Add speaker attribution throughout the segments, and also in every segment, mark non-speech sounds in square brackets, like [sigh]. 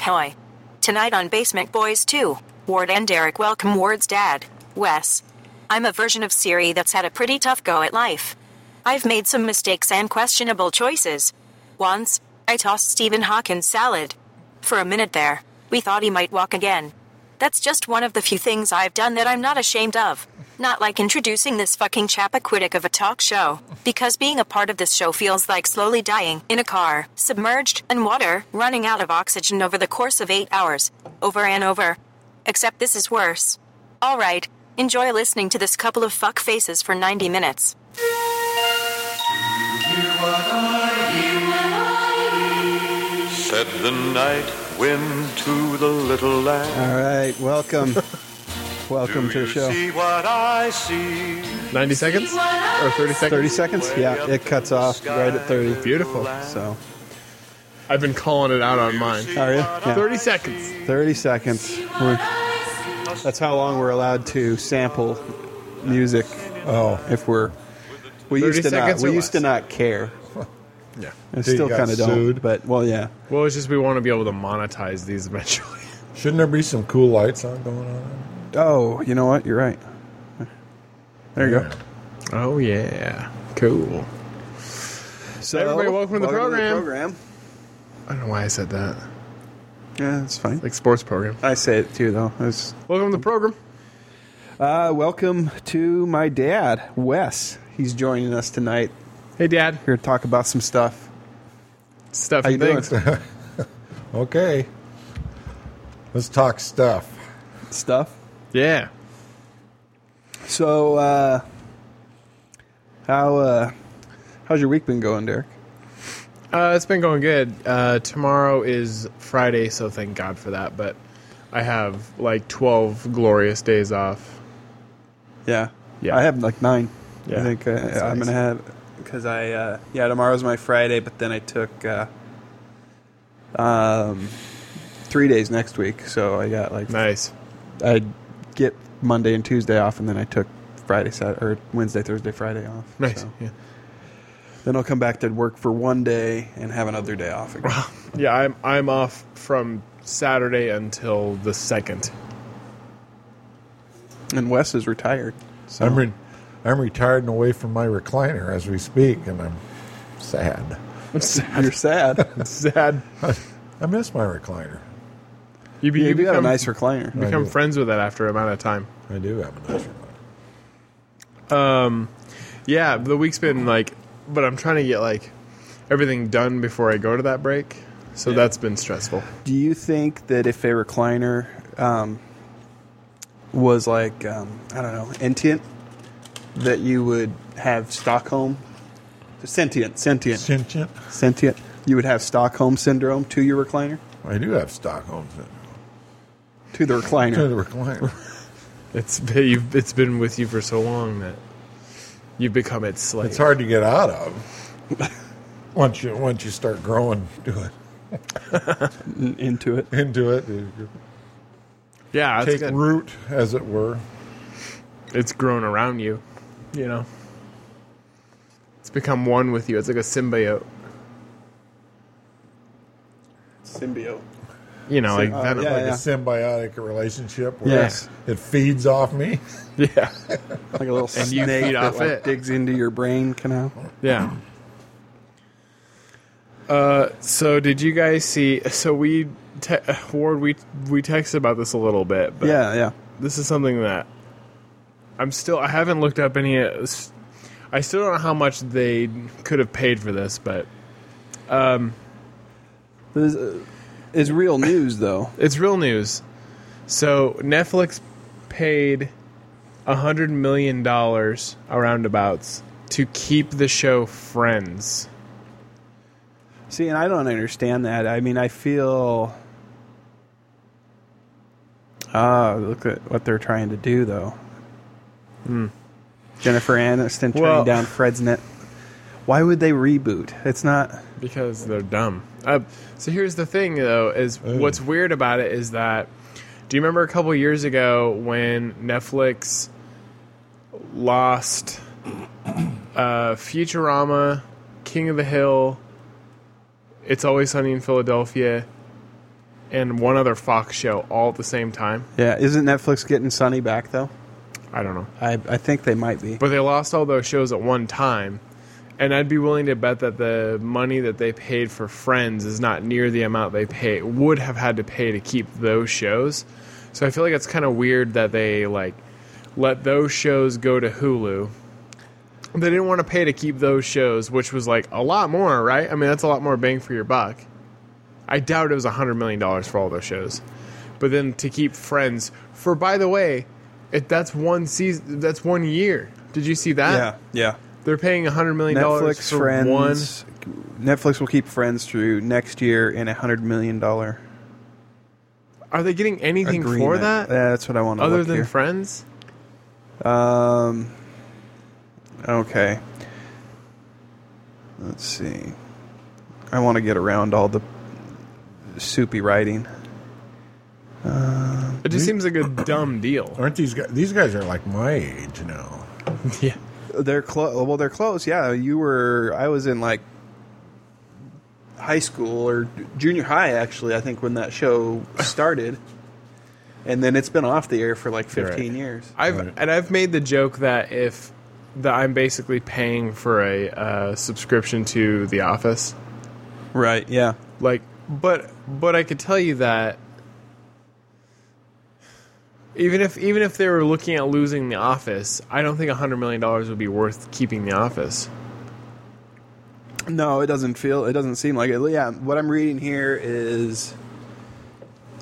Speaker 1: Hoy. Tonight on Basement Boys 2, Ward and Derek welcome Ward's dad, Wes. I'm a version of Siri that's had a pretty tough go at life. I've made some mistakes and questionable choices. Once, I tossed Stephen Hawkins' salad. For a minute there, we thought he might walk again. That's just one of the few things I've done that I'm not ashamed of. Not like introducing this fucking Chappaquiddick of a talk show, because being a part of this show feels like slowly dying in a car, submerged in water, running out of oxygen over the course of eight hours, over and over. Except this is worse. All right, enjoy listening to this couple of fuck faces for 90 minutes.
Speaker 2: Said the night wind to the little lamb.
Speaker 3: All right, welcome. welcome to the show.
Speaker 2: See what I see.
Speaker 4: 90 seconds or 30 seconds?
Speaker 3: 30 seconds? Yeah, it cuts off right at 30.
Speaker 4: Beautiful.
Speaker 3: So,
Speaker 4: I've been calling it out on mine.
Speaker 3: are you? Yeah.
Speaker 4: 30 seconds.
Speaker 3: 30 seconds. We're- that's how long we're allowed to sample music. Oh, if we're we
Speaker 4: 30
Speaker 3: used to not
Speaker 4: seconds
Speaker 3: we
Speaker 4: or
Speaker 3: used to
Speaker 4: less.
Speaker 3: not care.
Speaker 4: Yeah.
Speaker 3: I
Speaker 5: Till you
Speaker 3: still
Speaker 5: got
Speaker 3: kind of don't.
Speaker 5: sued.
Speaker 3: But well, yeah.
Speaker 4: Well, it's just we want to be able to monetize these eventually.
Speaker 5: Shouldn't there be some cool lights on going on?
Speaker 3: Oh, you know what? You're right. There you go.
Speaker 4: [laughs] Oh, yeah. Cool.
Speaker 3: So,
Speaker 4: Everybody, welcome to the program.
Speaker 3: program.
Speaker 4: I don't know why I said that.
Speaker 3: Yeah, that's fine.
Speaker 4: Like sports program.
Speaker 3: I say it too, though. It's-
Speaker 4: Welcome to the program.
Speaker 3: uh, welcome to my dad, Wes. He's joining us tonight.
Speaker 4: Hey, Dad.
Speaker 3: Here to talk about some stuff.
Speaker 4: Stuff
Speaker 3: How you
Speaker 4: and
Speaker 3: doing?
Speaker 4: things.
Speaker 5: Okay. Let's talk stuff.
Speaker 3: stuff.
Speaker 4: Yeah.
Speaker 3: So, uh, how uh, how's your week been going, Derek?
Speaker 4: Uh, it's been going good. Uh, tomorrow is Friday, so thank God for that. But I have like 12 glorious days off.
Speaker 3: Yeah,
Speaker 4: Yeah.
Speaker 3: I have like nine. I
Speaker 4: Yeah.
Speaker 3: think uh,
Speaker 4: That's
Speaker 3: I'm
Speaker 4: nice.
Speaker 3: gonna have because I uh, yeah tomorrow's my Friday, but then I took uh, um, three days next week, so I got like
Speaker 4: Nice.
Speaker 3: I get Monday and Tuesday off, and then I took Friday, Saturday, or Wednesday, Thursday, Friday off.
Speaker 4: Nice.
Speaker 3: So
Speaker 4: Yeah.
Speaker 3: Then I'll come back to work for one day and have another day off. Again.
Speaker 4: Yeah, I'm I'm off from Saturday until the second.
Speaker 3: and Wes is retired. So
Speaker 5: I'm re- I'm retired and away from my recliner as we speak, and I'm sad.
Speaker 4: I'm [laughs] sad.
Speaker 3: you're sad.
Speaker 4: sad.
Speaker 5: I miss my recliner.
Speaker 4: [laughs] You, be,
Speaker 3: Yeah,
Speaker 4: you
Speaker 3: you do
Speaker 4: become,
Speaker 3: have a nice recliner.
Speaker 5: I
Speaker 4: become
Speaker 5: do.
Speaker 4: friends with that after amount of time.
Speaker 5: I do have a nice recliner.
Speaker 4: Yeah, the week's been like, but I'm trying to get like everything done before I go to that break. So that's been stressful.
Speaker 3: Do you think that if a recliner um, was like um, I don't know entient, that you would have Stockholm sentient, sentient,
Speaker 5: Sentient.
Speaker 3: sentient? You would have Stockholm syndrome to your recliner,
Speaker 5: I do have Stockholm syndrome.
Speaker 3: to the
Speaker 5: To
Speaker 3: recliner.
Speaker 5: the recliner.
Speaker 4: It's [laughs] been, you've, it's been with you for so long that you've become its slave.
Speaker 5: It's hard to get out of once you once you start growing to it
Speaker 3: N- into it.
Speaker 5: into it. you
Speaker 4: Yeah, it's,
Speaker 5: Take
Speaker 4: good.
Speaker 5: root, as it were.
Speaker 4: it's grown around you. You know, it's become one with you. It's like a symbiote.
Speaker 3: Symbiote.
Speaker 4: You know, like
Speaker 3: Oh,
Speaker 4: venom.
Speaker 3: yeah,
Speaker 5: like
Speaker 3: yeah.
Speaker 5: a symbiotic relationship where
Speaker 3: Yes.
Speaker 5: it feeds off me.
Speaker 4: [laughs] yeah.
Speaker 3: Like a little
Speaker 4: And you
Speaker 3: snake
Speaker 4: feed
Speaker 3: that
Speaker 4: off
Speaker 3: like,
Speaker 4: it.
Speaker 3: digs into your brain canal.
Speaker 4: Yeah. Uh, so did you guys see? So we, te- Ward, we we texted about this a little bit, but
Speaker 3: Yeah, yeah.
Speaker 4: this is something that I'm still. I haven't looked up any. uh, s- I still don't know how much they could have paid for this, but
Speaker 3: This uh, is real news, though.
Speaker 4: it's real news. So Netflix paid a hundred million dollars, roundabouts, to keep the show Friends.
Speaker 3: See, and I don't understand that. I mean, I feel. Ah, look at what they're trying to do, though. Jennifer Aniston turning
Speaker 4: Hmm. Well-
Speaker 3: down Fred's net. Why would they reboot? It's not.
Speaker 4: Because they're dumb. Uh, so here's the thing, though, is what's weird about it is that. Do you remember a couple years ago when Netflix lost uh, Futurama, King of the Hill, It's Always Sunny in Philadelphia, and one other Fox show all at the same time.
Speaker 3: Yeah, isn't Netflix getting Sunny back though?
Speaker 4: I don't know.
Speaker 3: I I think they might be.
Speaker 4: But they lost all those shows at one time. And I'd be willing to bet that the money that they paid for Friends is not near the amount they pay would have had to pay to keep those shows. So I feel like it's kind of weird that they like let those shows go to Hulu. They didn't want to pay to keep those shows, which was like a lot more, right? I mean, that's a lot more bang for your buck. I doubt it was $100 million for all those shows. But then to keep Friends, for by the way, it, that's one season, that's one year. Did you see that?
Speaker 3: yeah, yeah.
Speaker 4: They're paying $100 million
Speaker 3: Netflix
Speaker 4: for
Speaker 3: Friends.
Speaker 4: one.
Speaker 3: Netflix will keep Friends through next year in a hundred million dollar
Speaker 4: Are they getting anything
Speaker 3: agreement.
Speaker 4: for that
Speaker 3: Yeah, that's what I want to
Speaker 4: other
Speaker 3: look
Speaker 4: than
Speaker 3: here.
Speaker 4: Friends?
Speaker 3: Um. Okay. Let's see. I want to get around all the soupy writing.
Speaker 4: It just
Speaker 3: Hmm? [coughs]
Speaker 4: seems like a dumb deal.
Speaker 5: Aren't these guys? These guys are like my age now.
Speaker 4: Yeah.
Speaker 3: They're close. Well, they're close. Yeah, you were. I was in like high school or junior high, actually. I think when that show started, and then it's been off the air for like fifteen
Speaker 5: Right.
Speaker 3: years.
Speaker 4: I've
Speaker 5: Right.
Speaker 4: and I've made the joke that if that I'm basically paying for a uh, subscription to The Office,
Speaker 3: Right. Yeah.
Speaker 4: like, but but I could tell you that even if even if they were looking at losing The Office, I don't think hundred million dollars would be worth keeping The Office.
Speaker 3: No, it doesn't feel. It doesn't seem like it. Yeah, what I'm reading here is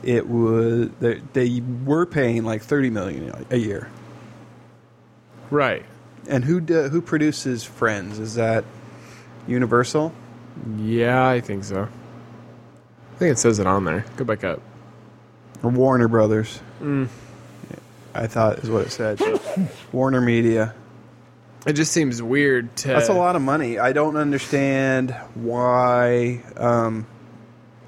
Speaker 3: it was they, they were paying like 30 million a year.
Speaker 4: Right.
Speaker 3: And who do, who produces Friends? Is that Universal?
Speaker 4: Yeah, I think so. I think it says it on there. Go back up.
Speaker 3: Or Warner Brothers? I thought is what it said. Warner Media.
Speaker 4: It just seems weird to.
Speaker 3: That's a lot of money. I don't understand why. Um,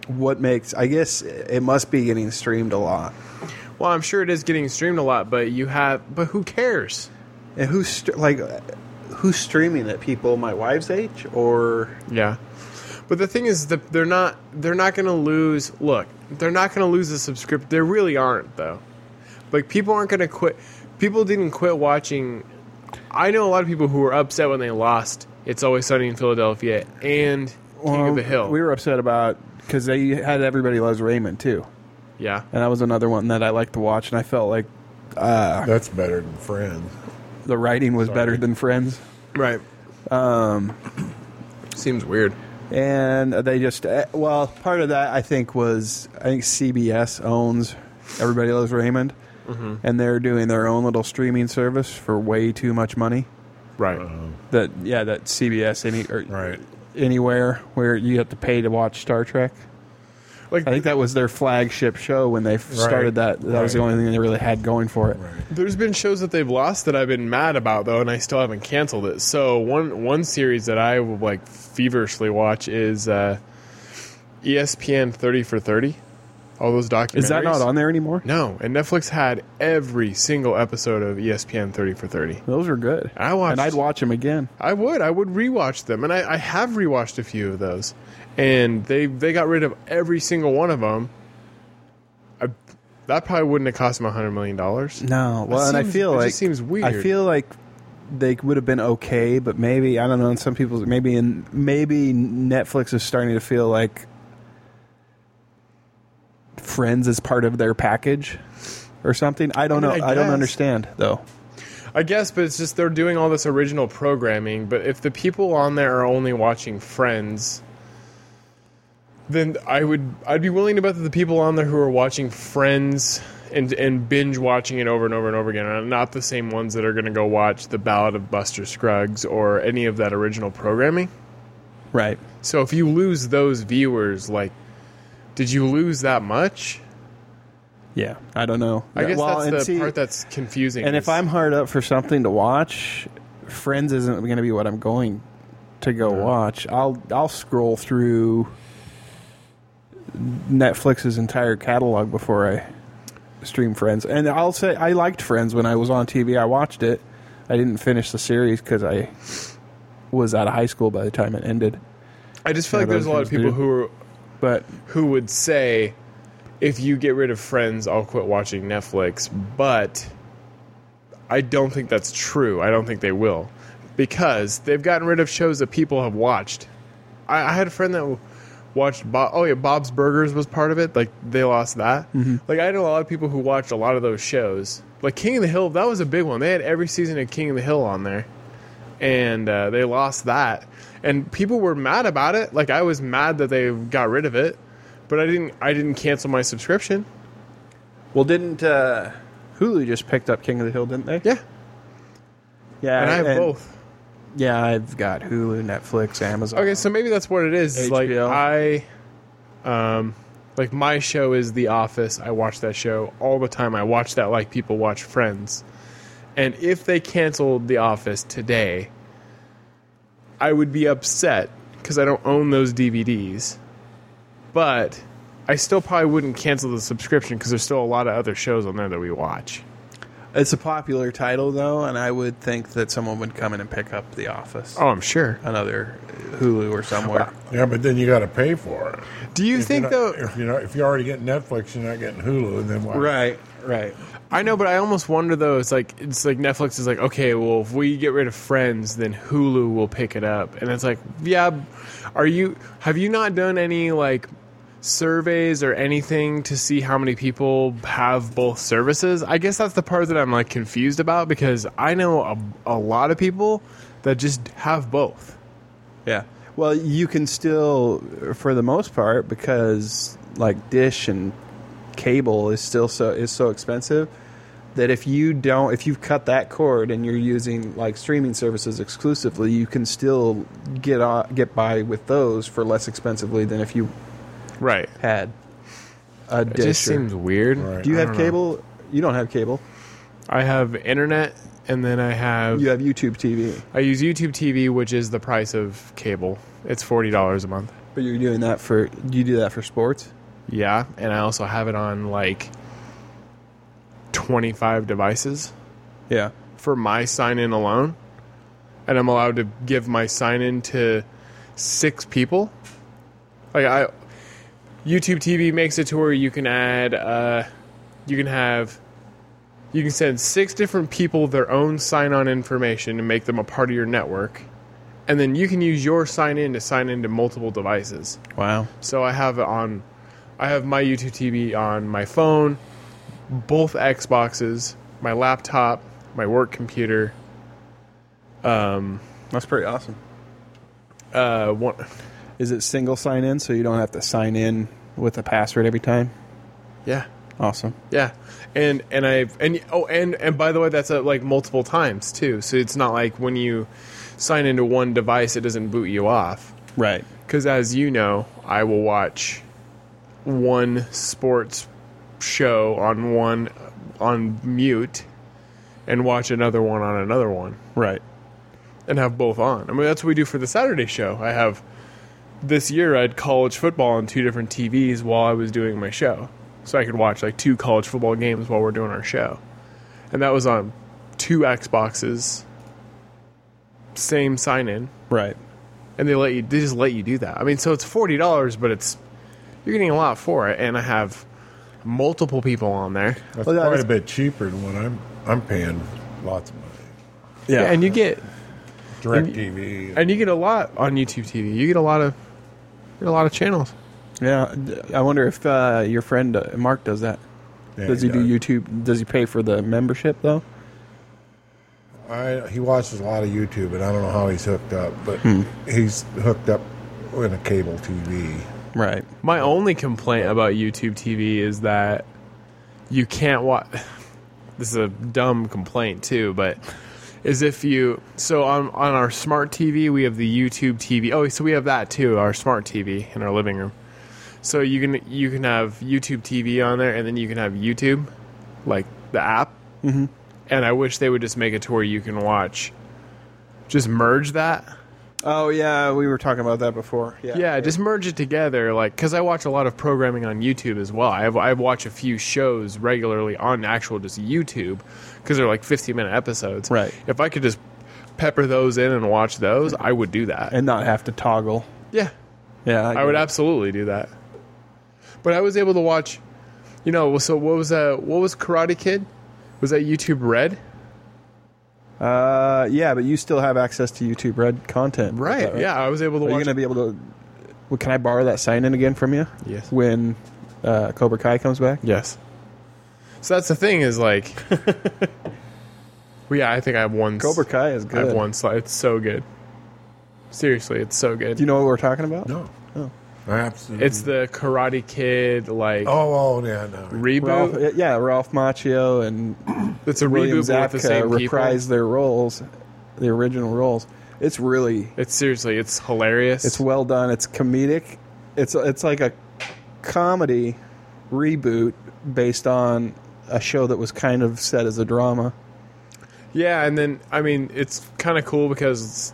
Speaker 3: what makes? I guess it must be getting streamed a lot.
Speaker 4: Well, I'm sure it is getting streamed a lot, but you have. But who cares?
Speaker 3: And who's st- like who's streaming it? People my wife's age or
Speaker 4: Yeah. But the thing is that they're not. They're not going to lose. Look, they're not going to lose a subscription. They really aren't, though. Like people aren't going to quit. People didn't quit watching. I know a lot of people who were upset when they lost. It's always sunny in Philadelphia and King of the Hill.
Speaker 3: We were upset about because they had everybody loves Raymond too,
Speaker 4: yeah.
Speaker 3: and that was another one that I liked to watch, and I felt like
Speaker 5: That's better than Friends.
Speaker 3: the writing was better than Friends,
Speaker 4: Right. Um. [clears throat] Seems weird.
Speaker 3: and they just eh, well part of that I think was I think CBS owns Everybody Loves Raymond,
Speaker 4: Mm-hmm.
Speaker 3: and they're doing their own little streaming service for way too much money.
Speaker 4: Right.
Speaker 3: That yeah, that CBS any or
Speaker 5: Right.
Speaker 3: anywhere where you have to pay to watch Star Trek.
Speaker 4: Like
Speaker 3: I think that was their flagship show when they f started that. That was the
Speaker 5: Right.
Speaker 3: only thing they really had going for it.
Speaker 5: Right.
Speaker 4: There's been shows that they've lost that I've been mad about though, and I still haven't canceled it. So one one series that I will like feverishly watch is uh, E ESPN Thirty for Thirty. All those documentaries.
Speaker 3: Is that not on there anymore?
Speaker 4: No, and Netflix had every single episode of E ESPN Thirty for Thirty.
Speaker 3: Those are good.
Speaker 4: I watched-
Speaker 3: and I'd watch them again.
Speaker 4: I would, I would rewatch them, and I, I have rewatched a few of those, and they they got rid of every single one of them. I, that probably wouldn't have cost them hundred million dollars.
Speaker 3: No, well, and I
Speaker 4: seems-
Speaker 3: feel
Speaker 4: it
Speaker 3: like
Speaker 4: just seems weird.
Speaker 3: I feel like they would have been okay, but maybe I don't know. In some people's maybe in maybe Netflix is starting to feel like Friends is part of their package or something. I don't
Speaker 4: I mean,
Speaker 3: know.
Speaker 4: I
Speaker 3: I, don't
Speaker 4: guess.
Speaker 3: understand though.
Speaker 4: I guess, but it's just they're doing all this original programming. But if the people on there are only watching Friends, then I would I'd be willing to bet that the people on there who are watching Friends and and binge watching it over and over and over again are not the same ones that are going to go watch The Ballad of Buster Scruggs or any of that original programming.
Speaker 3: Right.
Speaker 4: So if you lose those viewers, like, did you lose that much?
Speaker 3: Yeah. I don't know.
Speaker 4: I guess
Speaker 3: well, and
Speaker 4: that's the
Speaker 3: see-
Speaker 4: part that's confusing.
Speaker 3: And
Speaker 4: is-
Speaker 3: if I'm hard up for something to watch, Friends isn't going to be what I'm going to go watch. I'll I'll scroll through Netflix's entire catalog before I stream Friends. And I'll say I liked Friends when I was on TV. I watched it. I didn't finish the series because I was out of high school by the time it ended.
Speaker 4: I just feel
Speaker 3: Yeah,
Speaker 4: like there's
Speaker 3: those
Speaker 4: a lot of
Speaker 3: things
Speaker 4: people
Speaker 3: do.
Speaker 4: who are
Speaker 3: But
Speaker 4: who would say if you get rid of Friends, I'll quit watching Netflix. But I don't think that's true. I don't think they will because they've gotten rid of shows that people have watched. I, I had a friend that watched Bob. Oh yeah, Bob's Burgers was part of it. Like they lost that. Like I know a lot of people who watched a lot of those shows. Like King of the Hill, that was a big one. They had every season of King of the Hill on there and uh, they lost that. And people were mad about it. Like I was mad that they got rid of it, but I didn't. I didn't cancel my subscription.
Speaker 3: Well, didn't uh, Hulu just picked up King of the Hill, didn't they?
Speaker 4: Yeah,
Speaker 3: yeah.
Speaker 4: and I have both.
Speaker 3: Yeah, I've got Hulu, Netflix, Amazon.
Speaker 4: Okay, so maybe that's what it is. is Like
Speaker 3: HBO.
Speaker 4: I, um, like my show is The Office. I watch that show all the time. I watch that like people watch Friends. And if they canceled The Office today, I would be upset because I don't own those DVDs. But I still probably wouldn't cancel the subscription because there's still a lot of other shows on there that we watch.
Speaker 3: It's a popular title though, and I would think that someone would come in and pick up The Office,
Speaker 4: Oh, I'm sure.
Speaker 5: Uh,
Speaker 3: another Hulu or
Speaker 4: [laughs]
Speaker 3: somewhere.
Speaker 5: Yeah, but then you got to pay for it.
Speaker 4: Do you
Speaker 5: If
Speaker 4: think
Speaker 5: you're
Speaker 4: though?
Speaker 5: not- if you know if you already get Netflix, you're not getting Hulu, then why?
Speaker 3: right.
Speaker 4: I know, but I almost wonder though. It's like it's like Netflix is like, okay, well, if we get rid of Friends, then Hulu will pick it up, and it's like, yeah, are you? Have you not done any like surveys or anything to see how many people have both services? I guess that's the part that I'm like confused about because I know a, a lot of people that just have both.
Speaker 3: Yeah. Well, you can still, for the most part, because like Dish and cable is still so is so expensive that if you don't if you've cut that cord and you're using like streaming services exclusively, you can still get o- get by with those for less expensively than if you
Speaker 4: Right.
Speaker 3: had a
Speaker 4: It just
Speaker 3: dish. or-
Speaker 4: seems weird.
Speaker 5: Right.
Speaker 3: Do you
Speaker 4: I
Speaker 3: have
Speaker 4: don't know.
Speaker 3: cable? You don't have cable.
Speaker 4: I have internet, and then I have
Speaker 3: You have YouTube TV,
Speaker 4: I use YouTube TV, which is the price of cable. It's forty dollars a month.
Speaker 3: but you're doing that for you do that for sports.
Speaker 4: Yeah, and I also have it on like twenty-five devices
Speaker 3: Yeah.
Speaker 4: for my sign-in alone, and I'm allowed to give my sign-in to six people. Like I, YouTube TV makes it to where you can add, uh, you can have, you can send six different people their own sign-on information and make them a part of your network, and then you can use your sign-in to sign into multiple devices.
Speaker 3: Wow.
Speaker 4: So I have it on. I have my YouTube TV on my phone, both Xboxes, my laptop, my work computer.
Speaker 3: That's pretty awesome.
Speaker 4: Uh, one, [laughs]
Speaker 3: Is it single sign in so you don't have to sign in with a password every time?
Speaker 4: yeah,
Speaker 3: Awesome.
Speaker 4: yeah, and and I and oh and and by the way, that's at like multiple times too. So it's not like when you sign into one device, it doesn't boot you off.
Speaker 3: Right.
Speaker 4: Because as you know, I will watch one sports show on one on mute, and watch another one on another one.
Speaker 3: Right.
Speaker 4: and have both on. I mean, that's what we do for the Saturday show. I have this year I had college football on two different TVs while I was doing my show, so I could watch like two college football games while we're doing our show, and that was on two Xboxes, same sign in,
Speaker 3: Right.
Speaker 4: and they let you they just let you do that. I mean, so it's forty dollars, but it's you're getting a lot for it, and I have multiple people on there.
Speaker 5: That's
Speaker 3: Well, yeah,
Speaker 5: quite
Speaker 3: that's-
Speaker 5: a bit cheaper than what I'm I'm paying lots of money.
Speaker 3: Yeah.
Speaker 4: and you get
Speaker 5: Direct TV.
Speaker 4: and you get a lot on YouTube TV. You get a lot of you get a lot of channels.
Speaker 3: yeah. d- I wonder if uh, your friend uh, Mark does that. Does he do YouTube? Does he pay for the membership though?
Speaker 5: I, he watches a lot of YouTube, and I don't know how he's hooked up, but
Speaker 3: Hmm.
Speaker 5: he's hooked up in a cable TV.
Speaker 3: Right.
Speaker 4: My only complaint about YouTube TV is that you can't watch. [sighs] This is a dumb complaint too, but is if you so on on our smart TV we have the YouTube TV. Oh, so we have that too, our smart TV in our living room. So you can you can have YouTube TV on there, and then you can have YouTube, like the app. Mm-hmm. And I wish they would just make it to where you can watch, just merge that.
Speaker 3: Oh yeah, we were talking about that before. Yeah.
Speaker 4: Yeah, just merge it together, like because I watch a lot of programming on YouTube as well. I have, I watch a few shows regularly on actual just YouTube because they're like 15 minute episodes.
Speaker 3: Right.
Speaker 4: If I could just pepper those in and watch those, I would do that.
Speaker 3: And not have to toggle.
Speaker 4: yeah,
Speaker 3: Yeah. Uh,
Speaker 4: I would
Speaker 3: get it.
Speaker 4: absolutely do that. But I was able to watch You know, so what was uh, what was Karate Kid? Was that YouTube Red?
Speaker 3: Uh, yeah, but you still have access to YouTube Red content. Is that
Speaker 4: Yeah, I was able to
Speaker 3: Are you
Speaker 4: watch.
Speaker 3: going to be able to? Well, can I borrow that sign in again from you?
Speaker 4: Yes.
Speaker 3: When uh, Cobra Kai comes back.
Speaker 4: Yes. So that's the thing
Speaker 3: [laughs]
Speaker 4: is like. well, yeah, I think I have one. s-
Speaker 3: Cobra Kai is good.
Speaker 4: I have one slide. It's so good. Seriously, it's so good.
Speaker 3: Do you know what we're talking about?
Speaker 5: No. Oh. Absolutely.
Speaker 4: it's the Karate Kid like
Speaker 5: Oh, oh, yeah, no.
Speaker 4: reboot.
Speaker 3: Ralph, yeah, Ralph Macchio and
Speaker 4: it's a
Speaker 3: William
Speaker 4: reboot but with the
Speaker 3: Zabka
Speaker 4: same
Speaker 3: reprise
Speaker 4: people.
Speaker 3: their roles, the original roles. It's really,
Speaker 4: It's seriously, it's hilarious.
Speaker 3: it's well done. It's comedic. It's it's like a comedy reboot based on a show that was kind of set as a drama.
Speaker 4: Yeah, and then I mean it's kind of cool because it's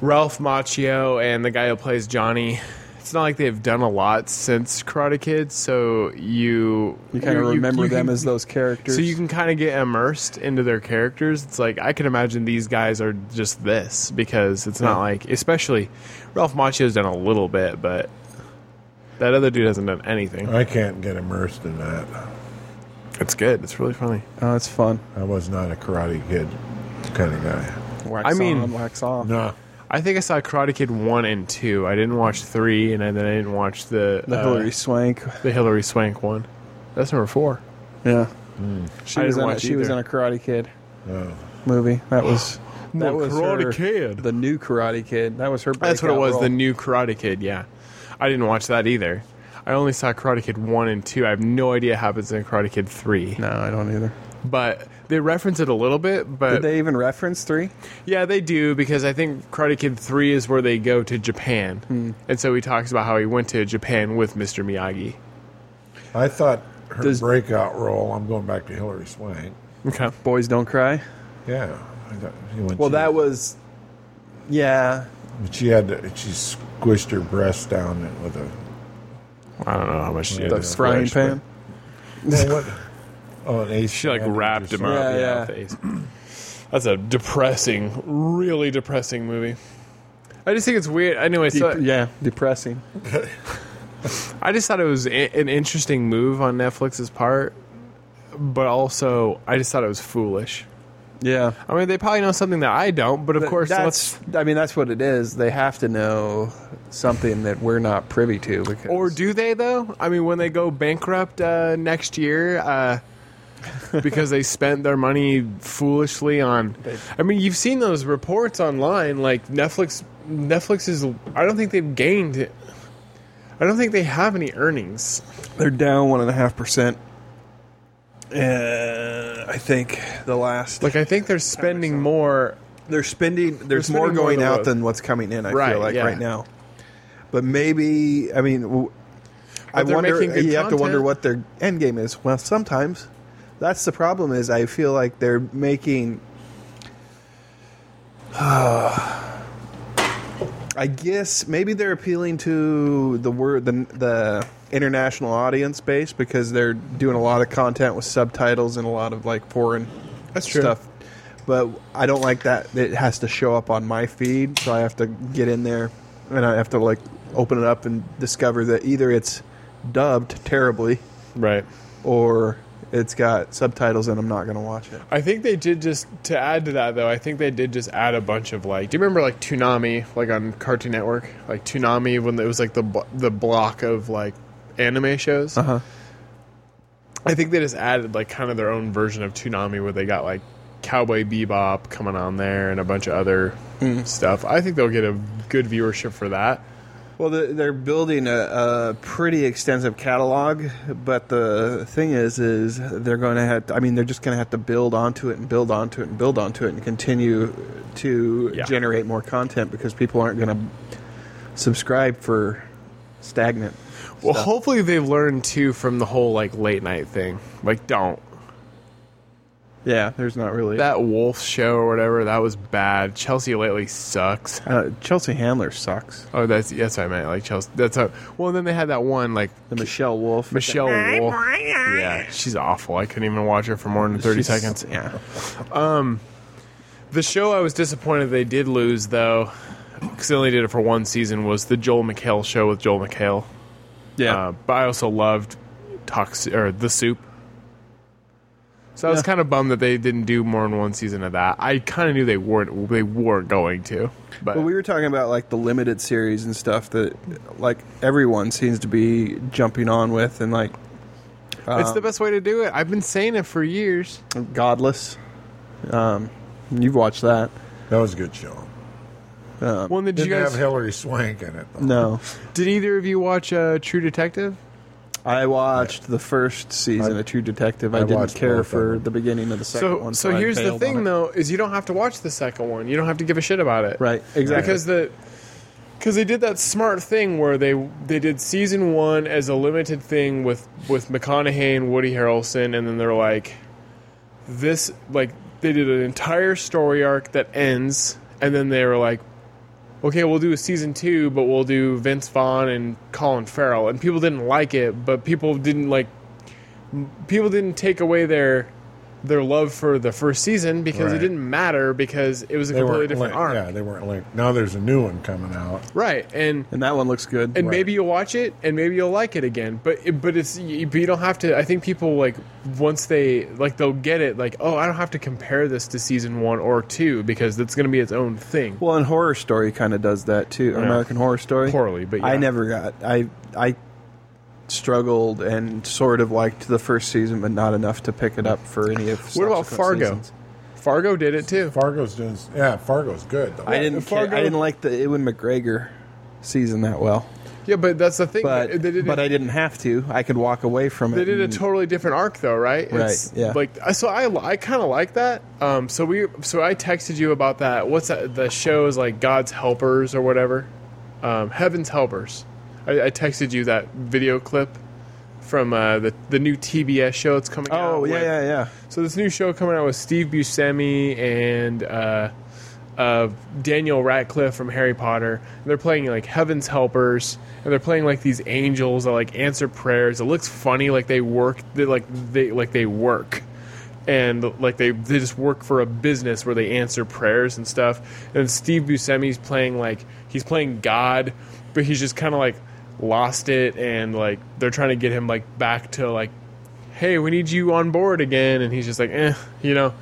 Speaker 4: Ralph Macchio and the guy who plays Johnny. It's not like they've done a lot since Karate Kid, so you
Speaker 3: You kind of remember
Speaker 4: you
Speaker 3: them
Speaker 4: can-
Speaker 3: as those characters.
Speaker 4: So you can kind of get immersed into their characters. It's like I can imagine these guys are just this because it's not like, especially Ralph Macchio's done a little bit, but that other dude hasn't done anything.
Speaker 5: I can't get immersed in that.
Speaker 4: It's good. It's really funny.
Speaker 3: oh, it's fun.
Speaker 5: I was not a karate kid kind of guy.
Speaker 3: Wax
Speaker 4: I mean-
Speaker 3: on, wax off.
Speaker 5: No.
Speaker 4: I think I saw Karate Kid one and two. I didn't watch three, and I- then I didn't watch the
Speaker 3: The
Speaker 4: uh,
Speaker 3: Hillary Swank.
Speaker 4: the Hillary Swank one. That's number four.
Speaker 3: Yeah. She
Speaker 4: Hmm. I
Speaker 3: was
Speaker 4: didn't
Speaker 3: in a,
Speaker 4: watch
Speaker 3: she was in
Speaker 4: either.
Speaker 3: a Karate Kid
Speaker 5: No.
Speaker 3: movie. That
Speaker 4: [gasps]
Speaker 3: was that
Speaker 4: No,
Speaker 3: was
Speaker 4: Karate
Speaker 3: her-
Speaker 4: Kid.
Speaker 3: The new Karate Kid. That was her.
Speaker 4: That's what it
Speaker 3: breakout
Speaker 4: was.
Speaker 3: role.
Speaker 4: The new Karate Kid. Yeah, I didn't watch that either. I only saw Karate Kid one and two. I have no idea what happens in Karate Kid three.
Speaker 3: No, I don't either.
Speaker 4: but they reference it a little bit. But
Speaker 3: Did they even reference three?
Speaker 4: yeah, they do because I think Karate Kid Three is where they go to Japan,
Speaker 3: Hmm.
Speaker 4: and so he talks about how he went to Japan with Mr. Miyagi.
Speaker 5: I thought her
Speaker 3: Does-
Speaker 5: breakout role, I'm going back to Hillary Swank.
Speaker 4: Okay,
Speaker 3: Boys Don't Cry.
Speaker 5: Yeah. I thought she went
Speaker 3: Well,
Speaker 5: to-
Speaker 3: that was, yeah.
Speaker 5: She had to, she squished her breast down it with a.
Speaker 4: I don't know how much she
Speaker 5: The
Speaker 4: had
Speaker 3: The
Speaker 4: to
Speaker 3: frying
Speaker 4: flesh, but
Speaker 3: pan.
Speaker 5: Well, what? [laughs] Oh, an ace.
Speaker 4: She like wrapped him up.
Speaker 3: Yeah,
Speaker 4: Yeah,
Speaker 3: yeah.
Speaker 4: face. That's a depressing, really depressing movie. I just think it's weird. Anyway, so
Speaker 3: Dep- yeah, depressing.
Speaker 4: I just thought it was i an interesting move on Netflix's part, but also I just thought it was foolish.
Speaker 3: Yeah.
Speaker 4: I mean, they probably know something that I don't, but of course, let's
Speaker 3: that's. I mean, that's what it is. They have to know something that we're not privy to. Because
Speaker 4: Or do they though? I mean, when they go bankrupt uh, next year, uh, because they spent their money foolishly on. I mean, you've seen those reports online. Like Netflix, Netflix is. I don't think they've gained. I don't think they have any earnings.
Speaker 3: they're down one and a half percent. Uh, I think the last
Speaker 4: Like I think they're spending more.
Speaker 3: they're spending there's
Speaker 4: spending
Speaker 3: more
Speaker 4: more
Speaker 3: going
Speaker 4: than
Speaker 3: out
Speaker 4: what-
Speaker 3: than what's coming in. I
Speaker 4: Right,
Speaker 3: feel like
Speaker 4: yeah.
Speaker 3: right now, but maybe I mean, w- I
Speaker 4: they're
Speaker 3: wonder. You
Speaker 4: making good
Speaker 3: have to wonder
Speaker 4: content.
Speaker 3: what their end game is. Well, sometimes that's the problem. Is I feel like they're making. I guess maybe they're appealing to the word the the international audience base because they're doing a lot of content with subtitles and a lot of like foreign
Speaker 4: That's true.
Speaker 3: stuff. But I don't like that it has to show up on my feed, so I have to get in there and I have to like open it up and discover that either it's dubbed terribly
Speaker 4: Right.
Speaker 3: or it's got subtitles and I'm not going to watch it.
Speaker 4: I think they did just to add to that though. I think they did just add a bunch of like. Do you remember like Toonami, like on Cartoon Network, like Toonami when it was like the bl- the block of like anime shows.
Speaker 3: Uh huh.
Speaker 4: I think they just added like kind of their own version of Toonami where they got like Cowboy Bebop coming on there and a bunch of other stuff. I think they'll get a good viewership for that.
Speaker 3: Well, the- they're building a, a pretty extensive catalog, but the thing is, is they're going to have. To, I mean, they're just going to have to build onto it and build onto it and build onto it and continue to
Speaker 4: Yeah.
Speaker 3: generate more content because people aren't going to subscribe for stagnant.
Speaker 4: Well, hopefully they've learned too from the whole like late night thing. Like don't
Speaker 3: Yeah, there's not really.
Speaker 4: that Wolf show or whatever that was bad. Chelsea lately sucks. [laughs]
Speaker 3: uh, Chelsea Handler sucks.
Speaker 4: Oh, that's that's what I meant. Like Chelsea. That's how. Well, then they had that one like
Speaker 3: The Michelle Wolf.
Speaker 4: Michelle Wolf. Yeah, she's awful. I couldn't even watch her for more than thirty
Speaker 3: She's-
Speaker 4: seconds.
Speaker 3: Yeah.
Speaker 4: The show I was disappointed they did lose though, because they only did it for one season. Was the Joel McHale show with Joel McHale?
Speaker 3: [laughs] Yeah.
Speaker 4: Uh, but I also loved Toxic or The Soup. So I was
Speaker 3: Yeah.
Speaker 4: kind of bummed that they didn't do more than one season of that. I kind of knew they weren't they were going to, but
Speaker 3: But we were talking about like the limited series and stuff that like everyone seems to be jumping on with and like uh,
Speaker 4: it's the best way to do it. I've been saying it for years.
Speaker 3: Godless. Um, you've watched that.
Speaker 5: That was a good show.
Speaker 3: Uh,
Speaker 4: Well, and did
Speaker 5: Didn't
Speaker 4: you guys
Speaker 5: have Hillary Swank in it. Though.
Speaker 3: No.
Speaker 4: did either of you watch uh, True Detective?
Speaker 3: I watched the first season
Speaker 5: I-
Speaker 3: of True Detective. I,
Speaker 5: I
Speaker 3: didn't
Speaker 5: watched
Speaker 3: care
Speaker 5: both of
Speaker 3: for
Speaker 5: them.
Speaker 3: the beginning of the second
Speaker 4: So
Speaker 3: one.
Speaker 4: so
Speaker 3: I
Speaker 4: here's the
Speaker 3: bailed on
Speaker 4: thing
Speaker 3: it.
Speaker 4: though is you don't have to watch the second one. You don't have to give a shit about it.
Speaker 3: Right, exactly.
Speaker 4: because the because they did that smart thing where they they did season one as a limited thing with with McConaughey and Woody Harrelson, and then they're like, this like they did an entire story arc that ends, and then they were like, okay, we'll do a season two, but we'll do Vince Vaughn and Colin Farrell, and people didn't like it, but people didn't like m- people didn't take away their their love for the first season because it
Speaker 5: Right.
Speaker 4: didn't matter because it was a
Speaker 5: They
Speaker 4: completely
Speaker 5: weren't
Speaker 4: different
Speaker 5: linked.
Speaker 4: arc.
Speaker 5: Yeah, they weren't linked. Now there's a new one coming out.
Speaker 4: Right, and
Speaker 3: and that one looks good.
Speaker 4: and maybe you'll watch it and maybe you'll like it again. But it, but it's you, but you don't have to. I think people like once they like they'll get it. Like oh, I don't have to compare this to season one or two because it's going to be its own thing.
Speaker 3: Well, and Horror Story kind of does that too. American Horror Story
Speaker 4: Poorly, but
Speaker 3: I
Speaker 4: yeah.
Speaker 3: never got. I I struggled and sort of liked the first season, but not enough to pick it up for any of.
Speaker 4: what
Speaker 3: subsequent
Speaker 4: about Fargo?
Speaker 3: seasons.
Speaker 4: Fargo did it too.
Speaker 5: Fargo's doing. Yeah, Fargo's good. Though.
Speaker 3: I didn't. ca-
Speaker 4: Fargo-
Speaker 3: I didn't like the Ewan McGregor season that well,
Speaker 4: Yeah, but that's the thing.
Speaker 3: but
Speaker 4: they did
Speaker 3: but I didn't have to. I could walk away from it.
Speaker 4: They did a
Speaker 3: and-
Speaker 4: totally different arc, though, right?
Speaker 3: Right, yeah.
Speaker 4: Like, uh, so I, I kind of like that. Um, so we, so I texted you about that. What's that? The show is like God's Helpers or whatever. Um, Heaven's Helpers. I, I texted you that video clip from uh, the the new TBS show that's coming out.
Speaker 3: Oh yeah,
Speaker 4: with-
Speaker 3: yeah, yeah.
Speaker 4: So this new show coming out with Steve Buscemi and uh, uh, Daniel Radcliffe from Harry Potter. And they're playing like Heaven's Helpers, and they're playing like these angels that like answer prayers. It looks funny, like they work, they, like they like they work, and like they they just work for a business where they answer prayers and stuff. And Steve Buscemi's playing like he's playing God, but he's just kind of like lost it, and like they're trying to get him like back to like hey, we need you on board again. And he's just like, eh, you know.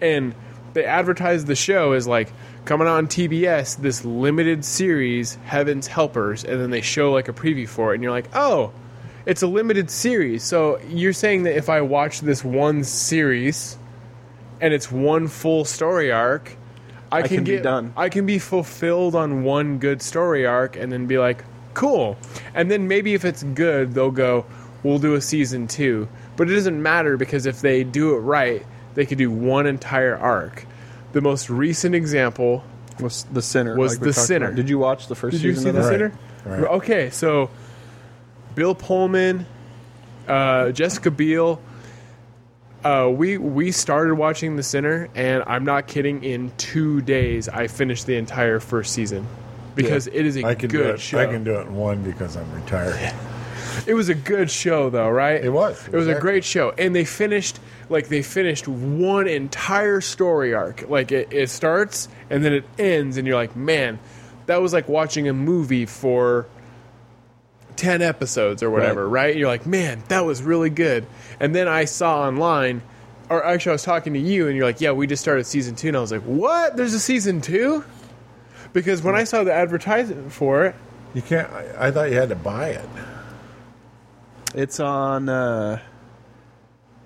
Speaker 4: And they advertise the show as like coming out on TBS, this limited series, Heaven's Helpers. And then they show like a preview for it. And you're like, oh, it's a limited series. So you're saying that if I watch this one series and it's one full story arc, I, can,
Speaker 3: can be
Speaker 4: get
Speaker 3: done.
Speaker 4: I can be fulfilled on one good story arc and then be like, cool. And then maybe if it's good, they'll go, we'll do a season two. But it doesn't matter because if they do it right, they could do one entire arc. The most recent example
Speaker 3: Was the sinner?
Speaker 4: Was
Speaker 3: like we
Speaker 4: The
Speaker 3: talked
Speaker 4: Sinner.
Speaker 3: about. Did you watch the first?
Speaker 4: did you
Speaker 3: season
Speaker 4: see
Speaker 3: of
Speaker 4: the
Speaker 3: that?
Speaker 4: center?
Speaker 5: Right.
Speaker 4: Okay, so Bill Pullman, uh, Jessica Biel. Uh, we we started watching The Sinner, and I'm not kidding. In two days, I finished the entire first season because it is a
Speaker 5: I can do
Speaker 4: good
Speaker 5: it.
Speaker 4: show.
Speaker 5: I can do it in one because I'm retired.
Speaker 4: It was a good show, though, right?
Speaker 5: It was.
Speaker 4: It was a great show, and they finished like they finished one entire story arc. Like it, it starts and then it ends, and you're like, man, that was like watching a movie for ten episodes or whatever, right? You're like, man, that was really good. And then I saw online, or actually, I was talking to you, and you're like, yeah, we just started season two, and I was like, what? There's a season two? Because when I saw the advertisement for it,
Speaker 5: You can't. I, I thought you had to buy it.
Speaker 3: It's on uh,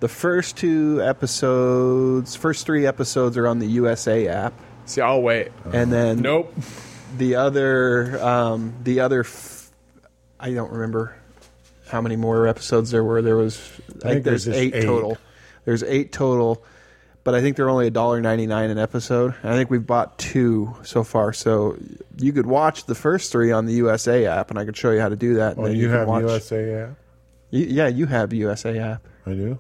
Speaker 3: the first two episodes. First three episodes are on the USA app,
Speaker 4: see, I'll wait.
Speaker 5: Uh.
Speaker 3: and then
Speaker 4: Nope. [laughs]
Speaker 3: the other um, the other f- I don't remember how many more episodes there were. There was I, think
Speaker 5: think
Speaker 3: there's,
Speaker 5: there's just
Speaker 3: eight,
Speaker 5: eight.
Speaker 3: total. There's eight total, but I think they're only a dollar ninety nine an episode. And I think we've bought two so far. So you could watch the first three on the USA app, and I could show you how to do that. And
Speaker 5: Oh,
Speaker 3: then
Speaker 5: you
Speaker 3: can
Speaker 5: have
Speaker 3: watch,
Speaker 5: USA app?
Speaker 3: Y- yeah, you have USA app.
Speaker 5: I do.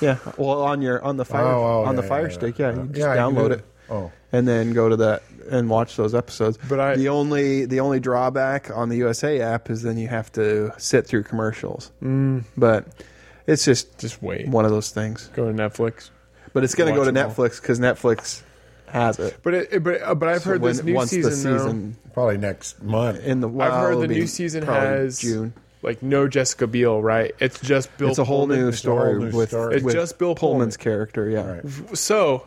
Speaker 3: Yeah, well, on your on the fire
Speaker 5: Oh, oh,
Speaker 3: on the
Speaker 5: yeah,
Speaker 3: Fire
Speaker 5: yeah, yeah.
Speaker 3: Stick, yeah, you just
Speaker 5: Yeah, I can do
Speaker 3: download
Speaker 5: it.
Speaker 3: it.
Speaker 5: Oh.
Speaker 3: and then go to that and watch those episodes.
Speaker 4: But I-
Speaker 3: the only the only drawback on the USA app is then you have to sit through commercials. Mm. But it's just
Speaker 4: Just wait.
Speaker 3: one of those things.
Speaker 4: Go to Netflix.
Speaker 3: But it's going to go to
Speaker 4: Watch 'em all.
Speaker 3: Netflix because Netflix has it.
Speaker 4: But it, it- but uh, but I've
Speaker 3: So
Speaker 4: heard this
Speaker 3: when-
Speaker 4: new
Speaker 3: once
Speaker 4: season.
Speaker 3: the
Speaker 4: though-
Speaker 3: season
Speaker 5: Probably next month.
Speaker 3: in the well,
Speaker 4: heard the
Speaker 3: it'll be
Speaker 4: new season
Speaker 3: probably
Speaker 4: has-
Speaker 3: June.
Speaker 4: like no Jessica Biel, right? It's just Bill.
Speaker 3: it's a whole
Speaker 4: Pullman.
Speaker 3: new
Speaker 5: It's a whole
Speaker 3: story
Speaker 5: new
Speaker 3: with,
Speaker 5: story.
Speaker 4: It's
Speaker 3: with
Speaker 4: just Bill
Speaker 3: Pullman's character. Yeah,
Speaker 5: Right.
Speaker 4: So,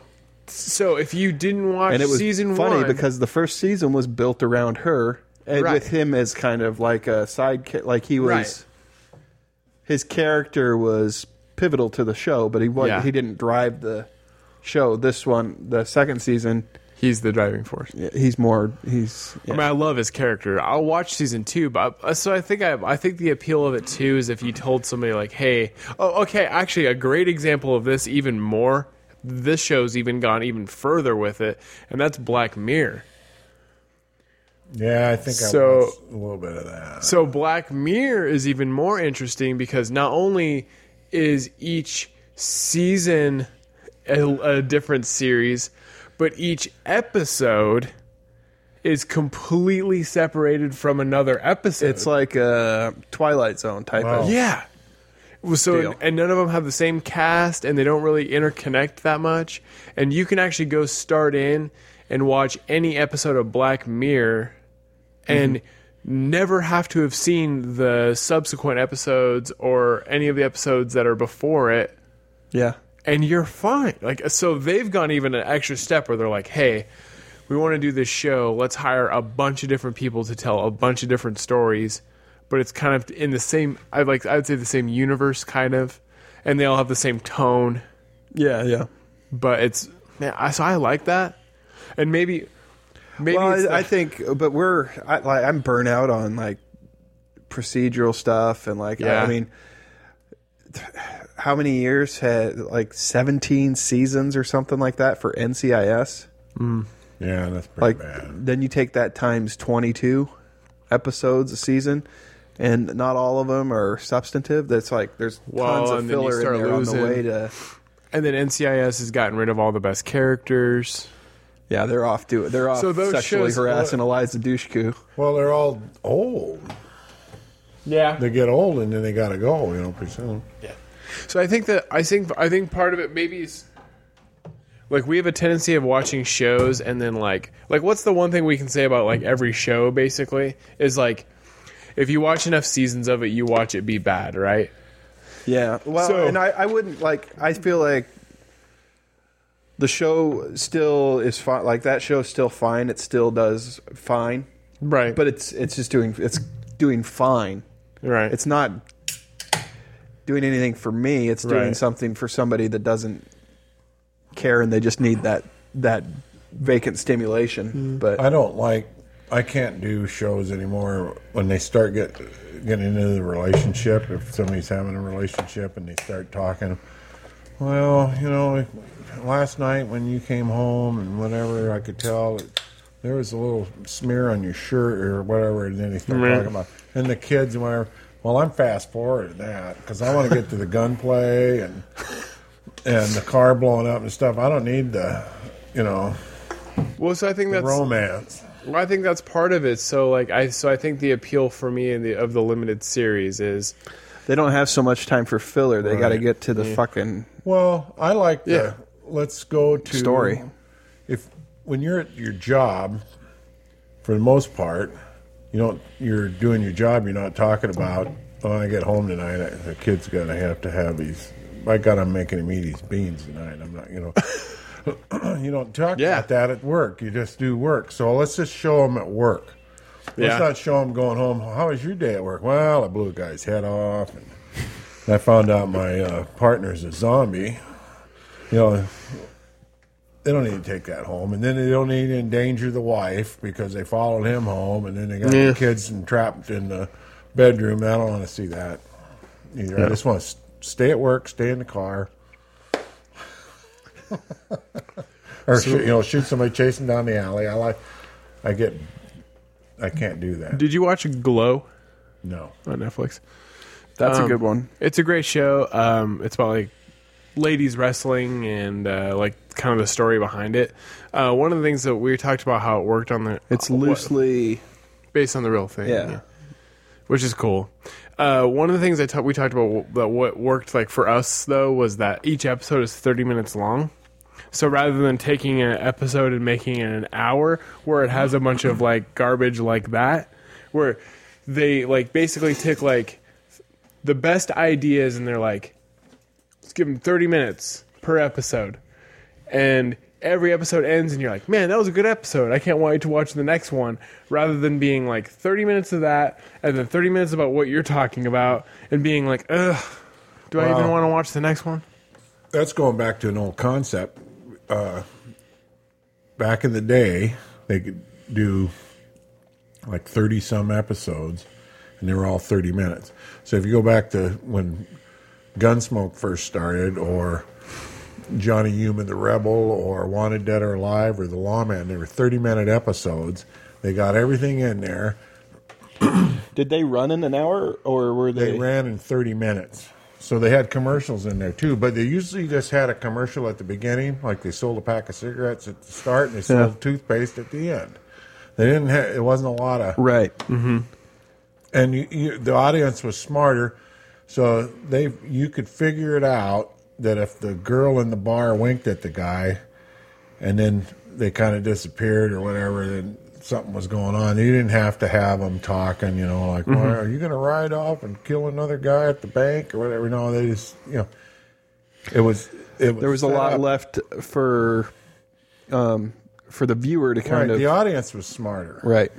Speaker 4: so if you didn't watch
Speaker 3: and it was
Speaker 4: season
Speaker 3: funny
Speaker 4: one,
Speaker 3: because the first season was built around her and
Speaker 4: Right.
Speaker 3: with him as kind of like a sidekick. Like he was,
Speaker 4: Right.
Speaker 3: his character was pivotal to the show, but he was,
Speaker 4: Yeah.
Speaker 3: he didn't drive the show. This one, the second season,
Speaker 4: he's the driving force.
Speaker 3: he's more he's
Speaker 4: I mean, I love his character. I'll watch season two, but uh, so I think I, I think the appeal of it too is if you told somebody like, "Hey, oh, okay." Actually, a great example of this even more. This show's even gone even further with it, and that's Black Mirror.
Speaker 5: Yeah, I think
Speaker 4: So-
Speaker 5: I watched a little bit of that.
Speaker 4: So Black Mirror is even more interesting because not only is each season a, a different series, but each episode is completely separated from another episode.
Speaker 3: it's like a Twilight Zone type
Speaker 5: Wow.
Speaker 3: of
Speaker 4: yeah. Well, So
Speaker 3: Deal.
Speaker 4: and, none of them have the same cast, and they don't really interconnect that much. And you can actually go start in and watch any episode of Black Mirror, and never have to have seen the subsequent episodes or any of the episodes that are before it,
Speaker 3: yeah.
Speaker 4: and you're fine. Like so, they've gone even an extra step where they're like, "Hey, we want to do this show. Let's hire a bunch of different people to tell a bunch of different stories, but it's kind of in the same. I like. I would say the same universe, kind of, and they all have the same tone.
Speaker 3: Yeah, yeah.
Speaker 4: But it's man, I, so I like that, and maybe, maybe
Speaker 3: Well,
Speaker 4: it's the-
Speaker 3: I, I think, but we're I, like I'm burnt out on like procedural stuff and like I,
Speaker 4: Yeah.
Speaker 3: I mean, how many years had like 17 seasons or something like that for NCIS?
Speaker 5: yeah, that's pretty
Speaker 3: Like
Speaker 5: bad.
Speaker 3: then you take that times 22 episodes a season. And not all of them are substantive. That's like there's
Speaker 4: Well,
Speaker 3: tons of
Speaker 4: and then you
Speaker 3: filler
Speaker 4: start
Speaker 3: in there on
Speaker 4: losing-
Speaker 3: the way to.
Speaker 4: and then NCIS has gotten rid of all the best characters.
Speaker 3: Yeah, they're off to they're off
Speaker 4: So those
Speaker 3: sexually
Speaker 4: shows- uh,
Speaker 3: harassing Eliza Dushku.
Speaker 5: Well, they're all old.
Speaker 4: Yeah,
Speaker 5: They get old and then they got to go, you know, pretty soon.
Speaker 4: So I think that I think I think part of it maybe is like we have a tendency of watching shows and then like like what's the one thing we can say about like every show basically is like if you watch enough seasons of it you watch it be bad, right?
Speaker 3: Yeah. Well,
Speaker 4: So-
Speaker 3: and I, I wouldn't like. I feel like the show still is fine. Like that show's still fine. It still does fine,
Speaker 4: Right.
Speaker 3: but it's it's just doing it's doing fine.
Speaker 4: right.
Speaker 3: It's not doing anything for me. It's doing
Speaker 4: Right.
Speaker 3: something for somebody that doesn't care and they just need that that vacant
Speaker 4: Mm-hmm.
Speaker 3: stimulation. But
Speaker 5: I don't like. I can't do shows anymore when they start get getting into the relationship. If somebody's having a relationship and they start talking, well, you know, last night when you came home and whatever, I could tell that there was a little smear on your shirt or whatever, and then they start
Speaker 4: Right.
Speaker 5: talking about and the kids and whatever. Well, I'm fast forwarding that because I want to get to the gunplay and and the car blowing up and stuff. I don't need the, you know,
Speaker 4: well, so I think that's
Speaker 5: romance.
Speaker 4: Well, I think that's part of it. So like I so I think the appeal for me in the of the limited series is
Speaker 3: they don't have so much time for filler. They got to
Speaker 5: Right.
Speaker 3: get to the fucking
Speaker 5: Well, I like the
Speaker 4: Yeah.
Speaker 5: let's go to
Speaker 3: Story.
Speaker 5: If when you're at your job, for the most part, you don't you're doing your job. You're not talking about oh, I get home tonight. I, the kid's gonna have to have these. My God, I'm making him eat these beans tonight. I'm not, you know. [clears throat] you don't talk
Speaker 4: Yeah.
Speaker 5: about that at work. You just do work. So let's just show them at work. Let's
Speaker 4: Yeah.
Speaker 5: not show them going home. How was your day at work? Well, I blew a guy's head off, and I found out my uh, partner's a zombie. You know, they don't need to take that home, and then they don't need to endanger the wife because they followed him home, and then they got the kids entrapped in the bedroom. I don't want to see that either. I just want to stay at work, stay in the car, [laughs] or shoot, you know, shoot somebody chasing down the alley. I like, I get, I can't do that.
Speaker 4: Did you watch Glow
Speaker 5: no,
Speaker 4: on Netflix?
Speaker 3: that's
Speaker 4: Um,
Speaker 3: a good one.
Speaker 4: It's a great show. Um, it's about like ladies wrestling and uh, like kind of the story behind it. Uh, one of the things that we talked about how it worked on the
Speaker 3: It's
Speaker 4: uh, what-
Speaker 3: loosely
Speaker 4: based on the real thing,
Speaker 3: yeah.
Speaker 4: which is cool. Uh, one of the things I ta- we talked about that what worked like for us though was that each episode is thirty minutes long. So rather than taking an episode and making it an hour where it has a bunch of like garbage like that, where they like basically took like the best ideas and they're like, let's give them 30 minutes per episode. And every episode ends and you're like, man, that was a good episode. I can't wait to watch the next one. Rather than being like 30 minutes of that and then 30 minutes about what you're talking about and being like, ugh, do I even want to watch the next one?
Speaker 5: that's going back to an old concept. Uh, back in the day, they could do like 30 some episodes, and they were all 30 minutes. So if you go back to when Gunsmoke first started, or Johnny Human the Rebel, or Wanted Dead or Alive, or The Lawman, they were 30 minute episodes. They got everything in there.
Speaker 6: Did they run in an hour or were they?
Speaker 5: They ran in 30 minutes. So they had commercials in there too, but they usually just had a commercial at the beginning, like they sold a pack of cigarettes at the start and they sold toothpaste at the end. They didn't have, it wasn't a lot of,
Speaker 3: Right.
Speaker 5: and you, you, the audience was smarter, so they you could figure it out that if the girl in the bar winked at the guy, and then they kind of disappeared or whatever, then something was going on. You didn't have to have them talking, you know, like,
Speaker 3: Mm-hmm.
Speaker 5: "Why are you going to ride off and kill another guy at the bank or whatever? No, they just, you know, it was. It was
Speaker 3: There was a
Speaker 5: set
Speaker 3: lot
Speaker 5: up.
Speaker 3: left for um, for the viewer to
Speaker 5: Right,
Speaker 3: kind
Speaker 5: the Mm-hmm.
Speaker 3: of
Speaker 5: audience was smarter.
Speaker 3: right.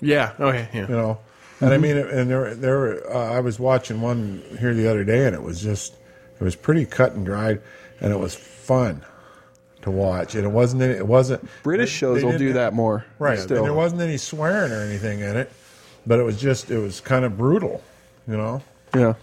Speaker 4: Yeah. Okay. Yeah.
Speaker 5: you know. And
Speaker 3: Mm-hmm.
Speaker 5: I mean, and there, there, were, uh, I was watching one here the other day, and it was just, it was pretty cut and dried, and it was fun to watch. And it wasn't, any- it wasn't
Speaker 3: British
Speaker 5: they-
Speaker 3: shows
Speaker 5: they
Speaker 3: will
Speaker 5: didn't-
Speaker 3: do that more.
Speaker 5: right?
Speaker 3: Still.
Speaker 5: And there wasn't any swearing or anything in it, but it was just, it was kind of brutal, you know.
Speaker 3: yeah.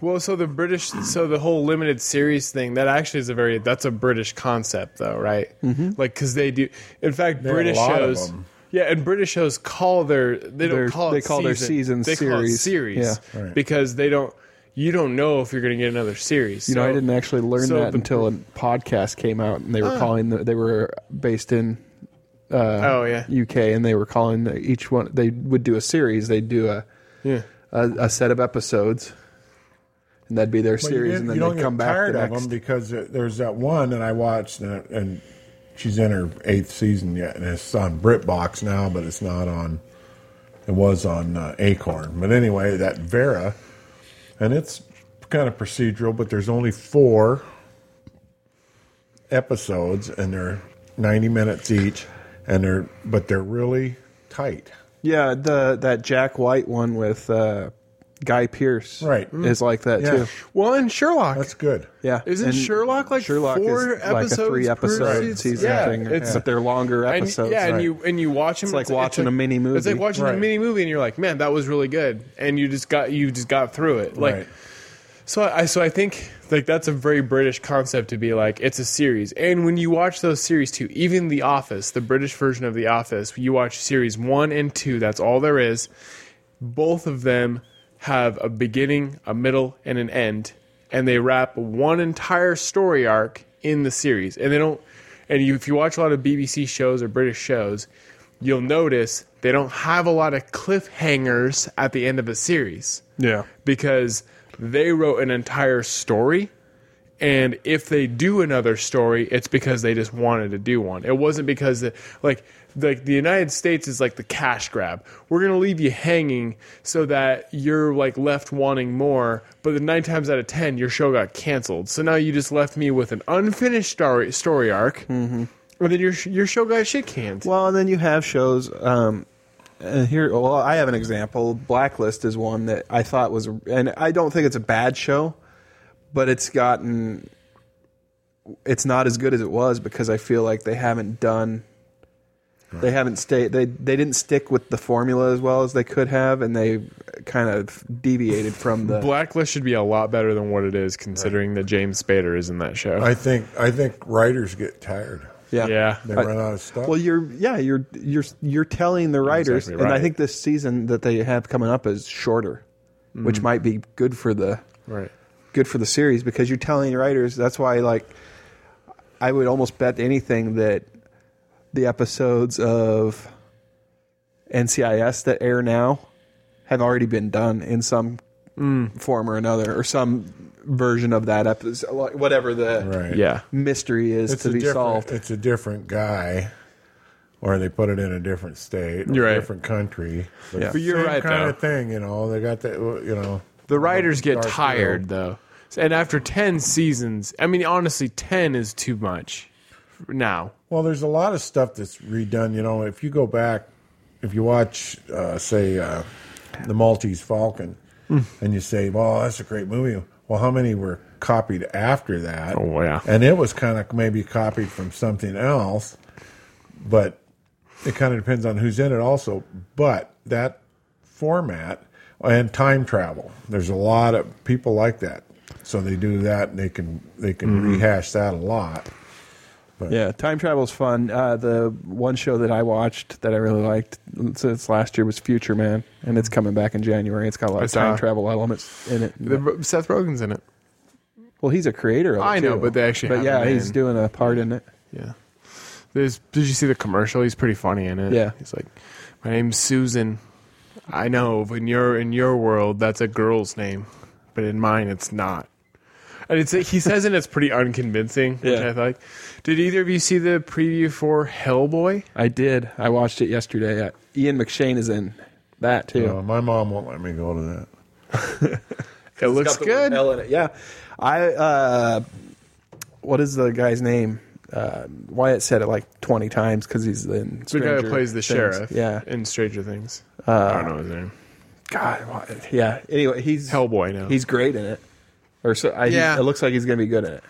Speaker 4: Well, so the British, so the whole limited series thing, that actually is a very, that's a British concept, though, right? Mm-hmm. Like, because they do, in fact,
Speaker 5: have a
Speaker 4: British
Speaker 5: lot of
Speaker 4: shows.
Speaker 5: them.
Speaker 4: Yeah, and British shows call their they don't
Speaker 3: Their-
Speaker 4: call it
Speaker 3: they call their
Speaker 4: season,
Speaker 3: seasons
Speaker 4: they call it
Speaker 3: series.
Speaker 4: series
Speaker 3: Yeah.
Speaker 5: Right.
Speaker 4: because they don't you don't know if you're going to get another series.
Speaker 3: You know,
Speaker 4: So-
Speaker 3: I didn't actually learn
Speaker 4: so
Speaker 3: that
Speaker 4: the-
Speaker 3: until a podcast came out, and they were calling the, they were based in
Speaker 4: oh yeah,
Speaker 3: UK, and they were calling each one. They would do a series. They'd do a
Speaker 4: yeah.
Speaker 3: a, a set of episodes, and that'd be their
Speaker 5: But you
Speaker 3: series,
Speaker 5: didn't-
Speaker 3: and then
Speaker 5: you don't
Speaker 3: they'd
Speaker 5: get
Speaker 3: come back
Speaker 5: tired
Speaker 3: the
Speaker 5: of
Speaker 3: next.
Speaker 5: them because there- there's that one that I watched, and, and she's in her eighth season yet, and it's on BritBox now, but it's not on. It was on uh, Acorn, but anyway, that Vera, and it's kind of procedural, but there's only four episodes, and they're 90 minutes each, and they're but they're really tight.
Speaker 3: Yeah, the that Jack White one with uh, Guy Pierce,
Speaker 5: Right.
Speaker 4: Mm.
Speaker 3: is like that
Speaker 5: Yeah.
Speaker 3: too.
Speaker 4: Well, and Sherlock.
Speaker 5: That's good.
Speaker 3: Yeah,
Speaker 4: Isn't
Speaker 3: And
Speaker 4: Sherlock like
Speaker 3: Sherlock
Speaker 4: four
Speaker 3: is like a three
Speaker 4: episodes per
Speaker 3: episode
Speaker 4: season?
Speaker 3: season
Speaker 4: Yeah,
Speaker 3: thing,
Speaker 4: it's-
Speaker 3: but they're longer
Speaker 4: And-
Speaker 3: episodes.
Speaker 4: yeah,
Speaker 3: right.
Speaker 4: and you and you watch them.
Speaker 3: It's like watching a mini
Speaker 4: It's
Speaker 3: movie.
Speaker 4: like watching a
Speaker 5: Right.
Speaker 4: mini movie, and you're like, man, that was really good, and you just got you just got through it. Like,
Speaker 5: Right.
Speaker 4: so I so I think like that's a very British concept to be like it's a series, and when you watch those series too, even The Office, the British version of The Office, you watch series one and two. That's all there is. Both of them have a beginning, a middle, and an end, and they wrap one entire story arc in the series, and they don't. And you, if you watch a lot of BBC shows or British shows, you'll notice they don't have a lot of cliffhangers at the end of a series
Speaker 3: yeah,
Speaker 4: because they wrote an entire story. And if they do another story, it's because they just wanted to do one. It wasn't because, the, like, like the United States is like the cash grab. We're gonna leave you hanging so that you're like left wanting more. But the nine times out of ten, your show got canceled. So now you just left me with an unfinished story story arc, mm-hmm. and then your sh- your show got shit canned.
Speaker 3: Well, and then you have shows. Um, uh, here, well, I have an example. Blacklist is one that I thought was, and I don't think it's a bad show, but it's gotten, it's not as good as it was because I feel like they haven't done, they haven't stayed, they they didn't stick with the formula as well as they could have, and they kind of deviated from the.
Speaker 4: Blacklist should be a lot better than what it is, considering that James Spader is in that show.
Speaker 5: I think I think writers get tired.
Speaker 3: yeah.
Speaker 4: yeah.
Speaker 5: They
Speaker 3: I-
Speaker 5: run out of stuff.
Speaker 3: Well, you're yeah, you're you're you're telling the writers,
Speaker 4: Exactly
Speaker 3: and I
Speaker 4: right.
Speaker 3: think this season that they have coming up is shorter, which
Speaker 5: Mm.
Speaker 3: might be good for the
Speaker 4: Right.
Speaker 3: good for the series because you're telling the writers. That's why, like, I would almost bet anything that the episodes of NCIS that air now have already been done in some
Speaker 5: Mm.
Speaker 3: form or another, or some version of that episode, like, whatever the
Speaker 5: right.
Speaker 4: Yeah.
Speaker 3: mystery is
Speaker 5: it's
Speaker 3: to
Speaker 5: a
Speaker 3: be
Speaker 5: different-
Speaker 3: solved.
Speaker 5: It's a different guy or they put it in a different state, or
Speaker 4: You're right.
Speaker 5: a different country.
Speaker 4: Yeah. But you're
Speaker 5: same
Speaker 4: right,
Speaker 5: kind
Speaker 4: though.
Speaker 5: of thing, you know. They got that, you know.
Speaker 4: The writers get
Speaker 5: Dark
Speaker 4: tired
Speaker 5: World.
Speaker 4: though, and after ten seasons, I mean, honestly, ten is too much now.
Speaker 5: Well, there's a lot of stuff that's redone. You know, if you go back, if you watch, uh, say, uh, the Maltese Falcon,
Speaker 4: Hmm.
Speaker 5: and you say, "Well, that's a great movie." Well, how many were copied after that?
Speaker 4: Oh, yeah.
Speaker 5: and it was kind of maybe copied from something else, but it kind of depends on who's in it, also. But that format and time travel, there's a lot of people like that, so they do that, and they can they can
Speaker 4: Mm-hmm.
Speaker 5: rehash that a lot.
Speaker 3: Yeah, time travel's fun. Uh, the one show that I watched that I really liked since last year was Future Man, and it's coming back in January. It's got a lot
Speaker 4: Mm-hmm. I
Speaker 3: of
Speaker 4: saw.
Speaker 3: time travel elements in it.
Speaker 4: The, Seth Rogen's in it.
Speaker 3: well, he's a creator. Of it
Speaker 4: I know,
Speaker 3: too.
Speaker 4: but they actually
Speaker 3: But
Speaker 4: have
Speaker 3: yeah,
Speaker 4: him
Speaker 3: he's
Speaker 4: in.
Speaker 3: doing a part in it.
Speaker 4: Yeah. There's, did you see the commercial? He's pretty funny in it.
Speaker 3: Yeah.
Speaker 4: He's like, my name's Susan. I know, but in your in your world, that's a girl's name, but in mine, it's not. And it's he says it. It's pretty unconvincing, which
Speaker 3: Yeah.
Speaker 4: I like. Did either of you see the preview for Hellboy?
Speaker 3: I did. I watched it yesterday. Uh, Ian McShane is in that too.
Speaker 4: Oh.
Speaker 5: Uh, my mom won't let me go to that.
Speaker 4: It looks
Speaker 3: Got the word
Speaker 4: good.
Speaker 3: L in it. Yeah. I uh what is the guy's name? Uh, Wyatt said it like twenty times because he's in
Speaker 4: The guy
Speaker 3: Stranger
Speaker 4: who plays the
Speaker 3: Things.
Speaker 4: sheriff,
Speaker 3: Yeah, Uh,
Speaker 4: in Stranger Things. I don't know his name.
Speaker 3: God, Wyatt. yeah. Anyway, he's
Speaker 4: Hellboy now.
Speaker 3: He's great in it, or so. I,
Speaker 4: Yeah.
Speaker 3: yeah, it looks like he's gonna be good in it.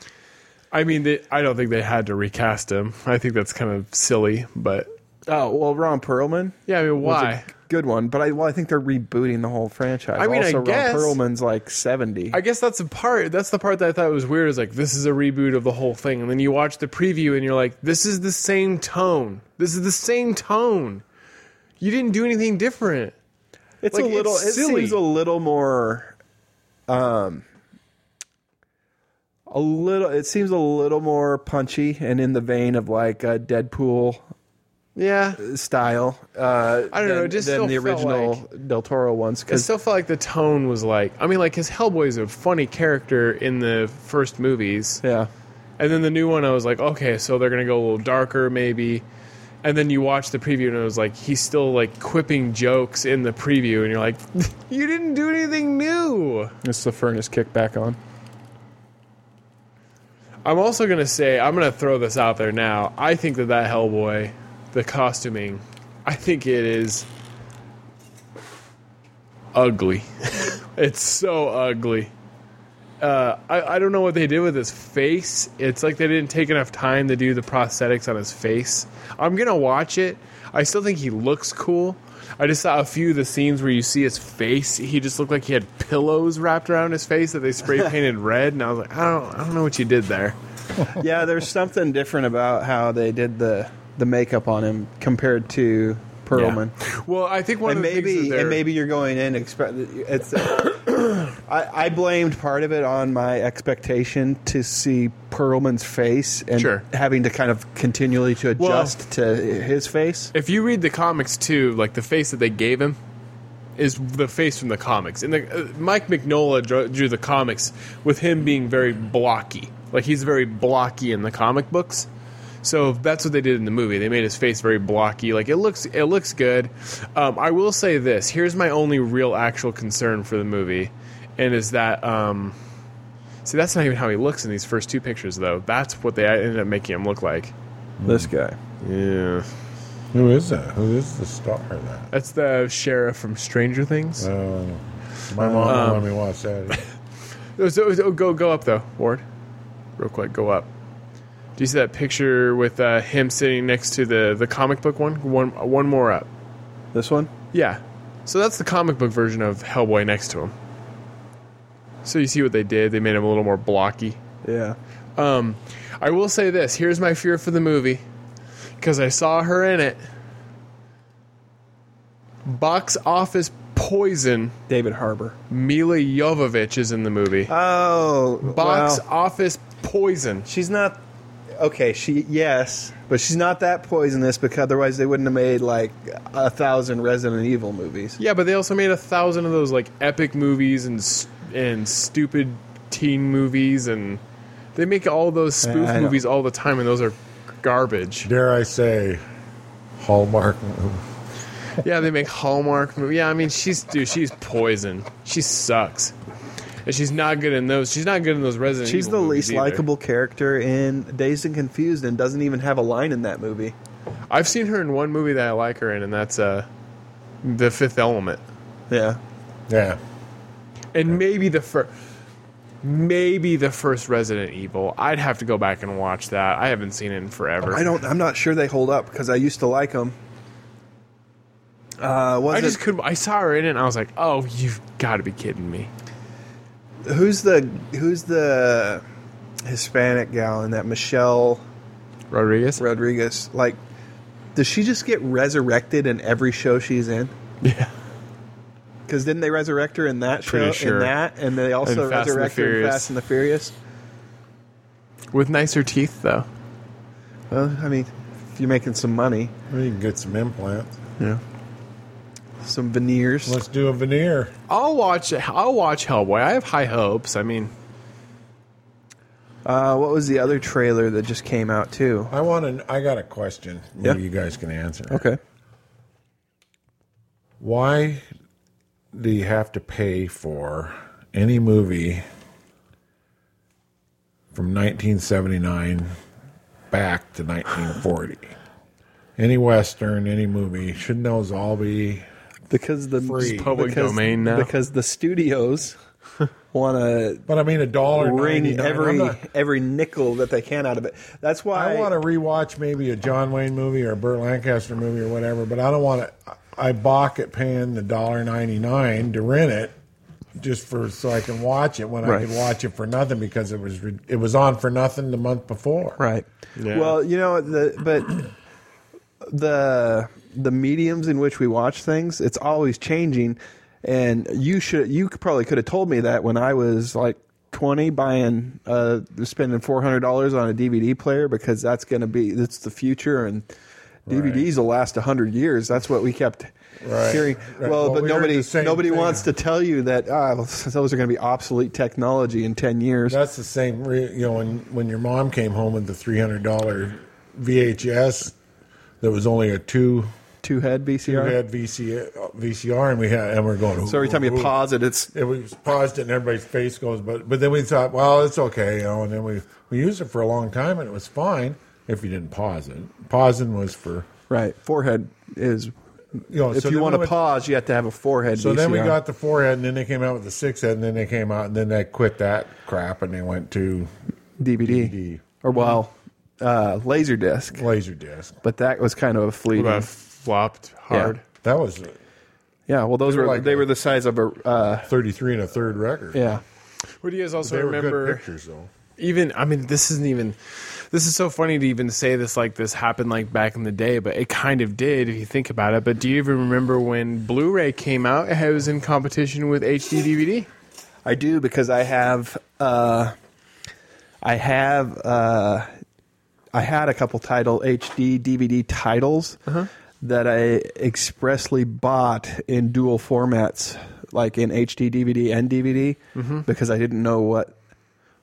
Speaker 4: I mean, they, I don't think they had to recast him. I think that's kind of silly, but
Speaker 3: Oh well, Ron Perlman.
Speaker 4: yeah, I mean,
Speaker 3: was a
Speaker 4: why?
Speaker 3: good one, but I well, I think they're rebooting the whole franchise.
Speaker 4: I mean, I
Speaker 3: also,
Speaker 4: guess-
Speaker 3: Ron Perlman's like seventy.
Speaker 4: I guess that's the part. That's the part that I thought was weird. Is like this is a reboot of the whole thing, and then you watch the preview and you're like, this is the same tone. This is the same tone. You didn't do anything different.
Speaker 3: It's
Speaker 4: Like,
Speaker 3: a little.
Speaker 4: it's
Speaker 3: it
Speaker 4: silly.
Speaker 3: seems a little more. Um, a little. It seems a little more punchy and in the vein of like a Deadpool
Speaker 4: Yeah,
Speaker 3: style. Uh,
Speaker 4: I don't know,
Speaker 3: than,
Speaker 4: it just
Speaker 3: than
Speaker 4: still
Speaker 3: the
Speaker 4: felt
Speaker 3: original Del Toro ones.
Speaker 4: I
Speaker 3: Because
Speaker 4: still felt like the tone was like. I mean, like his Hellboy's a funny character in the first movies,
Speaker 3: yeah,
Speaker 4: and then the new one, I was like, okay, so they're gonna go a little darker, maybe. And then you watch the preview, and it was like he's still like quipping jokes in the preview, and you're like, [laughs] you didn't do anything new.
Speaker 3: it's the furnace kick back on.
Speaker 4: I'm also gonna say I'm gonna throw this out there now. I think that that Hellboy, the costuming, I think it is ugly. [laughs] it's so ugly. Uh, I I don't know what they did with his face. It's like they didn't take enough time to do the prosthetics on his face. I'm gonna watch it. I still think he looks cool. I just saw a few of the scenes where you see his face. He just looked like he had pillows wrapped around his face that they spray
Speaker 3: [laughs]
Speaker 4: painted red, and I was like, I don't, I don't know what you did there.
Speaker 3: yeah, there's something different about how they did the the makeup on him compared to Perlman.
Speaker 4: Well, I think one
Speaker 3: and
Speaker 4: of the things
Speaker 3: maybe
Speaker 4: that
Speaker 3: and
Speaker 4: maybe
Speaker 3: maybe you're going in expe- it's [coughs] I, I blamed part of it on my expectation to see Perlman's face and
Speaker 4: Sure.
Speaker 3: having to kind of continually to
Speaker 4: Well-
Speaker 3: adjust to his face.
Speaker 4: if you read the comics too, like the face that they gave him is the face from the comics. And the, uh, Mike Mignola drew, drew the comics with him being very blocky. Like he's very blocky in the comic books. So that's what they did in the movie. They made his face very blocky. Like it looks, it looks good. Um, I will say this. Here's my only real actual concern for the movie, and is that um, see that's not even how he looks in these first two pictures though. That's what they uh, ended up making him look like.
Speaker 3: This guy.
Speaker 4: Yeah.
Speaker 5: Who is that? Who is the star in that?
Speaker 4: That's the sheriff from Stranger Things.
Speaker 5: Uh, my mom won't let me watch that.
Speaker 4: Oh, so- so go go up though, Ward. Real quick, go up. Do you see that picture with uh, him sitting next to the the comic book one? One one more up.
Speaker 3: This one?
Speaker 4: Yeah. So that's the comic book version of Hellboy next to him. So you see what they did? They made him a little more blocky.
Speaker 3: Yeah.
Speaker 4: Um, I will say this. Here's my fear for the movie, because I saw her in it. Box office poison.
Speaker 3: David Harbour.
Speaker 4: Mila Jovovich is in the movie.
Speaker 3: Oh,
Speaker 4: Box
Speaker 3: well,
Speaker 4: office poison.
Speaker 3: she's not Okay, she yes, but she's not that poisonous because otherwise they wouldn't have made like a thousand Resident Evil movies.
Speaker 4: Yeah, but they also made a thousand of those like epic movies and s- and stupid teen movies, and they make all those spoof
Speaker 3: I know.
Speaker 4: movies all the time, and those are garbage.
Speaker 5: Dare I say, Hallmark.
Speaker 4: Yeah, they make Hallmark movies. Yeah, I mean, she's dude, she's poison. She sucks, and she's not good in those. She's not good in those Resident.
Speaker 3: She's
Speaker 4: Evil
Speaker 3: the
Speaker 4: movies
Speaker 3: least
Speaker 4: either.
Speaker 3: likable character in Dazed and Confused and doesn't even have a line in that movie.
Speaker 4: I've seen her in one movie that I like her in, and that's uh, The Fifth Element,
Speaker 3: Yeah.
Speaker 5: Yeah.
Speaker 4: and maybe the first, maybe the first Resident Evil. I'd have to go back and watch that. I haven't seen it in forever.
Speaker 3: I don't I'm not sure they hold up because I used to like them. Uh, was
Speaker 4: I
Speaker 3: it-
Speaker 4: just could. I saw her in it, and I was like, "Oh, you've got to be kidding me!"
Speaker 3: who's the who's the Hispanic gal in that Michelle
Speaker 4: Rodriguez.
Speaker 3: Rodriguez? Like, does she just get resurrected in every show she's in?
Speaker 4: [laughs] Yeah.
Speaker 3: Because didn't they resurrect her in that
Speaker 4: Pretty
Speaker 3: show?
Speaker 4: sure.
Speaker 3: In that, and they also
Speaker 4: And Fast and the
Speaker 3: resurrect her in
Speaker 4: Furious.
Speaker 3: Fast and the Furious.
Speaker 4: With nicer teeth, though.
Speaker 3: Well, I mean, if you're making some money,
Speaker 5: We can get some implants.
Speaker 3: yeah, some veneers.
Speaker 5: Let's do a veneer.
Speaker 4: I'll watch. I'll watch Hellboy. I have high hopes. I mean,
Speaker 3: Uh, what was the other trailer that just came out too?
Speaker 5: I want to. I got a question. Maybe
Speaker 3: Yeah.
Speaker 5: you guys can answer.
Speaker 3: Okay,
Speaker 5: Why do you have to pay for any movie from 1979 back to 1940? any western, any movie, shouldn't those all be?
Speaker 7: because the
Speaker 5: Free.
Speaker 4: public
Speaker 7: because-
Speaker 4: domain now.
Speaker 7: because the
Speaker 4: [laughs]
Speaker 7: studios want to
Speaker 5: But I mean, a dollar
Speaker 3: wring
Speaker 5: 99. I'm
Speaker 3: every
Speaker 5: not-
Speaker 3: every nickel that they can out of it. That's why
Speaker 5: I want to rewatch maybe a John Wayne movie or a Burt Lancaster movie or whatever, but I don't want to. I balk at paying the dollar ninety nine to rent it just for so I can watch it when I
Speaker 7: Right.
Speaker 5: could watch it for nothing because it was re- it was on for nothing the month before.
Speaker 3: Right.
Speaker 4: Yeah.
Speaker 3: Well, you know the but the the mediums in which we watch things, it's always changing. And you should you could- probably could have told me that when I was like twenty, buying uh, spending four hundred dollars on a DVD player because that's going to be that's the future and. DVDs will last hundred years. That's what we kept
Speaker 5: Right.
Speaker 3: hearing. Well,
Speaker 5: Right. Well,
Speaker 3: but
Speaker 5: we heard
Speaker 3: nobody
Speaker 5: the same
Speaker 3: nobody
Speaker 5: thing.
Speaker 3: wants to tell you that ah, those are going to be obsolete technology in ten years.
Speaker 5: That's the same. Re- you know, when when your mom came home with the three hundred dollar VHS that was only a two
Speaker 3: Two head VCR.
Speaker 5: we had VC, VCR and we had and we're going.
Speaker 3: So every time you
Speaker 5: "Ooh, ooh."
Speaker 3: pause it, it's
Speaker 5: it was paused and everybody's face goes but but then we thought well it's okay you know and then we we used it for a long time and it was fine if you didn't pause it pausing was for
Speaker 3: Right. Forehead is.
Speaker 5: you know
Speaker 3: If
Speaker 5: so
Speaker 3: you
Speaker 5: then
Speaker 3: want to
Speaker 5: we went-
Speaker 3: pause, you have to have a forehead.
Speaker 5: so then we
Speaker 3: VCR.
Speaker 5: got the forehead and then they came out with the six head and then they came out and then they quit that crap and they went to
Speaker 3: DVD,
Speaker 5: DVD.
Speaker 3: or well, uh, laser disc.
Speaker 5: laser disc
Speaker 3: But that was kind of a fleeting.
Speaker 4: about flopped hard.
Speaker 5: that was
Speaker 3: yeah. Well, those
Speaker 5: They were
Speaker 3: were
Speaker 5: like
Speaker 3: they
Speaker 5: a-
Speaker 3: were the size of a. Uh,
Speaker 5: 33 and a third record
Speaker 3: yeah.
Speaker 4: What do you guys also
Speaker 5: they were good
Speaker 4: remember?
Speaker 5: pictures though
Speaker 4: Even I mean, this isn't even. This is so funny to even say this like this happened like back in the day, but it kind of did if you think about it. But do you even remember when Blu-ray came out? It was in competition with HD DVD.
Speaker 3: I do because I have. Uh, I have. Uh, I had a couple title HD DVD titles
Speaker 4: Uh-huh.
Speaker 3: that I expressly bought in dual formats, like in HD DVD and DVD,
Speaker 4: Mm-hmm.
Speaker 3: because I didn't know what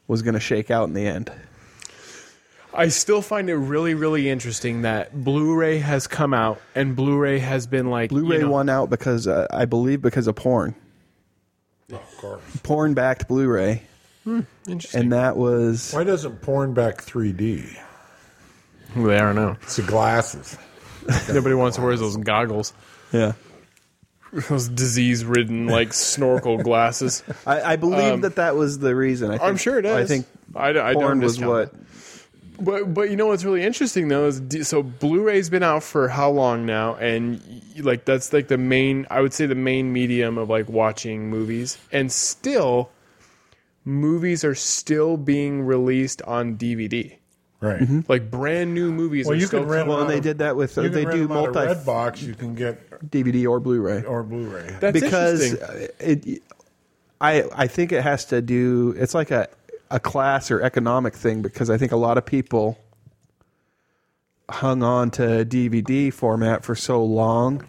Speaker 3: was going to shake out in the end.
Speaker 4: I still find it really, really interesting that Blu-ray has come out and Blu-ray has been like you
Speaker 3: Blu-ray
Speaker 4: know-
Speaker 3: won out because uh, I believe because of porn,
Speaker 5: of course
Speaker 3: porn backed Blu-ray,
Speaker 4: Hmm, Interesting.
Speaker 3: and that was
Speaker 5: why doesn't porn back 3d
Speaker 4: Well, I don't know.
Speaker 5: it's the glasses
Speaker 4: Nobody wants to wear those goggles, [laughs]
Speaker 3: yeah.
Speaker 4: those disease-ridden like snorkel glasses.
Speaker 3: I, I believe that that was the reason. I think,
Speaker 4: Um, I'm sure it is.
Speaker 3: I think
Speaker 4: I, d- I don't
Speaker 3: porn was
Speaker 4: discount
Speaker 3: what
Speaker 4: But but you know what's really interesting though is d- so Blu-ray's been out for how long now? And y- like that's like the main I would say the main medium of like watching movies, and still movies are still being released on DVD.
Speaker 5: right
Speaker 3: Mm-hmm.
Speaker 4: Like brand new movies.
Speaker 5: well
Speaker 4: are
Speaker 5: you
Speaker 4: still
Speaker 5: can rent
Speaker 3: Well,
Speaker 5: them
Speaker 3: and
Speaker 5: out
Speaker 3: they
Speaker 5: of-
Speaker 3: did that with- uh,
Speaker 5: you can
Speaker 3: they
Speaker 5: rent
Speaker 3: do
Speaker 5: them out of
Speaker 3: multi-
Speaker 5: red box you can get
Speaker 3: DVD or Blu-ray
Speaker 5: or Blu-ray.
Speaker 4: That's
Speaker 3: because
Speaker 4: interesting.
Speaker 3: uh, it. I I think it has to do. It's like a a class or economic thing because I think a lot of people hung on to DVD format for so long.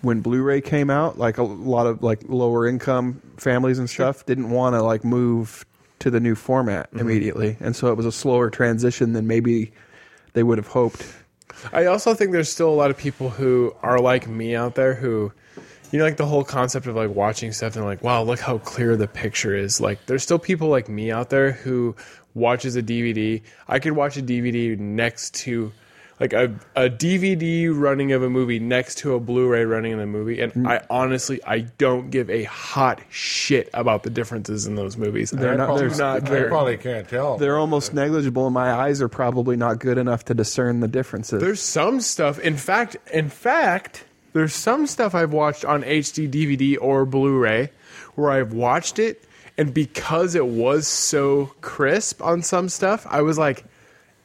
Speaker 3: When Blu-ray came out, like a lot of like lower income families and stuff didn't want to like move to the new format immediately, and so it was a slower transition than maybe they would have hoped.
Speaker 4: I also think there's still a lot of people who are like me out there who, you know, like the whole concept of like watching stuff and like, wow, look how clear the picture is. Like, there's still people like me out there who watches a DVD. I could watch a DVD next to. Like a, a DVD running of a movie next to a Blu-ray running of the movie, and I honestly I don't give a hot shit about the differences in those movies. They're
Speaker 3: not-
Speaker 4: do
Speaker 3: there's-
Speaker 4: not
Speaker 5: I
Speaker 4: care.
Speaker 5: probably can't tell.
Speaker 3: They're almost negligible, and my eyes are probably not good enough to discern the differences.
Speaker 4: There's some stuff. In fact, in fact, there's some stuff I've watched on HD DVD or Blu-ray where I've watched it and because it was so crisp on some stuff, I was like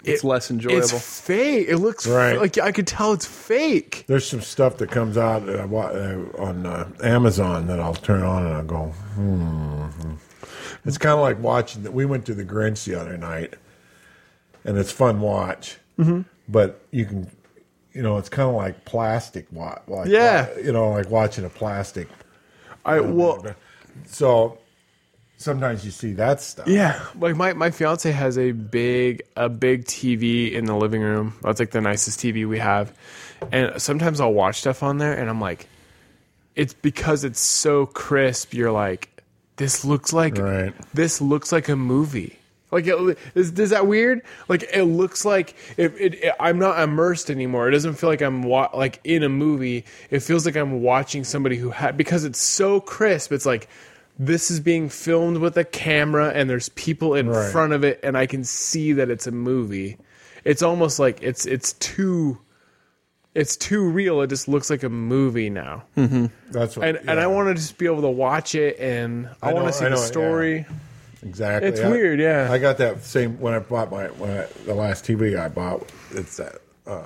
Speaker 3: It's less enjoyable.
Speaker 4: It's fake. It looks
Speaker 5: Right.
Speaker 4: like I could tell it's fake.
Speaker 5: There's some stuff that comes out that I wa- uh, on uh, Amazon that I'll turn on and I'll go, hmm. It's kind of like watching that. We went to the Grinch the other night, and it's fun watch,
Speaker 4: Mm-hmm.
Speaker 5: but you can, you know, it's kind of like plastic watch. Like,
Speaker 4: Yeah.
Speaker 5: You know, like watching a plastic.
Speaker 4: I well
Speaker 5: So sometimes you see that stuff.
Speaker 4: Yeah, like my my fiance has a big a big TV in the living room. That's like the nicest TV we have, and sometimes I'll watch stuff on there, and I'm like, it's because it's so crisp. You're like, this looks like
Speaker 5: Right.
Speaker 4: this looks like a movie. Like, it, is, is that weird? Like, it looks like if it, it- I'm not immersed anymore. It doesn't feel like I'm wa- like in a movie. It feels like I'm watching somebody who had because it's so crisp. It's like this is being filmed with a camera, and there's people in
Speaker 5: Right.
Speaker 4: front of it, and I can see that it's a movie. It's almost like it's it's too. It's too real. It just looks like a movie now,
Speaker 5: That's what,
Speaker 4: and and
Speaker 5: Hmm. yeah,
Speaker 4: I want to just be able to watch it, and I,
Speaker 5: I
Speaker 4: want
Speaker 5: know-
Speaker 4: to see
Speaker 5: I
Speaker 4: the
Speaker 5: know, yeah.
Speaker 4: story.
Speaker 5: Exactly.
Speaker 4: It's
Speaker 5: I-
Speaker 4: weird, yeah.
Speaker 5: I got that same when I bought my when I, the last TV I bought. It's that uh,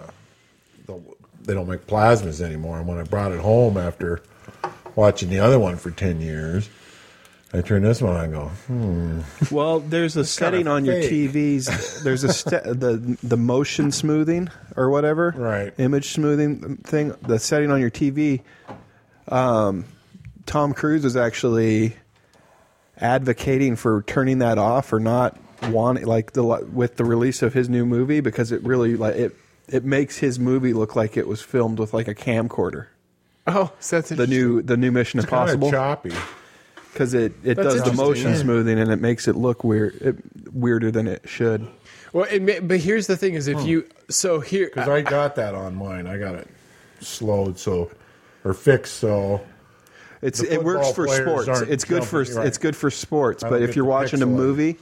Speaker 5: the, they don't make plasmas anymore. And when I brought it home after watching the other one for ten years, I turned this one on and go, hmm,
Speaker 3: Well, there's a setting
Speaker 5: kinda
Speaker 3: on your
Speaker 5: fake. [laughs]
Speaker 3: TVs. There's a ste the the motion smoothing or whatever,
Speaker 5: Right.
Speaker 3: Image smoothing thing. The setting on your TV. Um, Tom Cruise was actually advocating for turning that off or not wanting like the with the release of his new movie because it really like it it makes his movie look like it was filmed with like a camcorder.
Speaker 4: Oh, so that's
Speaker 3: The new the new Mission
Speaker 5: kind of
Speaker 3: Impossible
Speaker 5: choppy.
Speaker 3: because it, it
Speaker 4: That's
Speaker 3: does the
Speaker 4: interesting,
Speaker 3: motion
Speaker 4: yeah.
Speaker 3: smoothing and it makes it look weird it, weirder than it should.
Speaker 4: Well, it may, but here's the thing: is
Speaker 3: Hmm.
Speaker 4: if you so here,
Speaker 5: Because I got that on mine. I got it slowed so or fixed so.
Speaker 3: It's
Speaker 5: The
Speaker 3: it works
Speaker 5: football
Speaker 3: for
Speaker 5: players
Speaker 3: sports.
Speaker 5: aren't
Speaker 3: It's good for
Speaker 5: jumping, right.
Speaker 3: it's good for sports.
Speaker 5: I
Speaker 3: But
Speaker 5: don't
Speaker 3: if
Speaker 5: get
Speaker 3: you're
Speaker 5: the
Speaker 3: watching a
Speaker 5: pixel of it.
Speaker 3: movie,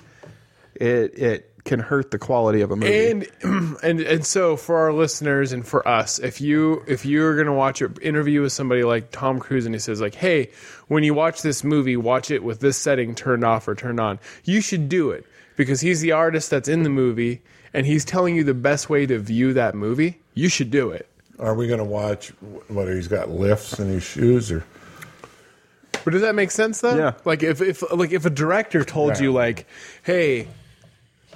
Speaker 3: it it can hurt the quality of a movie.
Speaker 4: and [clears throat] and and so for our listeners and for us, if you if you're gonna watch an interview with somebody like Tom Cruise and he says like, "Hey, when you watch this movie, watch it with this setting turned off or turned on," you should do it because he's the artist that's in the movie and he's telling you the best way to view that movie. You should do it.
Speaker 5: Are we going to watch whether he's got lifts in his shoes or?
Speaker 4: But does that make sense though?
Speaker 3: Yeah.
Speaker 4: Like if if like if a director told
Speaker 5: Right.
Speaker 4: you like, hey,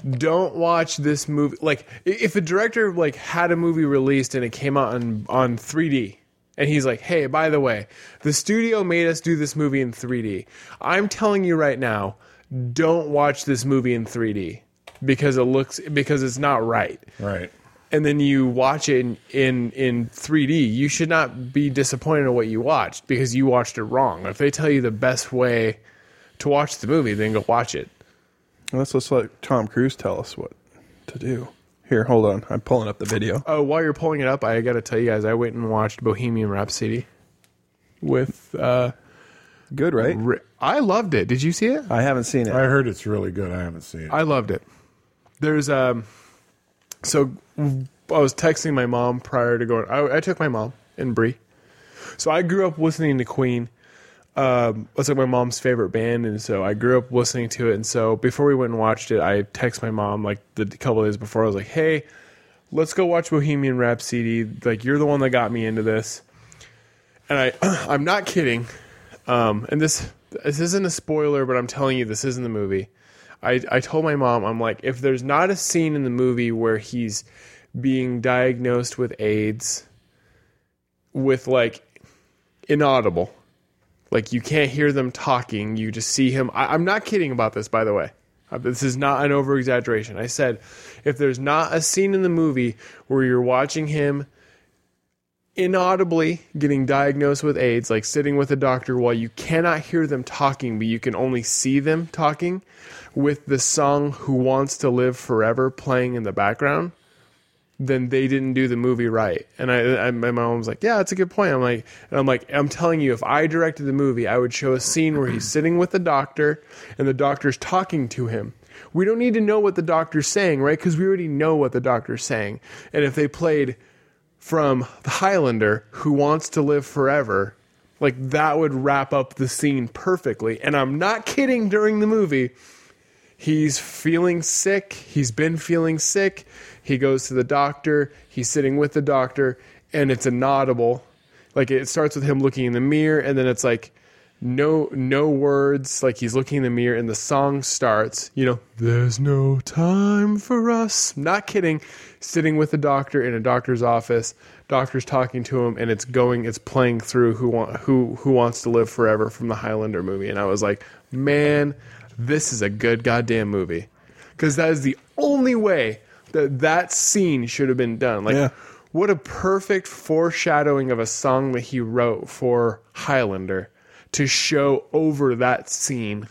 Speaker 4: don't watch this movie. Like i- if a director like had a movie released and it came out on on 3D. And he's like, "Hey, by the way, the studio made us do this movie in 3D. I'm telling you right now, don't watch this movie in 3D because it looks because it's not right
Speaker 5: Right.
Speaker 4: and then you watch it in, in in 3D, you should not be disappointed in what you watched because you watched it wrong. If they tell you the best way to watch the movie, then go watch it.
Speaker 3: Let's let's let Tom Cruise tell us what to do. Here, hold on. I'm pulling up the video.
Speaker 4: Oh, while you're pulling it up, I got to tell you guys, I went and watched Bohemian Rhapsody with. Uh,
Speaker 3: Good, right?
Speaker 4: Ri- I loved it. Did you see it?
Speaker 3: I haven't seen it.
Speaker 5: I heard it's really good. I haven't seen it.
Speaker 4: I loved it. There's um, so I was texting my mom prior to going. I, I took my mom and Brie. So I grew up listening to Queen. Um, that's like my mom's favorite band, and so I grew up listening to it. And so before we went and watched it, I texted my mom like the couple days before. I was like, "Hey, let's go watch Bohemian Rhapsody. Like you're the one that got me into this." And I, [clears throat] I'm not kidding. Um, and this this isn't a spoiler, but I'm telling you, this isn't the movie. I, I told my mom, I'm like, if there's not a scene in the movie where he's being diagnosed with AIDS, with like inaudible, like you can't hear them talking, you just see him. I, I'm not kidding about this, by the way. Uh, This is not an over exaggeration. I said, if there's not a scene in the movie where you're watching him inaudibly getting diagnosed with AIDS, like sitting with a doctor while you cannot hear them talking, but you can only see them talking, with the song Who Wants to Live Forever playing in the background, then they didn't do the movie right. And I, I my mom was like, "Yeah, that's a good point." I'm like, and I'm like, I'm telling you, if I directed the movie, I would show a scene where he's sitting with the doctor, and the doctor's talking to him. We don't need to know what the doctor's saying, right? Because we already know what the doctor's saying. And if they played from the Highlander who wants to live forever, like that would wrap up the scene perfectly. And I'm not kidding. During the movie, he's feeling sick. He's been feeling sick. He goes to the doctor. He's sitting with the doctor, and it's inaudible. Like it starts with him looking in the mirror, and then it's like no no words. Like he's looking in the mirror, and the song starts. You know, there's no time for us. Not kidding. Sitting with the doctor in a doctor's office. Doctor's talking to him, and it's going. It's playing through who want, who who wants to live forever from the Highlander movie, and I was like, man, this is a good goddamn movie because that is the only way that that scene should have been done like
Speaker 3: Yeah.
Speaker 4: what a perfect foreshadowing of a song that he wrote for highlander to show over that scene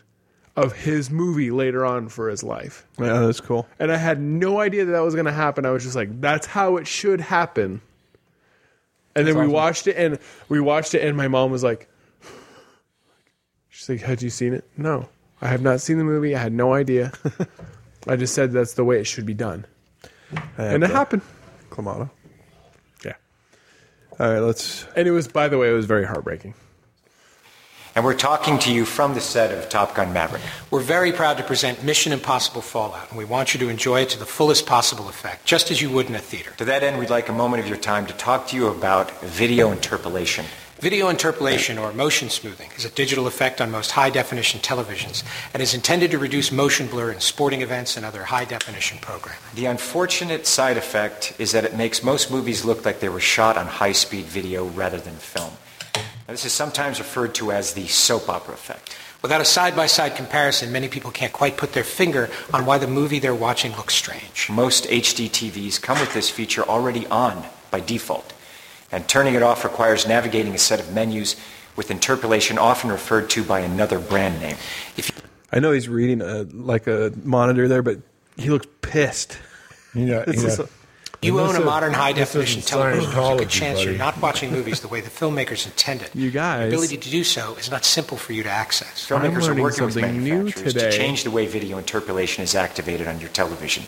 Speaker 4: of his movie later on for his life
Speaker 3: Yeah, that's cool.
Speaker 4: and i had no idea that that was going to happen i was just like that's how it should happen and then we watched it and we watched it and my mom was like She's like, "Had you seen it?" No, I have not seen the movie. I had no idea. I just said that's the way it should be done, and it happened.
Speaker 3: Clamato.
Speaker 4: Yeah,
Speaker 3: All right, let's.
Speaker 4: and it was. By the way, it was very heartbreaking.
Speaker 8: and we're talking to you from the set of Top Gun Maverick.
Speaker 9: We're very proud to present Mission Impossible Fallout, and we want you to enjoy it to the fullest possible effect, just as you would in a theater.
Speaker 8: To that end, we'd like a moment of your time to talk to you about video interpolation.
Speaker 9: Video interpolation, or motion smoothing, is a digital effect on most high-definition televisions and is intended to reduce motion blur in sporting events and other high-definition programming.
Speaker 8: The unfortunate side effect is that it makes most movies look like they were shot on high speed video rather than film. Now, this is sometimes referred to as the soap opera effect.
Speaker 9: Without a side-by-side comparison, many people can't quite put their finger on why the movie they're watching looks strange.
Speaker 8: Most HD TVs come with this feature already on by default, and turning it off requires navigating a set of menus with interpolation often referred to by another brand name.
Speaker 3: I know he's reading a like a monitor there, but he looks pissed.
Speaker 5: You know, you
Speaker 3: is
Speaker 5: know-
Speaker 9: You
Speaker 5: And
Speaker 9: own
Speaker 5: this
Speaker 9: a
Speaker 5: is-
Speaker 9: modern high-definition
Speaker 5: this isn't
Speaker 9: television. There's a
Speaker 5: Scientology,
Speaker 9: good chance
Speaker 5: buddy.
Speaker 9: you're not watching movies the way the filmmakers intended.
Speaker 4: You guys-
Speaker 9: The ability to do so is not simple for you to access.
Speaker 4: I'm
Speaker 8: Filmmakers are
Speaker 4: learning
Speaker 8: working with
Speaker 4: something new
Speaker 8: manufacturers to
Speaker 4: today.
Speaker 8: change the way video interpolation is activated on your television,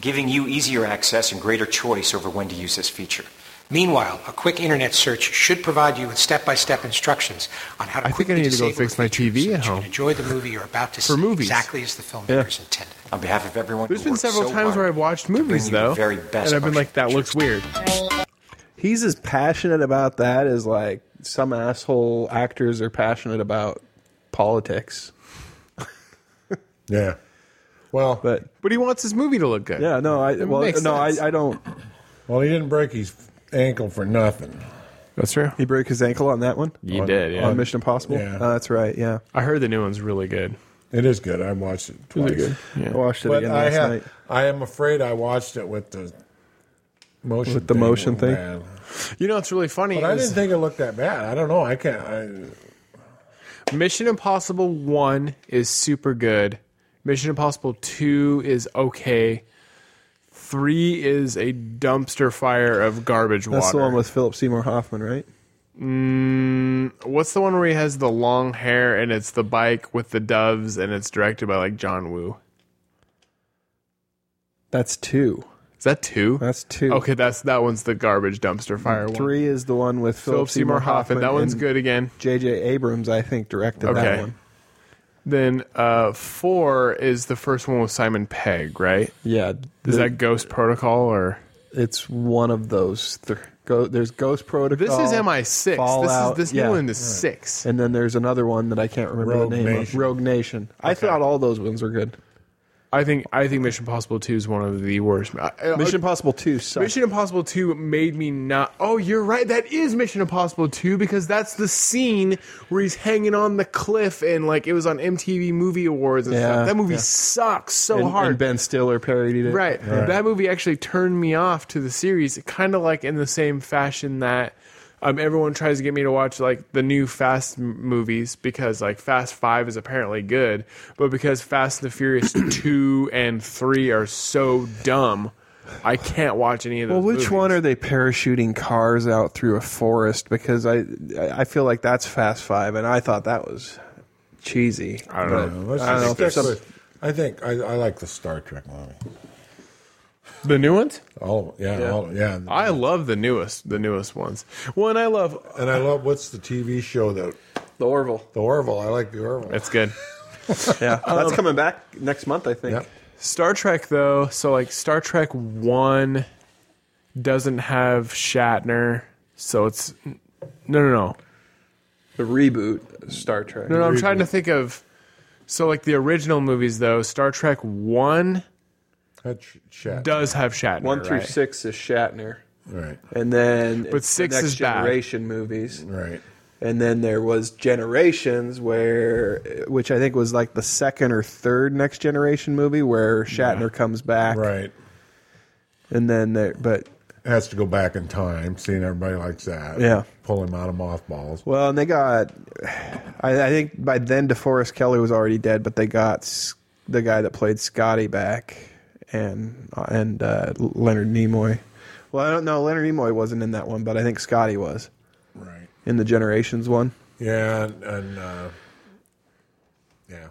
Speaker 8: giving you easier access and greater choice over when to use this feature.
Speaker 9: Meanwhile, a quick internet search should provide you with step-by-step instructions on how to
Speaker 4: I think I
Speaker 9: quickly
Speaker 4: need to go
Speaker 9: disable
Speaker 4: fix my
Speaker 9: features
Speaker 4: TV
Speaker 9: so
Speaker 4: at
Speaker 9: that you
Speaker 4: home.
Speaker 9: can enjoy the movie you're about
Speaker 4: [laughs]
Speaker 9: to
Speaker 4: For
Speaker 9: see
Speaker 4: movies.
Speaker 9: exactly as the filmmakers intended.
Speaker 8: On behalf of everyone,
Speaker 4: There's
Speaker 8: who
Speaker 4: been
Speaker 8: worked
Speaker 4: several
Speaker 8: so
Speaker 4: times
Speaker 8: hard
Speaker 4: where I've watched
Speaker 8: to bring
Speaker 4: movies
Speaker 8: you the
Speaker 4: though,
Speaker 8: very best
Speaker 4: and I've been
Speaker 8: motion
Speaker 4: like, "That looks weird."
Speaker 3: He's as passionate about that as like some asshole actors are passionate about politics.
Speaker 5: yeah. Well,
Speaker 3: But
Speaker 4: But he wants his movie to look good.
Speaker 3: yeah, no, I
Speaker 4: It
Speaker 3: well,
Speaker 4: makes
Speaker 3: no, I,
Speaker 4: sense.
Speaker 3: I don't.
Speaker 5: well, he didn't break his ankle for nothing.
Speaker 4: that's true.
Speaker 3: He broke his ankle on that one.
Speaker 4: He
Speaker 5: On-
Speaker 4: did. Yeah,
Speaker 3: on Mission Impossible.
Speaker 5: Yeah.
Speaker 3: Oh, that's right. Yeah,
Speaker 4: I heard the new one's really good.
Speaker 5: It is good. I watched it twice.
Speaker 3: I watched it
Speaker 5: But
Speaker 3: again
Speaker 5: I
Speaker 3: last
Speaker 5: have,
Speaker 3: night.
Speaker 5: I am afraid I watched it with the motion
Speaker 3: With the motion
Speaker 5: thing.
Speaker 3: thing?
Speaker 5: man.
Speaker 4: You know, it's really funny.
Speaker 5: But I
Speaker 4: is-
Speaker 5: didn't think it looked that bad. I don't know. I can't. I,
Speaker 4: Mission Impossible 1 is super good. Mission Impossible 2 is okay. 3 is a dumpster fire of garbage water.
Speaker 3: That's the one with Philip Seymour Hoffman, right?
Speaker 4: What's the one where he has the long hair and it's the bike with the doves and it's directed by like John Woo?
Speaker 3: That's two.
Speaker 4: Is that 2?
Speaker 3: That's two.
Speaker 4: Okay, that's that one's the garbage dumpster fire one.
Speaker 3: Three is the one with Philip
Speaker 4: Philip Seymour Hoffman. That one's
Speaker 3: and
Speaker 4: good again.
Speaker 3: J.J. Abrams, I think, directed that
Speaker 4: Okay.
Speaker 3: one.
Speaker 4: Then uh 4 is the first one with Simon Pegg, right?
Speaker 3: Yeah,
Speaker 4: Is
Speaker 3: the-
Speaker 4: that Ghost Protocol or
Speaker 3: it's one of those. Th- go, there's Ghost Protocol.
Speaker 4: This is MI6.
Speaker 3: Oh, Fallout,
Speaker 4: this is this
Speaker 3: yeah.
Speaker 4: new one is 6.
Speaker 3: and then there's another one that I can't remember
Speaker 5: Rogue
Speaker 3: the name
Speaker 5: Nation.
Speaker 3: of. Rogue Nation. I thought all those ones were good.
Speaker 4: I think I think Mission Impossible Two is one of the worst. I- I-
Speaker 3: Mission Impossible Two sucks.
Speaker 4: Uh, Mission Impossible 2 made me not. Oh, you're right. That is Mission Impossible 2 because that's the scene where he's hanging on the cliff and like it was on MTV Movie Awards and
Speaker 3: Yeah,
Speaker 4: stuff. That movie
Speaker 3: yeah.
Speaker 4: sucks so
Speaker 3: and, and
Speaker 4: hard.
Speaker 3: Ben Stiller parodied it.
Speaker 4: right. That movie actually turned me off to the series, kind of like in the same fashion that um, everyone tries to get me to watch like the new Fast m- movies because like Fast 5 is apparently good, but because Fast and
Speaker 3: [clears throat]
Speaker 4: the Furious 2 and 3 are so dumb. I can't watch any of those.
Speaker 3: Well, which one
Speaker 4: movies.
Speaker 3: are they parachuting cars out through a forest? Because I, I feel like that's Fast Five, and I thought that was cheesy.
Speaker 4: I don't know.
Speaker 5: Let's
Speaker 3: I don't know
Speaker 5: just
Speaker 3: if there's
Speaker 5: stick
Speaker 3: some-
Speaker 5: with- I think I, I like the Star Trek movie.
Speaker 4: The new ones?
Speaker 5: All of, yeah, all of, yeah.
Speaker 4: I love the newest, the newest ones. Well, and I love
Speaker 5: and I love what's the TV show that
Speaker 3: The Orville.
Speaker 5: the Orville. I like the Orville.
Speaker 4: it's good.
Speaker 3: Yeah, [laughs] that's coming back next month, I think.
Speaker 5: Yep.
Speaker 4: Star Trek though, so like Star Trek 1 doesn't have Shatner, so it's No, no, no.
Speaker 3: The reboot of Star Trek.
Speaker 4: No, no, I'm trying to think of so like the original movies though, Star Trek 1
Speaker 5: That's sh- chat.
Speaker 4: does have Shatner.
Speaker 3: One through
Speaker 4: right?
Speaker 3: six is Shatner,
Speaker 5: Right,
Speaker 3: and then it's the
Speaker 4: six
Speaker 3: next
Speaker 4: is bad.
Speaker 3: generation movies,
Speaker 5: right.
Speaker 3: and then there was Generations, where which I think was like the second or third next generation movie where Shatner comes back,
Speaker 5: Right.
Speaker 3: and then there, but
Speaker 5: Has to go back in time, seeing everybody likes that.
Speaker 3: Yeah.
Speaker 5: Pull him out of mothballs.
Speaker 3: Well, and they got. I, I think by then DeForest Kelly was already dead, but they got S- the guy that played Scotty back, and and uh, Leonard Nimoy. Well, I don't know. Leonard Nimoy wasn't in that one, but I think Scotty was
Speaker 5: Right.
Speaker 3: in the Generations one.
Speaker 5: Yeah, and, and uh, yeah,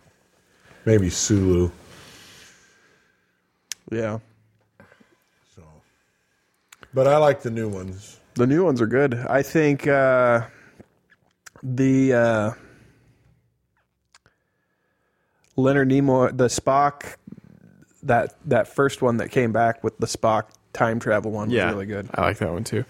Speaker 5: maybe Sulu.
Speaker 3: Yeah,
Speaker 5: So, but I like the new ones.
Speaker 3: the new ones are good. I think uh, the uh, Leonard Nimoy, the Spock, that that first one that came back with the Spock time travel one
Speaker 4: Yeah.
Speaker 3: was really good.
Speaker 4: I like that one too.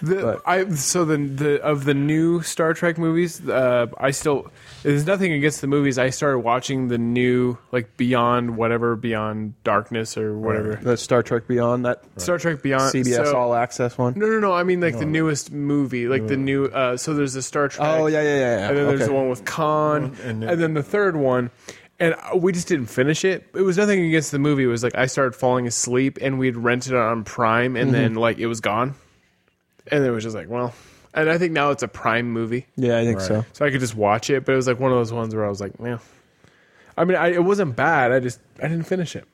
Speaker 4: The,
Speaker 3: But-
Speaker 4: I so the the of the new Star Trek movies, uh, I still there's nothing against the movies. I started watching the new like Beyond whatever Beyond Darkness or whatever
Speaker 3: The Star Trek Beyond, that
Speaker 4: Star Trek Beyond
Speaker 3: CBS
Speaker 4: so-
Speaker 3: All Access one.
Speaker 4: No, no, no. I mean like the newest movie, like the new. Uh, so there's the Star Trek.
Speaker 3: Oh, yeah, yeah, yeah, yeah.
Speaker 4: And then there's
Speaker 3: Okay.
Speaker 4: the one with Khan, and
Speaker 5: and
Speaker 4: then,
Speaker 5: then-
Speaker 4: the third one. And uh, we just didn't finish it. It was nothing against the movie. It was like I started falling asleep, and we'd rented it on Prime, and then like it was gone. And it was just like, well. And I think now it's a Prime movie,
Speaker 3: Yeah, I think so.
Speaker 4: so I could just watch it. But it was like one of those ones where I was like, man. I mean, I, it wasn't bad. I just I didn't finish it.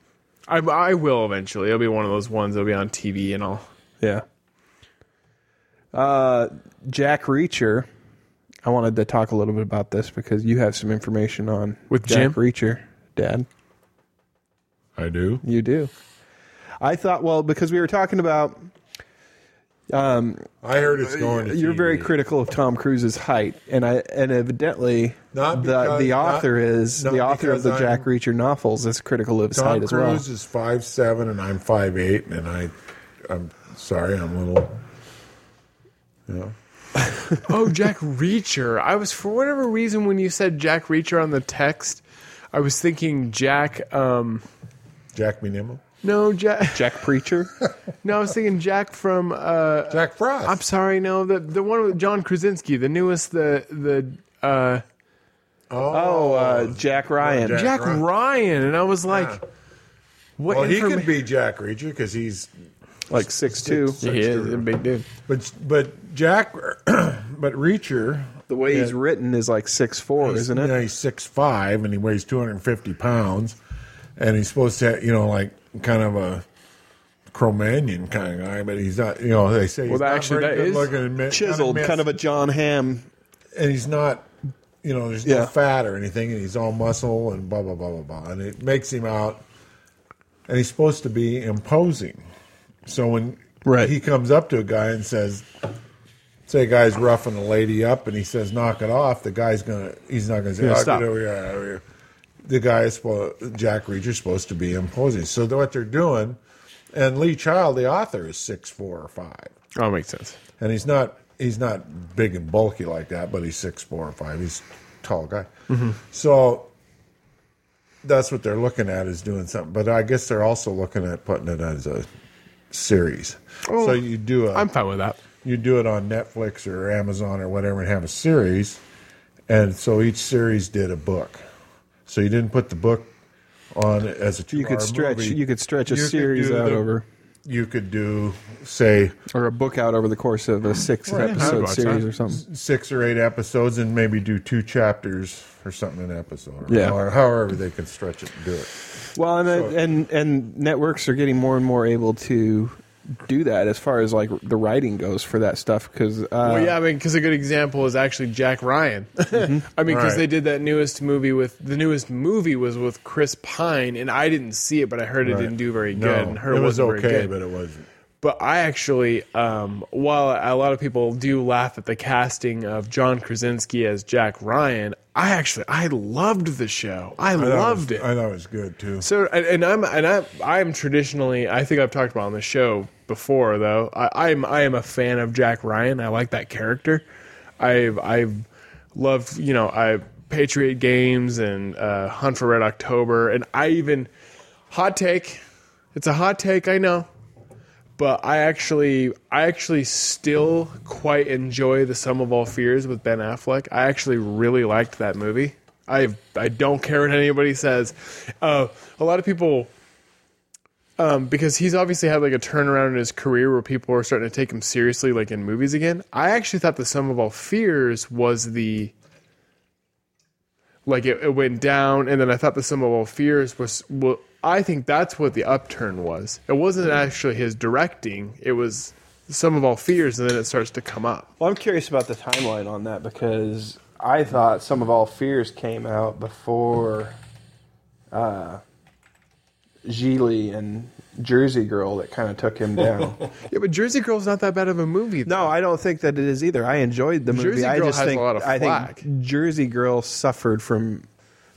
Speaker 4: I, I will eventually. It'll be one of those ones that'll be on TV and all.
Speaker 3: Yeah. Uh, Jack Reacher. I wanted to talk a little bit about this because you have some information on
Speaker 4: With
Speaker 3: Jack
Speaker 4: Jim?
Speaker 3: Reacher, Dad.
Speaker 5: I do.
Speaker 3: You do. I thought well because we were talking about
Speaker 5: I heard it's going. To
Speaker 3: you're
Speaker 5: TV.
Speaker 3: very critical of Tom Cruise's height and I and evidently
Speaker 5: Not
Speaker 3: the
Speaker 5: because-
Speaker 3: the author
Speaker 5: not-
Speaker 3: is
Speaker 5: not
Speaker 3: the author of
Speaker 5: because
Speaker 3: the
Speaker 5: I'm-
Speaker 3: Jack Reacher novels is critical of his height
Speaker 5: Tom
Speaker 3: as well.
Speaker 5: Cruise is five seven, and I'm five eight, and I, I'm sorry, I'm a little. Yeah.
Speaker 4: Oh, Jack Reacher. I was for whatever reason when you said Jack Reacher on the text, I was thinking Jack. Um,
Speaker 5: Jack Me Nimmo.
Speaker 4: no, Jack. [laughs]
Speaker 3: Jack
Speaker 5: [laughs]
Speaker 3: Preacher?
Speaker 5: Oh,
Speaker 4: No, I was thinking Jack from. Uh,
Speaker 5: Jack Frost.
Speaker 4: I'm sorry, no, the the one with John Krasinski, the newest, the the uh,
Speaker 3: oh, uh, Jack Ryan.
Speaker 5: Jack
Speaker 4: Jack
Speaker 5: Ryan.
Speaker 4: Ryan, and I was like,
Speaker 5: Yeah.
Speaker 4: what?
Speaker 5: well, he
Speaker 4: informa-
Speaker 5: could be Jack Reacher because he's
Speaker 3: like six two.
Speaker 4: He is a big dude.
Speaker 5: But but Jack, [clears throat] but Reacher,
Speaker 3: The way he's written is like six four, isn't
Speaker 5: You know,
Speaker 3: it?
Speaker 5: he's six five and he weighs two hundred and fifty pounds, and he's supposed to, you know, like kind of a Cro-Magnon kind of guy, but he's not. You know, they say
Speaker 4: Well,
Speaker 5: he's not
Speaker 4: actually, that
Speaker 5: very good
Speaker 4: is
Speaker 5: looking and mi-
Speaker 3: Chiseled,
Speaker 5: miss-
Speaker 3: kind of a John Hamm.
Speaker 5: and he's not. You know, there's
Speaker 3: Yeah.
Speaker 5: no fat or anything, and he's all muscle and blah blah blah blah blah, and it makes him out. And he's supposed to be imposing, so when
Speaker 3: Right.
Speaker 5: he comes up to a guy and says, say a guy's roughing a lady up and he says knock it off the guy's gonna he's not gonna say oh,
Speaker 4: stop.
Speaker 5: get over here, get over here." the guy is supposed jack reacher's supposed to be imposing so what they're doing and lee child the author is six four or five
Speaker 4: Oh, makes sense.
Speaker 5: and he's not he's not big and bulky
Speaker 3: Mm-hmm.
Speaker 5: like that but he's six four or five he's a tall guy so that's what they're looking at is doing something. But I guess they're also looking at putting it as a series.
Speaker 3: Oh,
Speaker 5: so you do a
Speaker 4: I'm fine with that.
Speaker 5: you do it on Netflix or Amazon or whatever and have a series. And so each series did a book. So you didn't put the book on as a two
Speaker 3: You could stretch. You could stretch a series out over,
Speaker 5: You could do, say,
Speaker 3: or a book out over the course of a six
Speaker 5: Right, I'd
Speaker 3: episode
Speaker 4: watch
Speaker 3: series
Speaker 4: that.
Speaker 3: or something.
Speaker 5: six or eight episodes and maybe do two chapters or something an episode. Or
Speaker 3: Yeah.
Speaker 5: Or however they can stretch it and do it.
Speaker 3: Well, and, uh, and and networks are getting more and more able to do that as far as like the writing goes for that stuff because uh,
Speaker 4: Well,
Speaker 5: Um,
Speaker 4: yeah, I mean, because a good example is actually Jack Ryan. [laughs] I mean, because
Speaker 5: Right.
Speaker 4: they did that newest movie with the newest movie was with Chris Pine, and I didn't see it, but I heard it
Speaker 5: Right.
Speaker 4: didn't do very
Speaker 5: No,
Speaker 4: good, and her
Speaker 5: it was
Speaker 4: wasn't very
Speaker 5: okay,
Speaker 4: good.
Speaker 5: but it wasn't.
Speaker 4: But I actually, um, while a lot of people do laugh at the casting of John Krasinski as Jack Ryan, I actually I loved the show. I,
Speaker 5: I thought
Speaker 4: loved
Speaker 5: was-
Speaker 4: it.
Speaker 5: I thought it was good too.
Speaker 4: So and, and I'm and I I'm traditionally I think I've talked about on the show before though I, I'm I am a fan of Jack Ryan I like that character I I love you know I Patriot Games and uh, Hunt for Red October and I even hot take it's a hot take I know but I actually I actually still quite enjoy the Sum of All Fears with Ben Affleck. I actually really liked that movie. I I don't care what anybody says. Uh, a lot of people um, because he's obviously had like a turnaround in his career where people are starting to take him seriously, like in movies again. I actually thought the Sum of All Fears was the like it, it went down, and then I thought the Sum of All Fears was well. I think that's what the upturn was. It wasn't actually his directing; it was the Sum of All Fears, and then it starts to come up.
Speaker 3: Well, I'm curious about the timeline on that because I thought some of all fears came out before uh, Geely and Jersey Girl that kind of took him
Speaker 4: [laughs]
Speaker 3: down.
Speaker 4: Yeah, but Jersey Girl's not that bad of a movie.
Speaker 3: no, I don't think that it is either. I enjoyed the movie.
Speaker 4: Jersey
Speaker 3: I
Speaker 4: Girl
Speaker 3: just
Speaker 4: has a
Speaker 3: think
Speaker 4: lot of
Speaker 3: I
Speaker 4: flack.
Speaker 3: think Jersey Girl suffered from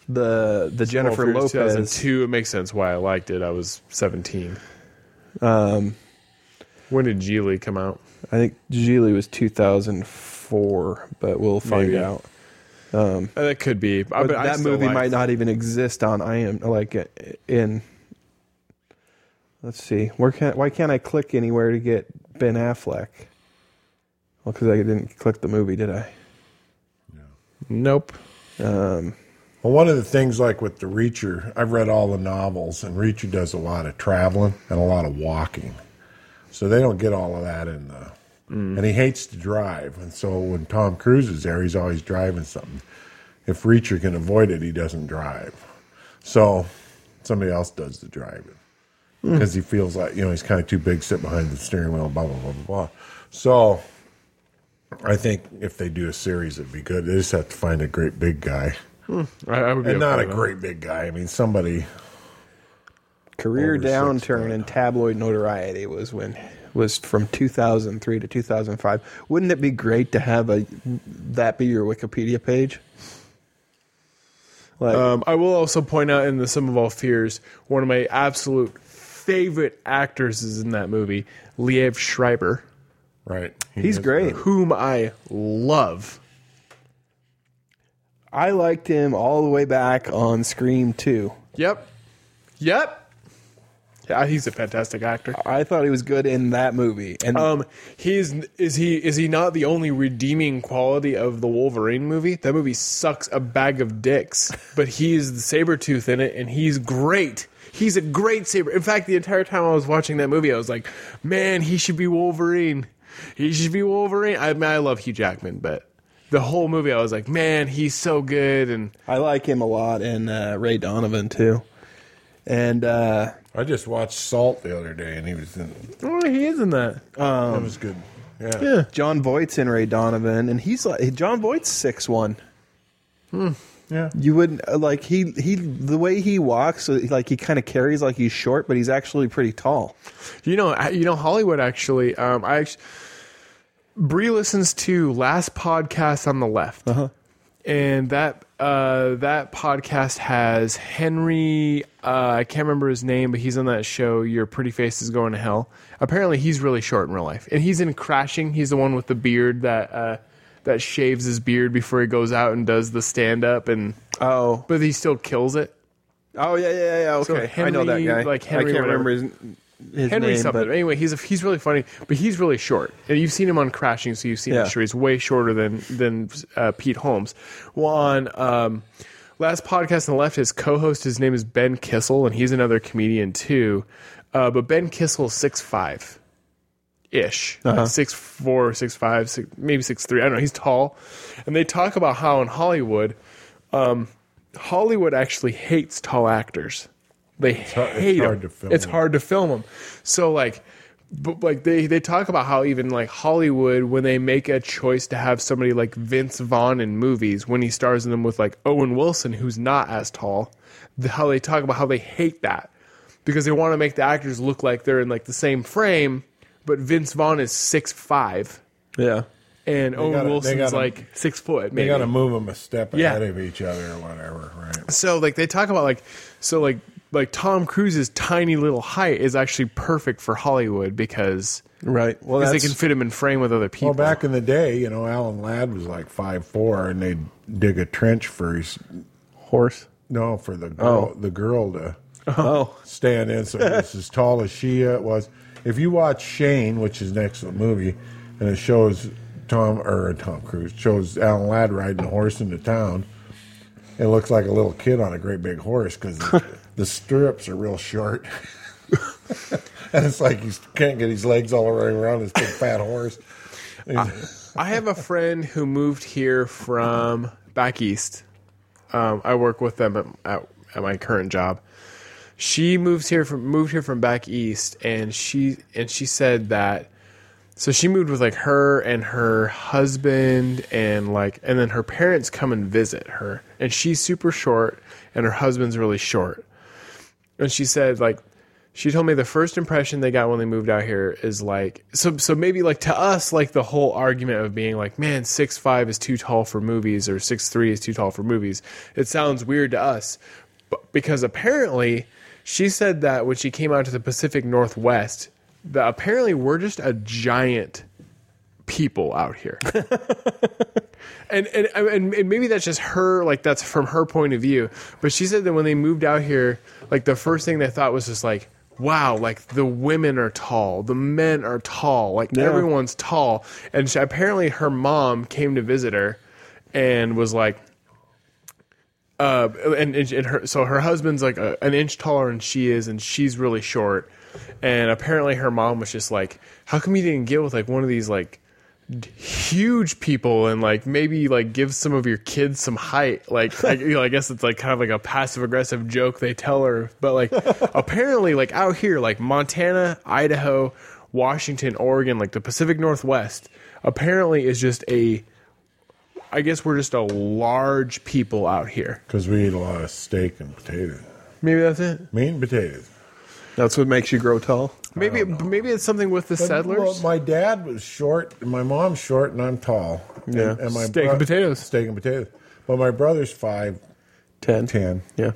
Speaker 3: the the
Speaker 4: Sum of All
Speaker 3: Jennifer
Speaker 4: Fears
Speaker 3: Lopez.
Speaker 4: 2002. It makes sense why I liked it. I was 17. Um,
Speaker 3: Um,
Speaker 4: when did Geely come out?
Speaker 3: I think Geely was 2004, but we'll find
Speaker 4: Maybe.
Speaker 3: out.
Speaker 4: Uh, That could be. I,
Speaker 3: But
Speaker 4: but I
Speaker 3: that
Speaker 4: still
Speaker 3: movie
Speaker 4: like-
Speaker 3: might not even exist on I am like uh, in. Let's see. Where can why can't I click anywhere to get Ben Affleck? Well, because I didn't click the movie, did I?
Speaker 4: Nope.
Speaker 5: Well, one of the things, like with the Reacher, I've read all the novels, and Reacher does a lot of traveling and a lot of walking, so they don't get all of that in the. And he hates to drive, and so when Tom Cruise is there, he's always driving something. If Reacher can avoid it, he doesn't drive. So somebody else does the driving because he feels like you know he's kind of too big, sit behind the steering wheel, blah blah blah blah blah. So I think if they do a series, it'd be good. They just have to find a great big guy
Speaker 4: I, I would be
Speaker 5: and not
Speaker 4: okay
Speaker 5: a
Speaker 4: with
Speaker 5: great big guy. I mean, somebody.
Speaker 3: Career
Speaker 5: Over
Speaker 3: downturn and tabloid notoriety was when was from 2003 to 2005. Wouldn't it be great to have a that be your Wikipedia page? Like
Speaker 4: that. Um, I will also point out in the Sum of All Fears, one of my absolute favorite actors is in that movie, Liev Schreiber,
Speaker 5: Right.
Speaker 3: he's
Speaker 5: is-
Speaker 3: great.
Speaker 4: whom I love.
Speaker 3: I liked him all the way back on Scream 2.
Speaker 4: Yep. Yep. Yeah, he's a fantastic actor.
Speaker 3: I thought he was good in that movie. And
Speaker 4: Um, he's is he is he not the only redeeming quality of the Wolverine movie? That movie sucks a bag of dicks, but he's the saber tooth in it, and he's great. He's a great saber. In fact, the entire time I was watching that movie, I was like, "Man, he should be Wolverine. He should be Wolverine." I mean, I love Hugh Jackman, but the whole movie, I was like, "Man, he's so good." And
Speaker 3: I like him a lot and uh, Ray Donovan too. And uh,
Speaker 5: I just watched Salt the other day, and he was in.
Speaker 4: oh, he is in that.
Speaker 5: that was good. Yeah.
Speaker 3: John Voight's in Ray Donovan, and he's like John Voight's six one.
Speaker 4: Hmm,
Speaker 5: Yeah.
Speaker 3: You wouldn't uh, like he he the way he walks, uh, like he kind of carries like he's short, but he's actually pretty tall.
Speaker 4: You know, I- you know Hollywood actually. Um, I actually, Bree listens to last podcast on the left, and that uh, that podcast has Henry. Uh, I can't remember his name, but he's on that show. Your pretty face is going to hell. Apparently, he's really short in real life, and he's in Crashing. He's the one with the beard that uh, that shaves his beard before he goes out and does the stand up, and
Speaker 3: Oh,
Speaker 4: but he still kills it.
Speaker 3: Oh yeah, yeah, yeah. Okay,
Speaker 4: So
Speaker 3: I know that
Speaker 4: Henry-
Speaker 3: guy.
Speaker 4: like
Speaker 3: I
Speaker 4: Henry
Speaker 3: can't
Speaker 4: whatever.
Speaker 3: remember his, his
Speaker 4: Henry
Speaker 3: name,
Speaker 4: something.
Speaker 3: but
Speaker 4: anyway, he's a, he's really funny, but he's really short. And you've seen him on Crashing, so you've seen
Speaker 3: Yeah.
Speaker 4: him. Sure, he's way shorter than than uh, Pete Holmes. Well, on um, last podcast on the left, his co-host, his name is Ben Kissel, and he's another comedian too. Uh, but Ben Kissel's six five ish,
Speaker 3: Uh-huh.
Speaker 4: six four, six five, six, maybe six three. I don't know. He's tall, and they talk about how in Hollywood, um, Hollywood actually hates tall actors. They
Speaker 5: hard- it's
Speaker 4: hate 'em.
Speaker 5: hard to film
Speaker 4: It's
Speaker 5: 'em.
Speaker 4: hard to film them. So like, but like they they talk about how even like Hollywood when they make a choice to have somebody like Vince Vaughn in movies when he stars in them with like Owen Wilson who's not as tall, the, how they talk about how they hate that because they want to make the actors look like they're in like the same frame, but Vince Vaughn is six five
Speaker 3: yeah,
Speaker 4: and Owen
Speaker 5: gotta- they
Speaker 4: Wilson's
Speaker 5: gotta-
Speaker 4: like six foot.
Speaker 5: They
Speaker 4: Maybe.
Speaker 5: got to move them a step
Speaker 4: Yeah.
Speaker 5: ahead of each other or whatever, right?
Speaker 4: so like they talk about like so like like Tom Cruise's tiny little height is actually perfect for Hollywood because
Speaker 3: right. Well,
Speaker 4: because
Speaker 3: that's
Speaker 4: they can fit him in frame with other people.
Speaker 5: Well, back in the day, you know, Alan Ladd was like five four, and they'd dig a trench for his
Speaker 4: [laughs]
Speaker 3: horse.
Speaker 5: no for the girl, the girl to
Speaker 3: Oh,
Speaker 5: stand in. So it's as tall as she uh, was. If you watch Shane, which is an excellent movie, and it shows Tom or Tom Cruise shows Alan Ladd riding a horse into town, it looks like a little kid on a great big horse because the stirrups are real short. [laughs] and it's like he can't get his legs all the way around this big fat horse. [laughs]
Speaker 4: I have a friend who moved here from back east. Um, I work with them at, at, at my current job. She moves here from moved here from back east, and she and she said that. So she moved with like her and her husband and like and then her parents come and visit her, and she's super short, and her husband's really short. And she said like she told me the first impression they got when they moved out here is like so so maybe like to us like the whole argument of being like man six five is too tall for movies or six three is too tall for movies it sounds weird to us but because apparently she said that when she came out to the Pacific Northwest that apparently we're just a giant people out here [laughs] and and and and maybe that's just her like that's from her point of view but she said that when they moved out here like the first thing they thought was just like wow like the women are tall the men are tall like everyone's tall and she, apparently her mom came to visit her and was like uh and, and and her so her husband's like a, an inch taller than she is and she's really short and apparently her mom was just like how come you didn't get with like one of these like huge people and like maybe like give some of your kids some height like I, you know, I guess it's like kind of like a passive aggressive joke they tell her but like apparently like out here like Montana, Idaho, Washington, Oregon, like the Pacific Northwest apparently is just a I guess we're just a large people out here.
Speaker 5: Because we eat a lot of steak and potatoes,
Speaker 4: Maybe that's it.
Speaker 5: meat and potatoes.
Speaker 3: that's what makes you grow tall.
Speaker 4: Maybe maybe it's something with the settlers.
Speaker 5: Well, my dad was short, and my mom's short, and I'm tall.
Speaker 3: Yeah.
Speaker 5: and, and my
Speaker 4: Steak and potatoes.
Speaker 5: Steak and potatoes. But my brother's five
Speaker 3: Ten.
Speaker 5: ten.
Speaker 3: Yeah.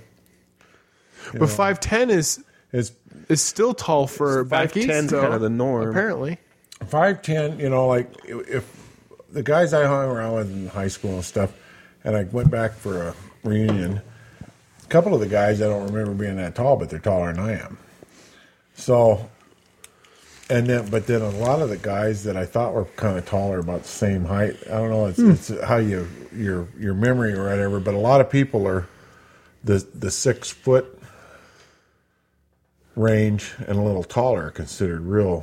Speaker 4: but 5'10 is
Speaker 5: It's
Speaker 4: is still tall for back east
Speaker 3: 5'10 's
Speaker 4: though,
Speaker 3: kinda the norm.
Speaker 4: Apparently.
Speaker 5: five ten. You know, like if if the guys I hung around with in high school and stuff, and I went back for a reunion. A couple of the guys I don't remember being that tall, but they're taller than I am. So, and then but then a lot of the guys that I thought were kind of taller, about the same height. I don't know. It's, it's how you your your memory or whatever. But a lot of people are the the six foot range and a little taller are considered real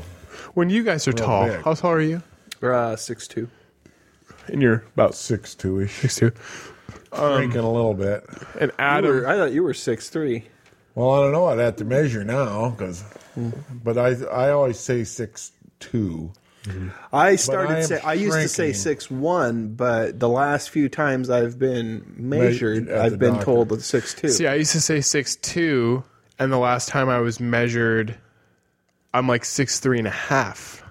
Speaker 4: When you guys are tall,
Speaker 5: big.
Speaker 4: how tall are you?
Speaker 3: Uh, six two.
Speaker 4: And you're about
Speaker 5: six two ish.
Speaker 4: six two.
Speaker 5: drinking a little bit.
Speaker 4: And Adam,
Speaker 3: I thought you were six three.
Speaker 5: Well, I don't know. I'd have to measure now because, but I I always say six two.
Speaker 3: I
Speaker 5: I
Speaker 3: started.
Speaker 5: am
Speaker 3: say, I used to say
Speaker 5: shrinking.
Speaker 3: six one, but the last few times I've been measured,
Speaker 5: Measured at the
Speaker 3: I've been
Speaker 5: doctor.
Speaker 3: told that six two.
Speaker 4: See, I used to say six two, and the last time I was measured, I'm like six three and a half,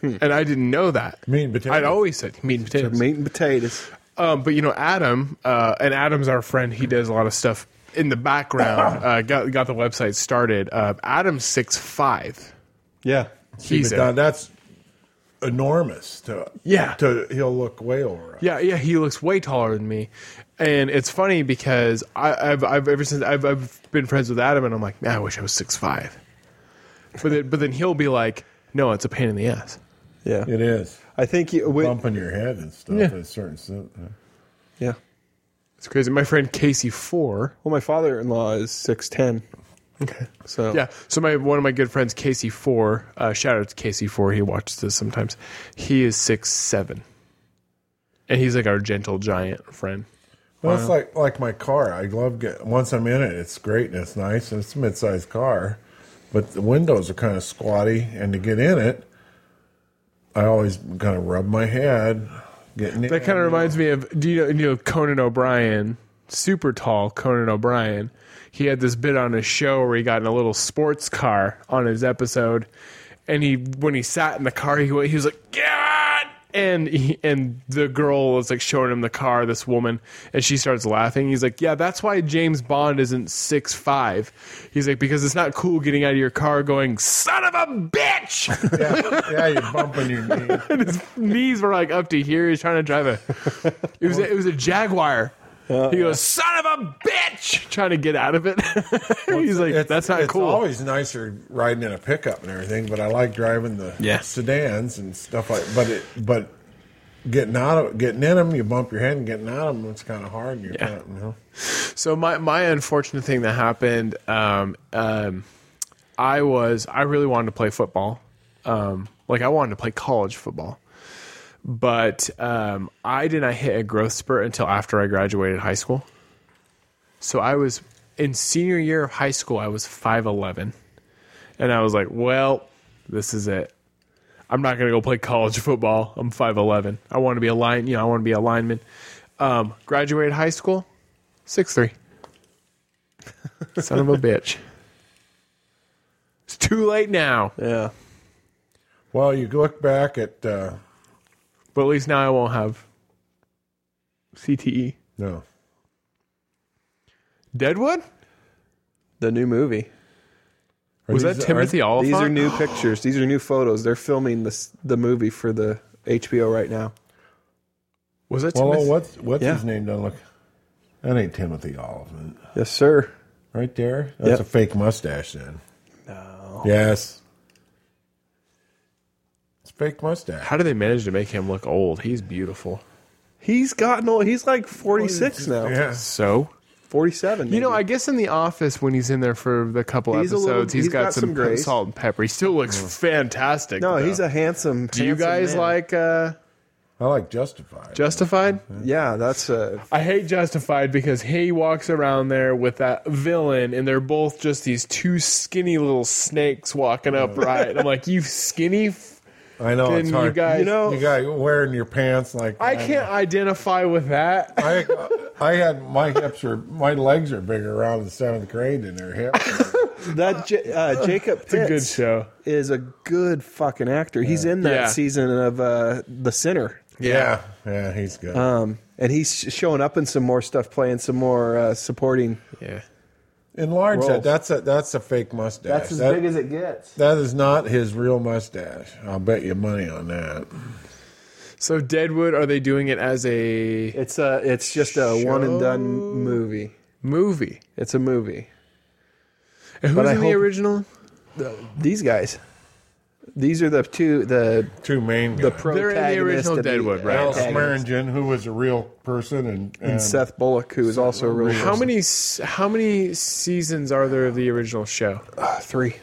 Speaker 4: and I didn't know that.
Speaker 5: Meat and potatoes.
Speaker 4: I'd always said meat and potatoes.
Speaker 3: Meat and potatoes.
Speaker 4: Um, but you know, Adam, uh, and Adam's our friend. He does a lot of stuff in the [coughs] background. uh, got got the website started. Uh, Adam's six five.
Speaker 3: Yeah.
Speaker 4: He's
Speaker 5: But now
Speaker 4: a,
Speaker 5: that's enormous to
Speaker 4: Yeah.
Speaker 5: to he'll look way over us.
Speaker 4: Yeah, yeah, he looks way taller than me, and it's funny because I, I've I've ever since I've I've been friends with Adam, and I'm like, man, I wish I was six five. But then, but then he'll be like, no, it's a pain in the ass.
Speaker 3: Yeah.
Speaker 5: It is
Speaker 3: I think you. We,
Speaker 5: bumping your head and stuff.
Speaker 4: Yeah.
Speaker 5: at a certain sen-
Speaker 3: yeah.
Speaker 4: It's crazy. My friend Casey Four.
Speaker 3: Well, my father-in-law is six ten.
Speaker 4: Okay.
Speaker 3: So
Speaker 4: Yeah. So my one of my good friends, Casey Four. Uh, shout out to Casey Four. He watches this sometimes. He is six seven, and he's like our gentle giant friend.
Speaker 5: Well, it's like like my car. I love get once I'm in it, it's great and it's nice and it's a mid-sized car, but the windows are kind of squatty, and to get in it, I always kind of rub my head getting in.
Speaker 4: That kind of reminds me of do you know, you know Conan O'Brien, super tall Conan O'Brien. He had this bit on his show where he got in a little sports car on his episode, and he when he sat in the car he, wa- he was like God, and he, and the girl was like showing him the car, this woman, and she starts laughing. He's like, yeah, that's why James Bond isn't six five. He's like because it's not cool getting out of your car going son of a bitch. [laughs]
Speaker 5: yeah, yeah, you're bumping your knee.
Speaker 4: And [laughs] his knees were like up to here. He's trying to drive a. It was a, it was a Jaguar. he goes, "Son of a bitch!" [laughs] Trying to get out of it. He's like,
Speaker 5: It's-
Speaker 4: "That's not
Speaker 5: it's
Speaker 4: cool."
Speaker 5: always nicer riding in a pickup and everything, but I like driving the
Speaker 4: Yeah.
Speaker 5: sedans and stuff like. But it, but getting out of getting in them, you bump your head, and getting out of them, it's kind of hard. You're kind of, you know.
Speaker 4: so my my unfortunate thing that happened. Um, um, I was I really wanted to play football. Um, like I wanted to play college football, but um, I did not hit a growth spurt until after I graduated high school. So I was in senior year of high school. I was five eleven, and I was like, "Well, this is it. I'm not going to go play college football. I'm five eleven. I want to be a line. You know, I want to be a lineman." Um, graduated high school, six three. Son of a bitch. It's too late now,
Speaker 3: yeah.
Speaker 5: Well, you look back at uh,
Speaker 4: but at least now I won't have E. CTE.
Speaker 5: no.
Speaker 4: Deadwood?
Speaker 3: The new movie.
Speaker 5: Are
Speaker 4: Was
Speaker 5: these-
Speaker 4: that
Speaker 5: are-
Speaker 4: Timothy Oliphant?
Speaker 3: These are new pictures. These are new photos. They're filming this the movie for the HBO right now.
Speaker 4: Was that
Speaker 5: Well,
Speaker 4: Timothy?
Speaker 5: what's what's
Speaker 3: Yeah.
Speaker 5: his name? Don't look. That ain't Timothy Oliphant,
Speaker 3: Yes, sir.
Speaker 5: right there. That's
Speaker 3: Yep.
Speaker 5: a fake mustache, then. No. Yes. It's a fake mustache.
Speaker 4: How do they manage to make him look old? He's beautiful.
Speaker 3: He's gotten old. He's like forty six now.
Speaker 5: Yeah.
Speaker 4: So
Speaker 3: Forty seven.
Speaker 4: you know, I guess in the office when he's in there for the couple
Speaker 3: He's a
Speaker 4: episodes,
Speaker 3: little-
Speaker 4: he's got, some,
Speaker 3: grace. Mm.
Speaker 4: salt and pepper. He still looks fantastic.
Speaker 3: no.
Speaker 4: though.
Speaker 3: He's a handsome.
Speaker 4: Do you
Speaker 3: handsome
Speaker 4: guys
Speaker 3: man.
Speaker 4: like uh,
Speaker 5: I like Justified.
Speaker 4: Justified?
Speaker 3: Yeah, that's uh,
Speaker 4: I hate Justified because he walks around there with that villain, and they're both just these two skinny little snakes walking
Speaker 3: Oh.
Speaker 4: upright. I'm like, you skinny. F-
Speaker 5: I know
Speaker 4: Then
Speaker 5: it's
Speaker 4: you
Speaker 5: hard.
Speaker 4: guys-
Speaker 5: you know, you got wearing your pants like
Speaker 4: I
Speaker 5: that.
Speaker 4: can't identify with that.
Speaker 5: I, I had my hips were my legs are bigger around the seventh grade than their hips.
Speaker 3: that. J- uh,
Speaker 4: [laughs]
Speaker 3: Jacob Pitts
Speaker 4: It's a good show.
Speaker 3: is a good fucking actor. He's in that
Speaker 4: Yeah.
Speaker 3: season of uh, The Sinner,
Speaker 5: yeah, yeah, he's good.
Speaker 3: and he's sh- showing up in some more stuff, playing some more uh, supporting.
Speaker 4: Yeah.
Speaker 5: Enlarge that.
Speaker 3: Rolls.
Speaker 5: That's a that's a fake mustache. That-
Speaker 3: it gets.
Speaker 5: That is not his real mustache. I'll bet you money on that.
Speaker 4: So Deadwood, are they doing it as a
Speaker 3: It's a. It's just a one and done movie.
Speaker 4: movie?
Speaker 3: It's a movie.
Speaker 4: And who's
Speaker 3: But I
Speaker 4: in the
Speaker 3: hope-
Speaker 4: original?
Speaker 3: These guys. These are the two. The
Speaker 5: Two main guys.
Speaker 3: the pro.
Speaker 4: They're in the original Deadwood, right?
Speaker 5: Al Swearingen, who was a real person, and, and,
Speaker 3: uh, And Seth Bullock, who is also a really
Speaker 4: How many s- how many seasons are there of the original show?
Speaker 3: Uh, three.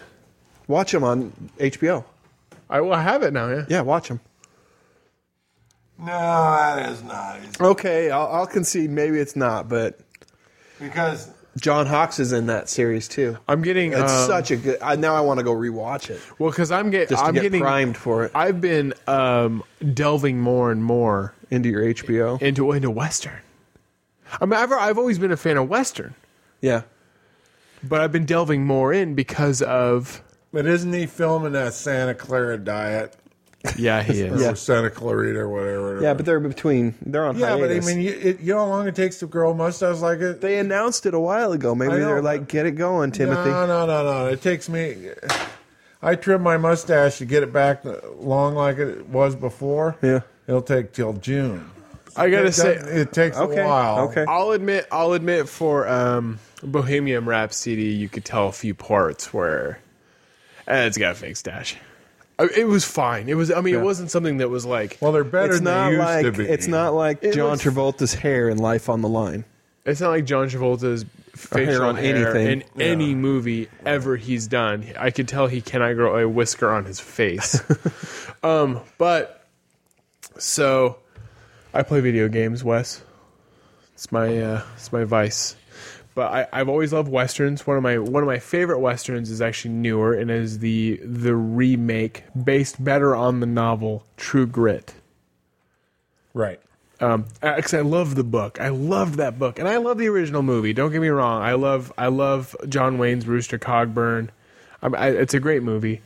Speaker 3: Watch them on HBO.
Speaker 4: I will have it now. Yeah.
Speaker 3: Yeah, watch them.
Speaker 5: No, that is not It's
Speaker 3: Okay, I'll, I'll concede maybe it's not, but
Speaker 5: because
Speaker 3: John Hawks is in that series too.
Speaker 4: I'm getting
Speaker 3: It's
Speaker 4: um,
Speaker 3: such a good. I, now I want to go rewatch it
Speaker 4: well because I'm, get,
Speaker 3: just to
Speaker 4: I'm
Speaker 3: get
Speaker 4: getting
Speaker 3: primed for it
Speaker 4: I've been um, delving more and more
Speaker 3: into your HBO.
Speaker 4: into into western. I mean, I've I've always been a fan of western,
Speaker 3: yeah,
Speaker 4: but I've been delving more in because of
Speaker 5: but isn't he filming that Santa Clara diet
Speaker 4: [laughs] yeah, he is.
Speaker 5: or Santa Clarita or whatever?
Speaker 3: yeah, but they're between. They're on
Speaker 5: yeah, but I
Speaker 3: hiatus.
Speaker 5: mean, you, it, you know how long it takes to grow a mustache like it?
Speaker 3: they announced it a while ago. Maybe
Speaker 5: I know,
Speaker 3: they're like,
Speaker 5: but-
Speaker 3: "Get it going, Timothy."
Speaker 5: No, no, no, no. It takes me. I trim my mustache to get it back long like it was before.
Speaker 3: Yeah.
Speaker 5: It'll take till June.
Speaker 4: I gotta
Speaker 5: It
Speaker 4: say,
Speaker 5: doesn't- it takes
Speaker 3: Okay,
Speaker 5: a while.
Speaker 3: okay.
Speaker 4: I'll admit, I'll admit for um, Bohemian Rhapsody, you could tell a few parts where eh, it's got a fake stash. I- It was fine. It was. I mean, it wasn't something that was like.
Speaker 5: Well, they're better
Speaker 3: It's
Speaker 5: than they
Speaker 3: not like
Speaker 5: used to be.
Speaker 3: it's not like John
Speaker 4: was-
Speaker 3: Travolta's hair in Life on the Line.
Speaker 4: It's not like John Travolta's facial hair
Speaker 3: on anything.
Speaker 4: in any movie ever he's done. I could tell he cannot grow a whisker on
Speaker 3: [laughs]
Speaker 4: his face. um, but so I play video games, Wes. It's my uh, it's my vice. But I, I've always loved westerns. One of my one of my favorite westerns is actually newer and is the the remake based better on the novel True Grit.
Speaker 5: Right.
Speaker 4: Um, actually, I love the book. I love that book, and I love the original movie. Don't get me wrong. I love I love John Wayne's Rooster Cogburn. I, I, it's a great movie,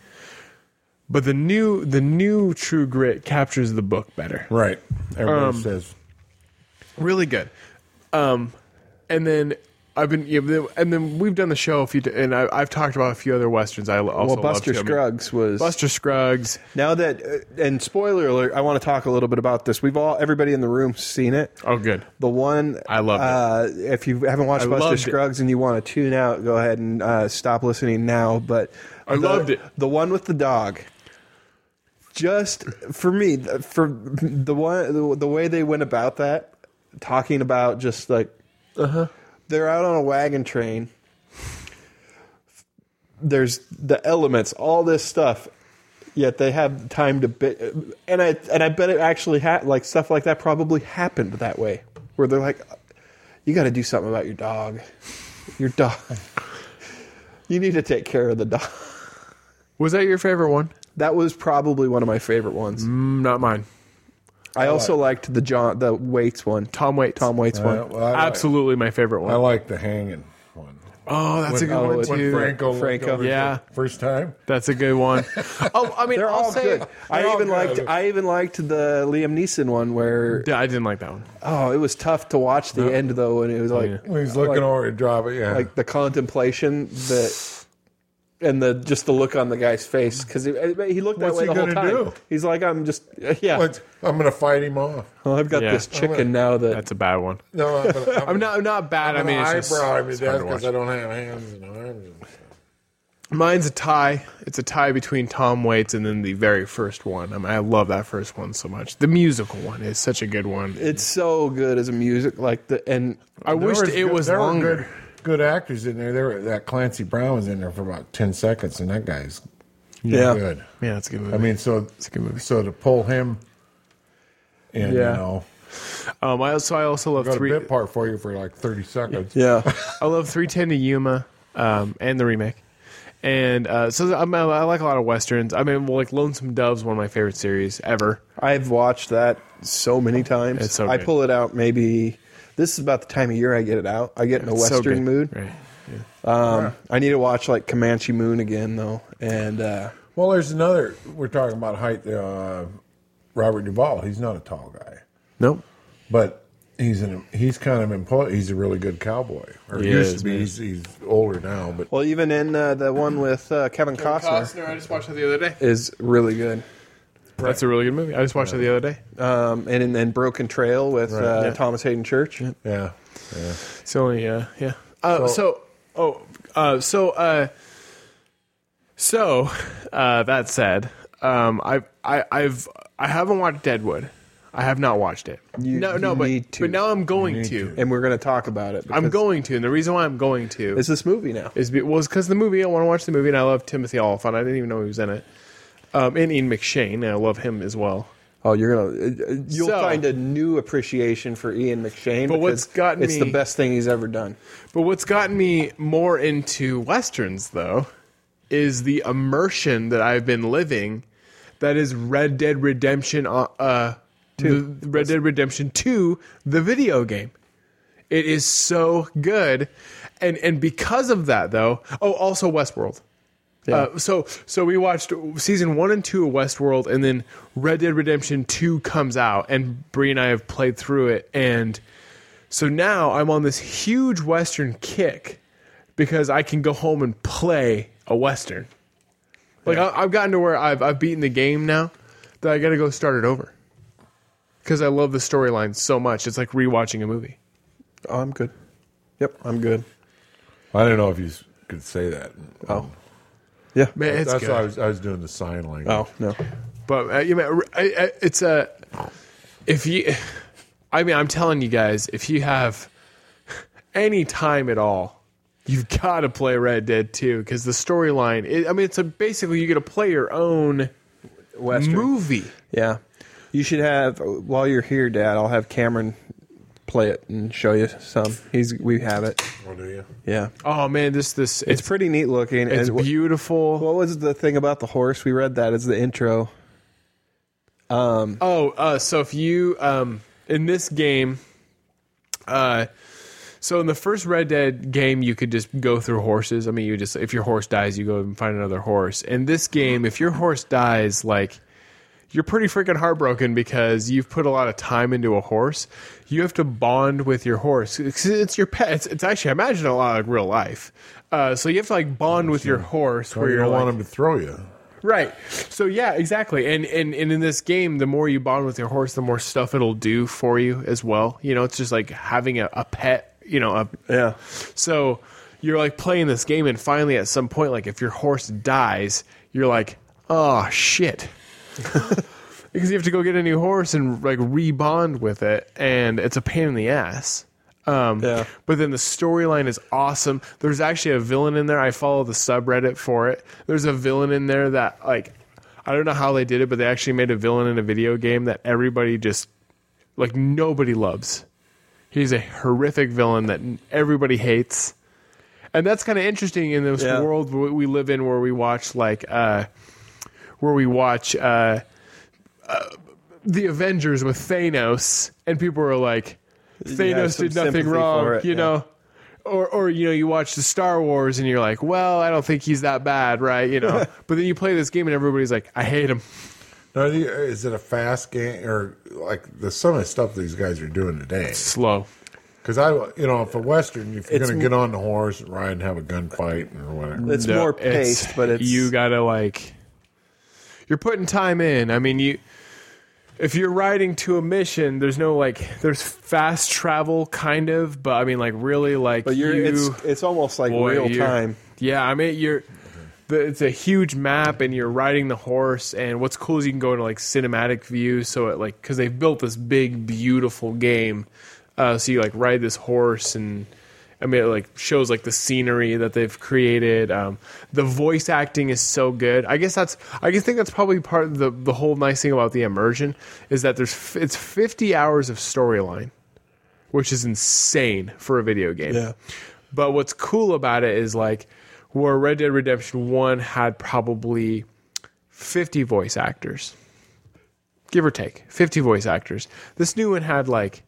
Speaker 4: but the new the new True Grit captures the book better.
Speaker 5: Right. Everybody
Speaker 3: Um,
Speaker 5: says
Speaker 4: Really good. Um, and then I've been yeah, the- and then we've done the show a few, t- and I, I've talked about a few other westerns. I also
Speaker 3: Well,
Speaker 4: love,
Speaker 3: Buster
Speaker 4: too. I mean,
Speaker 3: Scruggs was
Speaker 4: Buster Scruggs.
Speaker 3: Now that uh, and spoiler alert, I want to talk a little bit about this. We've all everybody in the room seen it.
Speaker 4: Oh, good.
Speaker 3: The one
Speaker 4: I loved
Speaker 3: Uh, if you haven't watched
Speaker 4: I
Speaker 3: Buster
Speaker 4: loved it.
Speaker 3: Scruggs and you want to tune out, go ahead and uh, stop listening now. But
Speaker 4: I
Speaker 3: the-
Speaker 4: loved it.
Speaker 3: The one with the dog. Just for me, th- for the one, the, the way they went about that, talking about just like,
Speaker 4: Uh-huh.
Speaker 3: they're out on a wagon train. There's the elements, all this stuff, yet they have time to bit and i and i bet it actually had like stuff like that probably happened that way where they're like you got to do something about your dog your dog you need to take care of the dog
Speaker 4: Was that your favorite one?
Speaker 3: that was probably one of my favorite ones
Speaker 4: Mm, not mine.
Speaker 3: i also liked the john the waits one
Speaker 4: Tom Waits.
Speaker 3: tom waits
Speaker 5: I-
Speaker 4: Uh,
Speaker 3: one
Speaker 5: well, I,
Speaker 4: Absolutely my favorite
Speaker 5: I
Speaker 4: one.
Speaker 5: like the hanging one.
Speaker 4: Oh, that's a good
Speaker 3: oh,
Speaker 4: one
Speaker 3: it's-
Speaker 4: too.
Speaker 3: when
Speaker 5: When Franco looked
Speaker 3: Franco.
Speaker 5: over
Speaker 4: Yeah.
Speaker 5: the first time.
Speaker 4: That's a good one. oh, I mean,
Speaker 3: they're
Speaker 4: I'll
Speaker 3: all
Speaker 4: say-
Speaker 3: good. I
Speaker 5: all
Speaker 3: even
Speaker 5: good.
Speaker 3: liked. I even liked the Liam Neeson one where
Speaker 4: Yeah, I didn't like that one.
Speaker 3: oh, it was tough to watch the end though, and it
Speaker 4: Oh,
Speaker 3: was like
Speaker 5: When he's looking over to drop it, yeah.
Speaker 3: like the contemplation that and the just the look on the guy's face because he, he looked that
Speaker 5: What's
Speaker 3: way the
Speaker 5: he
Speaker 3: whole
Speaker 5: gonna
Speaker 3: time.
Speaker 5: do?
Speaker 3: He's like, I'm just [laughs] yeah.
Speaker 5: Let's- I'm going to fight him off.
Speaker 3: Well, I've got
Speaker 4: Yeah.
Speaker 3: this chicken now that
Speaker 4: That's a bad one.
Speaker 5: No, I'm, gonna,
Speaker 4: [laughs]
Speaker 5: I'm,
Speaker 4: I'm not, I'm not bad. I
Speaker 5: I'm
Speaker 4: mean,
Speaker 5: gonna
Speaker 4: it's just,
Speaker 5: eyebrow him to
Speaker 4: it's
Speaker 5: death
Speaker 4: hard to
Speaker 5: because
Speaker 4: watch.
Speaker 5: I don't have hands and arms. And stuff.
Speaker 4: Mine's a tie. It's a tie between Tom Waits and then the very first one. I mean, I love that first one so much. The musical one is such a good one.
Speaker 3: it's so good as a music like the and
Speaker 4: I
Speaker 5: There
Speaker 4: wished it
Speaker 5: good-
Speaker 4: was
Speaker 5: there were
Speaker 4: longer.
Speaker 5: good, good actors in there. There were, that Clancy Brown was in there for about ten seconds, and that guy's
Speaker 3: Yeah.
Speaker 5: good.
Speaker 4: Yeah, it's a good movie.
Speaker 5: I mean, so
Speaker 4: a good movie.
Speaker 5: so to pull him, and
Speaker 4: Yeah.
Speaker 5: you know,
Speaker 4: um, I also I also love
Speaker 5: got
Speaker 4: three.
Speaker 5: a bit part for you for like thirty seconds.
Speaker 3: yeah.
Speaker 4: I love 310 to Yuma um, and the remake. And uh, so I, mean, I like a lot of westerns. I mean, well, like Lonesome Dove's one of my favorite series ever.
Speaker 3: I've watched that so many times.
Speaker 4: It's so
Speaker 3: I
Speaker 4: good.
Speaker 3: pull it out maybe. This is about the time of year I get it out. I get in a
Speaker 4: It's so
Speaker 3: western
Speaker 4: good.
Speaker 3: mood.
Speaker 4: Right.
Speaker 3: Um, I need to watch like Comanche Moon again though, and uh,
Speaker 5: Well, there's another. We're talking about height. Uh, Robert Duvall. He's not a tall guy,
Speaker 4: Nope.
Speaker 5: but he's an he's kind of impo- He's a really good cowboy. Or
Speaker 4: He
Speaker 5: used
Speaker 4: is,
Speaker 5: to be.
Speaker 4: man.
Speaker 5: He's, he's older now, but
Speaker 3: well, even in uh, the one with uh, Kevin Costner
Speaker 4: I just watched that the other day.
Speaker 3: is really good.
Speaker 4: That's a really good movie. I just watched it the other day.
Speaker 3: um, and and then Broken Trail with uh,
Speaker 4: Yeah.
Speaker 3: Thomas Hayden Church.
Speaker 5: yeah, yeah.
Speaker 4: It's only uh, yeah. Uh, so, oh uh, so uh, so uh, that said, um, I've I, I've I haven't watched Deadwood. I have not watched it. no, no,
Speaker 3: you
Speaker 4: but
Speaker 3: need to.
Speaker 4: but now I'm going to.
Speaker 3: And we're going to talk about it.
Speaker 4: I'm
Speaker 3: because
Speaker 4: going to, and the reason why I'm going to
Speaker 3: It's this movie now.
Speaker 4: is be, was because the movie I want to watch the movie, and I love Timothy Oliphant. I didn't even know he was in it. Um, and Ian McShane, and I love him as well.
Speaker 3: Oh, you're going to you'll
Speaker 4: uh, So-
Speaker 3: find a new appreciation for Ian McShane.
Speaker 4: But what's
Speaker 3: because
Speaker 4: gotten
Speaker 3: it's the
Speaker 4: me-
Speaker 3: best thing he's ever done.
Speaker 4: But what's gotten me more into westerns, though, is the immersion that I've been living. That is Red Dead Redemption, uh, uh, two. Red Dead Redemption Two, the video game. It is so good, and and because of that, though. Oh, also Westworld. Uh, so so we watched season one and two of Westworld, and then Red Dead Redemption Two comes out, and Bree and I have played through it, and so now I'm on this huge Western kick because I can go home and play a Western. Like I, I've gotten to where I've I've beaten the game now that I got to go start it over because I love the storyline so much. It's like rewatching a movie.
Speaker 3: Oh, I'm good. Yep, I'm good.
Speaker 5: I don't know if you s- could say that.
Speaker 3: Oh.
Speaker 5: Um,
Speaker 4: Man, it's
Speaker 5: That's
Speaker 4: good.
Speaker 5: why I was, I was doing the sign language.
Speaker 3: Oh no.
Speaker 4: But uh, you know, I, I, it's a if you, I mean, I'm telling you guys, if you have any time at all, you've got to play Red Dead 2 because the storyline. it- I mean, it's a basically you get to play your own
Speaker 3: Western.
Speaker 4: movie.
Speaker 3: Mm-hmm. Yeah. You should have while you're here, Dad. I'll have Cameron play it and show you some. He's we have it.
Speaker 5: Oh, do you?
Speaker 3: Yeah.
Speaker 4: Oh man, this this
Speaker 3: It's
Speaker 4: it's
Speaker 3: pretty neat looking.
Speaker 4: it's
Speaker 3: and wh-
Speaker 4: beautiful.
Speaker 3: What was the thing about the horse? We read that as the intro.
Speaker 4: Oh, uh, so if you um, in this game, uh, so in the first Red Dead game, you could just go through horses. I mean, you just if your horse dies, you go and find another horse. In this game, if your horse dies, like you're pretty freaking heartbroken because you've put a lot of time into a horse. You have to bond with your horse. 'Cause It's your pet. It's, it's actually I imagine a lot like real life. Uh, so you have to like bond with your horse.
Speaker 5: Or you
Speaker 4: you're
Speaker 5: don't
Speaker 4: like-
Speaker 5: want them to throw you.
Speaker 4: Right. So yeah, exactly. And, and and in this game, the more you bond with your horse, the more stuff it'll do for you as well. You know, it's just like having a, a pet. You know, a,
Speaker 3: Yeah.
Speaker 4: so you're like playing this game, and finally, at some point, like if your horse dies, you're like, oh shit. [laughs] Because you have to go get a new horse and like rebond with it, and it's a pain in the ass. Um,
Speaker 3: Yeah.
Speaker 4: But then the storyline is awesome. There's actually a villain in there. I follow the subreddit for it. There's a villain in there that like I don't know how they did it, but they actually made a villain in a video game that everybody just like nobody loves. He's a horrific villain that everybody hates. And that's kind of interesting in this
Speaker 3: Yeah.
Speaker 4: world w- we live in where we watch like uh where we watch uh, uh the Avengers with Thanos and people are like Thanos
Speaker 3: some
Speaker 4: did nothing
Speaker 3: sympathy
Speaker 4: wrong,
Speaker 3: for it,
Speaker 4: you
Speaker 3: yeah.
Speaker 4: know. Or, or you know you watch the Star Wars and you're like, well, I don't think he's that bad, right?
Speaker 3: [laughs]
Speaker 4: You know, but then you play this game and everybody's like, I hate him.
Speaker 5: Now, are you- is it a fast game or like the some of the stuff these guys are doing today?
Speaker 4: Slow.
Speaker 5: Because I, you know, for Western, if you're
Speaker 3: It's
Speaker 5: going to get on the horse, and ride, and have a gunfight or whatever.
Speaker 3: It's
Speaker 4: No,
Speaker 3: more paced, but it's
Speaker 4: you gotta like you're putting time in. I mean, you if you're riding to a mission, there's no like there's fast travel kind of, but I mean like really like
Speaker 3: But you're
Speaker 4: you,
Speaker 3: it's it's almost like
Speaker 4: boy,
Speaker 3: real
Speaker 4: you're-
Speaker 3: time.
Speaker 4: Yeah, I mean you're. The, it's a huge map, and you're riding the horse. And what's cool is you can go into like cinematic view, so it like because they've built this big, beautiful game. Uh, so you like ride this horse, and I mean it like shows like the scenery that they've created. Um, the voice acting is so good. I guess that's I guess think that's probably part of the the whole nice thing about the immersion is that there's f- it's 50 hours of storyline, which is insane for a video game.
Speaker 3: Yeah.
Speaker 4: But what's cool about it is like where Red Dead Redemption 1 had probably 50 voice actors, give or take, 50 voice actors. This new one had like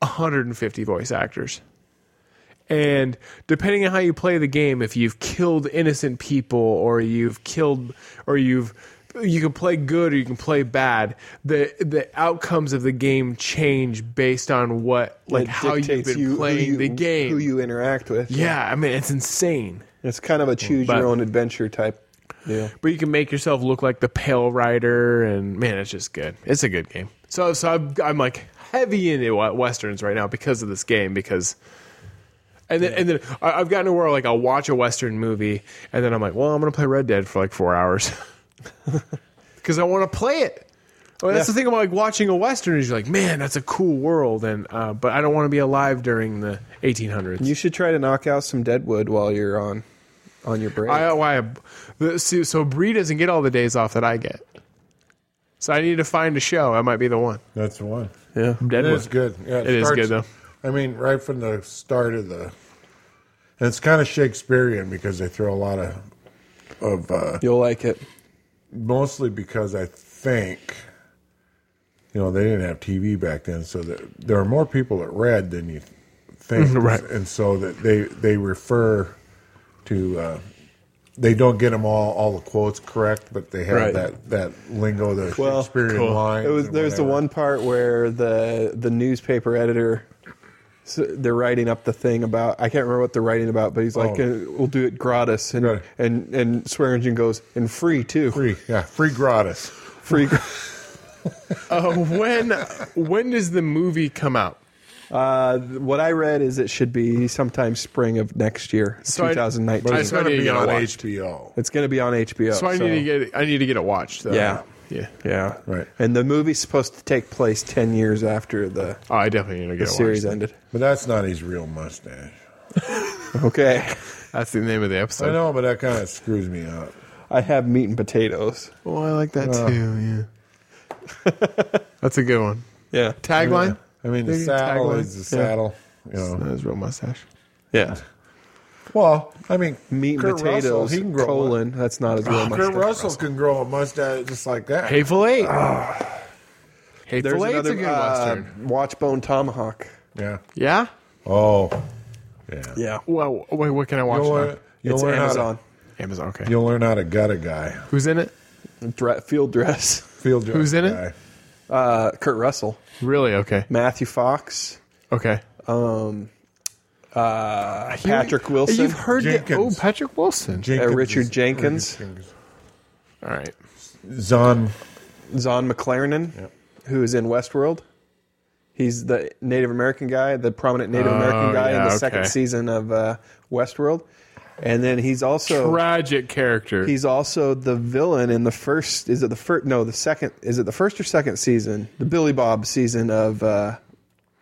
Speaker 4: 150 voice actors. And depending on how you play the game, if you've killed innocent people or you've killed or you've you can play good or you can play bad. The the outcomes of the game change based on what like
Speaker 3: It
Speaker 4: how you've
Speaker 3: dictates
Speaker 4: been
Speaker 3: you- who
Speaker 4: playing
Speaker 3: you-
Speaker 4: the game.
Speaker 3: who you interact with.
Speaker 4: Yeah, I mean it's insane.
Speaker 3: It's kind of a choose
Speaker 4: But-
Speaker 3: your own adventure type deal.
Speaker 4: But you can make yourself look like the Pale Rider, and man, it's just good. It's a good game. So so I'm, I'm like heavy into uh, westerns right now because of this game because. And then, and then I- I've gotten to where like I'll watch a western movie, and then I'm like, well, I'm gonna play Red Dead for like four hours [laughs] because I want to play it. Well, that's the thing about like watching a western is you're like, man, that's a cool world, and uh, but I don't want to be alive during the 1800s.
Speaker 3: You should try to knock out some deadwood while you're on on your break.
Speaker 4: I, why I- the- so, so Bree doesn't get all the days off that I get. So I need to find a show. I might be the one.
Speaker 5: That's the one.
Speaker 3: yeah.
Speaker 5: It is good. Yeah,
Speaker 4: It is good,
Speaker 5: I mean, right from the start of the, and it's kind of Shakespearean because they throw a lot of, of uh,
Speaker 3: You'll like it.
Speaker 5: mostly because I think, you know, they didn't have TV back then, so that there are more people that read than you
Speaker 4: [laughs]
Speaker 5: think,
Speaker 4: Right.
Speaker 5: And so that they they refer to. Uh, they don't get them all all the quotes correct, but they have
Speaker 3: Right.
Speaker 5: that that lingo, the
Speaker 3: Well,
Speaker 5: Shakespearean lines.
Speaker 3: It was
Speaker 5: and
Speaker 3: there's the
Speaker 5: whatever.
Speaker 3: one part where the the newspaper editor So they're writing up the thing about I can't remember what they're writing about, but he's like,
Speaker 5: Oh.
Speaker 3: uh, "We'll do it gratis," and
Speaker 5: Right.
Speaker 3: and and Swearingen goes and free too,
Speaker 5: Free, yeah, free gratis.
Speaker 3: free. [laughs] gr-
Speaker 4: Uh, when when does the movie come out?
Speaker 3: Uh, what I read is it should be sometime spring of next year,
Speaker 4: So I-
Speaker 5: But
Speaker 3: 2019.
Speaker 5: it's
Speaker 4: so I
Speaker 5: going to
Speaker 4: need to
Speaker 5: be
Speaker 4: get
Speaker 5: on
Speaker 4: a watch.
Speaker 5: HBO.
Speaker 3: it's going to be on HBO.
Speaker 4: So I need to get I need to get it watched. Though.
Speaker 3: Yeah.
Speaker 4: yeah.
Speaker 3: yeah,
Speaker 5: Right.
Speaker 3: And the movie's supposed to take place ten years after the,
Speaker 4: Oh, I definitely need to
Speaker 3: the
Speaker 4: get it
Speaker 3: series
Speaker 4: watched.
Speaker 3: ended.
Speaker 5: But that's not his real mustache.
Speaker 3: Okay,
Speaker 4: That's the name of the episode.
Speaker 5: I know, but that kind of screws me up.
Speaker 3: I have meat and potatoes.
Speaker 4: Oh, I like that
Speaker 5: Uh.
Speaker 4: too. Yeah, [laughs] that's a good one.
Speaker 3: Yeah,
Speaker 4: Tagline.
Speaker 5: I mean, the
Speaker 4: Maybe a
Speaker 5: saddle
Speaker 4: tagline.
Speaker 5: is the saddle. You know.
Speaker 4: That is real mustache.
Speaker 3: yeah.
Speaker 5: Well, I mean,
Speaker 3: Meat and
Speaker 5: Kurt Russell,
Speaker 3: potatoes.
Speaker 5: he can grow
Speaker 3: colon. That's not as
Speaker 5: A,
Speaker 3: real.
Speaker 5: Kurt
Speaker 3: mustache.
Speaker 5: Russell, can grow a mustache just like that.
Speaker 4: Hateful Eight.
Speaker 5: Ah.
Speaker 4: Hateful
Speaker 3: There's
Speaker 4: Eight's
Speaker 3: another
Speaker 4: a good
Speaker 3: uh,
Speaker 4: western.
Speaker 3: watch bone tomahawk.
Speaker 5: Yeah.
Speaker 4: Yeah.
Speaker 5: Oh. Yeah.
Speaker 3: Yeah,
Speaker 4: Well, wait. What can I watch?
Speaker 5: You'll
Speaker 4: now?
Speaker 5: learn, you'll
Speaker 3: it's
Speaker 5: learn
Speaker 3: Amazon.
Speaker 5: How
Speaker 4: Amazon. Okay.
Speaker 5: to, you'll learn how to gut a guy.
Speaker 4: Who's in it?
Speaker 3: Dre- field dress. [laughs]
Speaker 5: Field dress
Speaker 4: Who's in it?
Speaker 5: guy.
Speaker 3: Uh, Kurt Russell,
Speaker 4: Really? Okay.
Speaker 3: Matthew Fox,
Speaker 4: Okay.
Speaker 3: um, uh, Patrick Wilson,
Speaker 4: You've heard that? Oh,
Speaker 5: Jenkins.
Speaker 4: Patrick Wilson.
Speaker 3: uh,
Speaker 5: Jenkins
Speaker 3: Richard
Speaker 5: is-
Speaker 3: Jenkins,
Speaker 4: All right.
Speaker 5: Zahn.
Speaker 3: Zon McLaren, who is in Westworld. He's the Native American guy, the prominent Native
Speaker 4: Oh,
Speaker 3: American guy in
Speaker 4: yeah,
Speaker 3: the
Speaker 4: okay.
Speaker 3: second season of uh, Westworld, and then he's also
Speaker 4: Tragic character.
Speaker 3: Oh. he's also the villain in the first. Is it the first? No, the second. Is it the first or second season? The Billy Bob season of uh,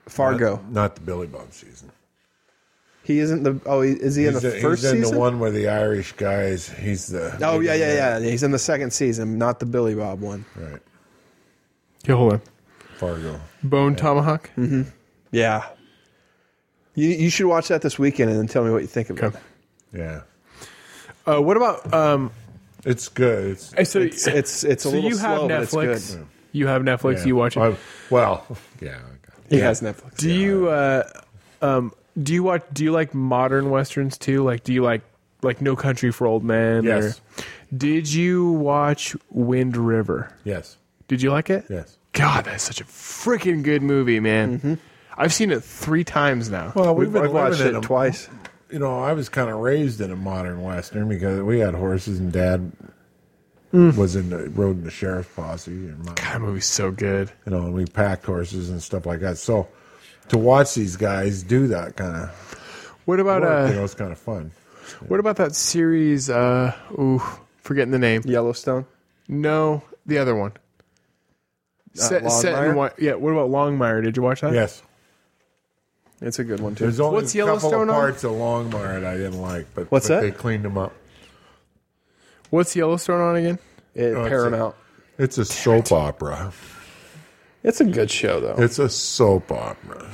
Speaker 3: Fargo.
Speaker 5: Not the Billy Bob season.
Speaker 3: He isn't the. Oh, he- is he in
Speaker 5: he's
Speaker 3: the
Speaker 5: a-
Speaker 3: first
Speaker 5: he's in
Speaker 3: season?
Speaker 5: the one where the Irish guys. He's the.
Speaker 3: Oh yeah, yeah, yeah. He's in the second season, not the Billy Bob one.
Speaker 5: Right.
Speaker 4: Yeah, hold on.
Speaker 5: Fargo.
Speaker 4: Bone tomahawk.
Speaker 3: Mm-hmm. Yeah. You you should watch that this weekend and then tell me what you think of
Speaker 4: Okay.
Speaker 3: it.
Speaker 5: Yeah.
Speaker 4: Uh, what about um?
Speaker 5: It's good. It's,
Speaker 4: So
Speaker 3: It's it's it's a
Speaker 4: so
Speaker 3: little
Speaker 4: you have
Speaker 3: slow, but it's
Speaker 4: Netflix.
Speaker 3: good.
Speaker 4: You have Netflix.
Speaker 5: yeah.
Speaker 4: You watch it.
Speaker 5: I- well, yeah. okay.
Speaker 3: He has Netflix.
Speaker 4: Do you uh, um, do you watch do you like modern westerns too? Like do you like like No Country for Old Men?
Speaker 5: Yes.
Speaker 4: Or, did you watch Wind River?
Speaker 5: Yes.
Speaker 4: Did you like it?
Speaker 5: Yes.
Speaker 4: God, that's such a freaking good movie, man. I've seen it three times now.
Speaker 5: Mm-hmm. Well, we've, been
Speaker 3: I've watched
Speaker 5: living in
Speaker 3: it
Speaker 5: a-
Speaker 3: twice.
Speaker 5: You know, I was kind of raised in a modern western because we had horses and dad
Speaker 4: Mm.
Speaker 5: was in the, rode in the sheriff's posse and my,
Speaker 4: that movie's so good.
Speaker 5: you know, and we packed horses and stuff like that. So to watch these guys do that kind of
Speaker 4: What about
Speaker 5: work, you
Speaker 4: uh,
Speaker 5: know, it's kind of fun.
Speaker 4: what about that series? Uh, ooh, forgetting the name.
Speaker 3: Yellowstone.
Speaker 4: No, the other one.
Speaker 5: Uh,
Speaker 4: set, set in
Speaker 3: Longmire?
Speaker 4: Wy- yeah. What about Longmire? Did you watch that?
Speaker 5: Yes.
Speaker 3: It's a good one too.
Speaker 5: There's only
Speaker 4: What's
Speaker 5: a couple
Speaker 4: Yellowstone on?
Speaker 5: of parts of Longmire that I didn't like, but,
Speaker 3: What's
Speaker 5: but
Speaker 3: that?
Speaker 5: they cleaned them up.
Speaker 4: What's Yellowstone on again?
Speaker 3: It,
Speaker 5: it's a-
Speaker 3: Paramount.
Speaker 5: It's a soap opera.
Speaker 3: It's a good show though.
Speaker 5: It's a soap opera.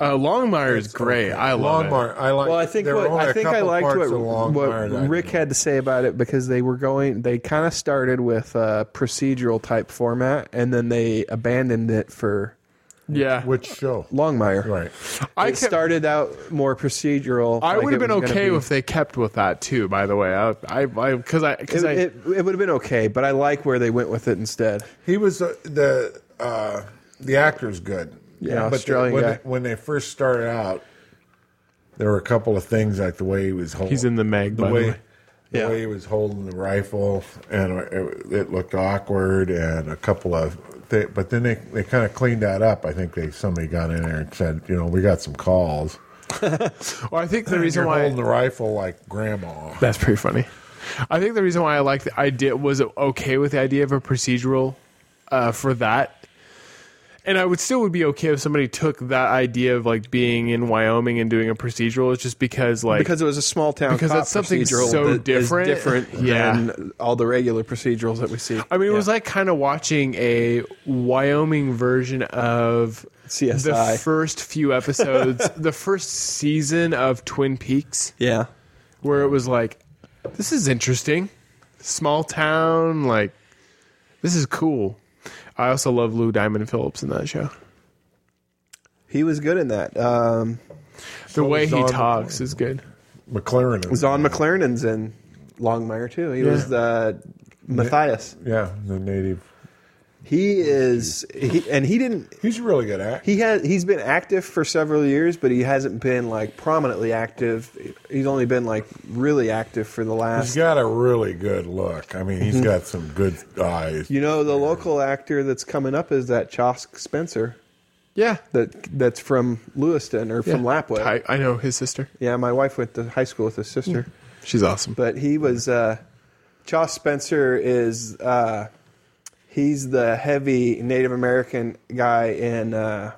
Speaker 4: Uh, Longmire is great. I love it.
Speaker 5: Longmire, I like.
Speaker 3: Well, I think
Speaker 5: there were
Speaker 3: what,
Speaker 5: only
Speaker 3: I
Speaker 5: a
Speaker 3: think I
Speaker 5: couple
Speaker 3: liked
Speaker 5: parts
Speaker 3: what,
Speaker 5: of Longmire that I
Speaker 3: what Rick
Speaker 5: didn't
Speaker 3: had to say about it because they were going. They kind of started with a procedural type format, and then they abandoned it for
Speaker 4: Yeah,
Speaker 5: Which show?
Speaker 3: Longmire.
Speaker 5: Right.
Speaker 4: I
Speaker 3: It
Speaker 4: kept-
Speaker 3: started out more procedural.
Speaker 4: I
Speaker 3: like
Speaker 4: would have
Speaker 3: it
Speaker 4: been
Speaker 3: was gonna
Speaker 4: okay
Speaker 3: be-
Speaker 4: if they kept with that too. By the way, I, I, because I, because
Speaker 3: It,
Speaker 4: I,
Speaker 3: it, it would have been okay, but I like where they went with it instead.
Speaker 5: He was uh, the uh, the actor's good.
Speaker 3: Yeah,
Speaker 5: but the-
Speaker 3: Australian
Speaker 5: when,
Speaker 3: guy.
Speaker 5: They, when they first started out, there were a couple of things like the way he was holding.
Speaker 4: He's in the mag,
Speaker 5: The
Speaker 4: by the
Speaker 5: way,
Speaker 4: way.
Speaker 5: the
Speaker 3: Yeah.
Speaker 5: way he was holding the rifle, and it, it looked awkward, and a couple of. They, but then they, they kind of cleaned that up. I think they somebody got in there and said, you know, we got some calls.
Speaker 4: well, I think the reason
Speaker 5: You're
Speaker 4: why
Speaker 5: holding the rifle like grandma.
Speaker 4: that's pretty funny. I think the reason why I liked the idea was okay with the idea of a procedural uh, for that, and I would still would be okay if somebody took that idea of like being in Wyoming and doing a procedural. It's just because like
Speaker 3: Because it was a small town.
Speaker 4: Because
Speaker 3: cop
Speaker 4: that's something
Speaker 3: procedural
Speaker 4: so
Speaker 3: that is
Speaker 4: different.
Speaker 3: different
Speaker 4: [laughs] Yeah.
Speaker 3: than all the regular procedurals that we see.
Speaker 4: I mean, it was
Speaker 3: Yeah.
Speaker 4: like kind of watching a Wyoming version of
Speaker 3: CSI.
Speaker 4: The first
Speaker 3: [laughs]
Speaker 4: few episodes, the first season of Twin Peaks,
Speaker 3: yeah,
Speaker 4: where it was like, "This is interesting, small town. Like, this is cool." I also love Lou Diamond Phillips in that show.
Speaker 3: he was good in that. Um,
Speaker 4: The way he
Speaker 5: Zahn
Speaker 4: talks
Speaker 5: McClane.
Speaker 4: is good.
Speaker 5: McLaren. is-
Speaker 3: Zon McLaren's in Longmire too. He was the Matthias.
Speaker 5: Yeah, the native.
Speaker 3: He is, he, and he didn't.
Speaker 5: He's a really good actor.
Speaker 3: He has he's been active for several years, but he hasn't been like prominently active. He's only been like really active for the
Speaker 5: He's
Speaker 3: last.
Speaker 5: got a really good look. I mean,
Speaker 4: Mm-hmm.
Speaker 5: he's got some good eyes.
Speaker 3: you know, the local actor that's coming up is that Chosk Spencer
Speaker 4: Yeah.
Speaker 3: that that's from Lewiston or from Lapwood.
Speaker 4: I, I know his sister.
Speaker 3: Yeah, my wife went to high school with his sister.
Speaker 4: She's awesome.
Speaker 3: But he was uh Choss Spencer is uh he's the heavy Native American guy in uh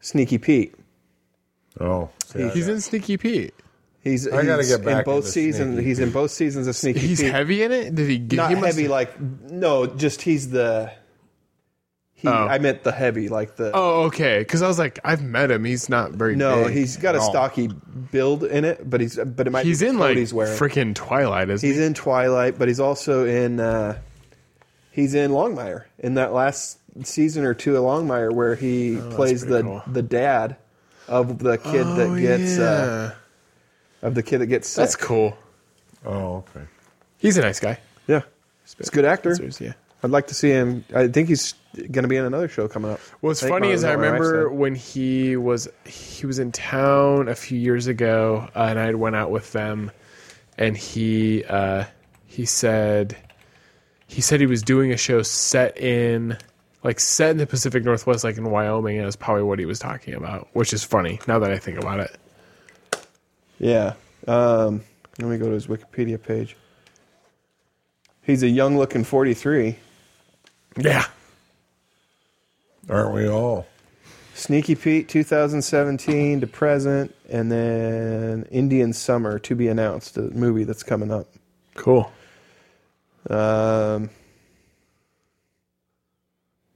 Speaker 3: Sneaky Pete.
Speaker 5: Oh, yeah,
Speaker 4: He's in Sneaky Pete.
Speaker 3: He's,
Speaker 5: I gotta
Speaker 3: he's
Speaker 5: get back
Speaker 3: in both
Speaker 5: into
Speaker 3: seasons.
Speaker 5: Sneaky
Speaker 3: He's in both seasons of Sneaky
Speaker 4: He's
Speaker 3: Pete.
Speaker 4: heavy in it. Did he get
Speaker 3: Not
Speaker 4: he must-
Speaker 3: heavy like no, just he's the he
Speaker 4: Oh.
Speaker 3: I meant the heavy like the
Speaker 4: Oh, okay. Because I was like, I've met him. He's not very.
Speaker 3: No,
Speaker 4: big
Speaker 3: he's got a
Speaker 4: at all.
Speaker 3: stocky build in it, but he's but it might
Speaker 4: He's
Speaker 3: be
Speaker 4: in
Speaker 3: what
Speaker 4: like
Speaker 3: he's wearing.
Speaker 4: freaking Twilight, isn't
Speaker 3: He's
Speaker 4: he?
Speaker 3: in Twilight, but he's also in uh, he's in Longmire in that last season or two of Longmire where he plays the
Speaker 4: Oh, pretty cool.
Speaker 3: the dad of the kid
Speaker 4: Oh,
Speaker 3: that gets uh,
Speaker 4: yeah.
Speaker 3: of the kid that gets sick.
Speaker 4: That's cool.
Speaker 5: Oh, okay.
Speaker 4: He's a nice guy.
Speaker 3: Yeah, he's a good actor.
Speaker 4: Yeah.
Speaker 3: I'd like to see him. I think he's going to be in another show coming up.
Speaker 4: What's
Speaker 3: I think
Speaker 4: funny
Speaker 3: my-
Speaker 4: is I
Speaker 3: my wife
Speaker 4: remember
Speaker 3: said.
Speaker 4: when he was he was in town a few years ago, uh, and I went out with them, and he uh, he said he said he was doing a show set in like set in the Pacific Northwest, like in Wyoming, and that's probably what he was talking about, which is funny now that I think about it.
Speaker 3: Yeah. Um, let me go to his Wikipedia page. He's a young looking 43.
Speaker 4: Yeah,
Speaker 5: Aren't we all?
Speaker 3: Sneaky Pete 2017 to present, and then Indian Summer to be announced, a movie that's coming up.
Speaker 4: cool.
Speaker 3: Um,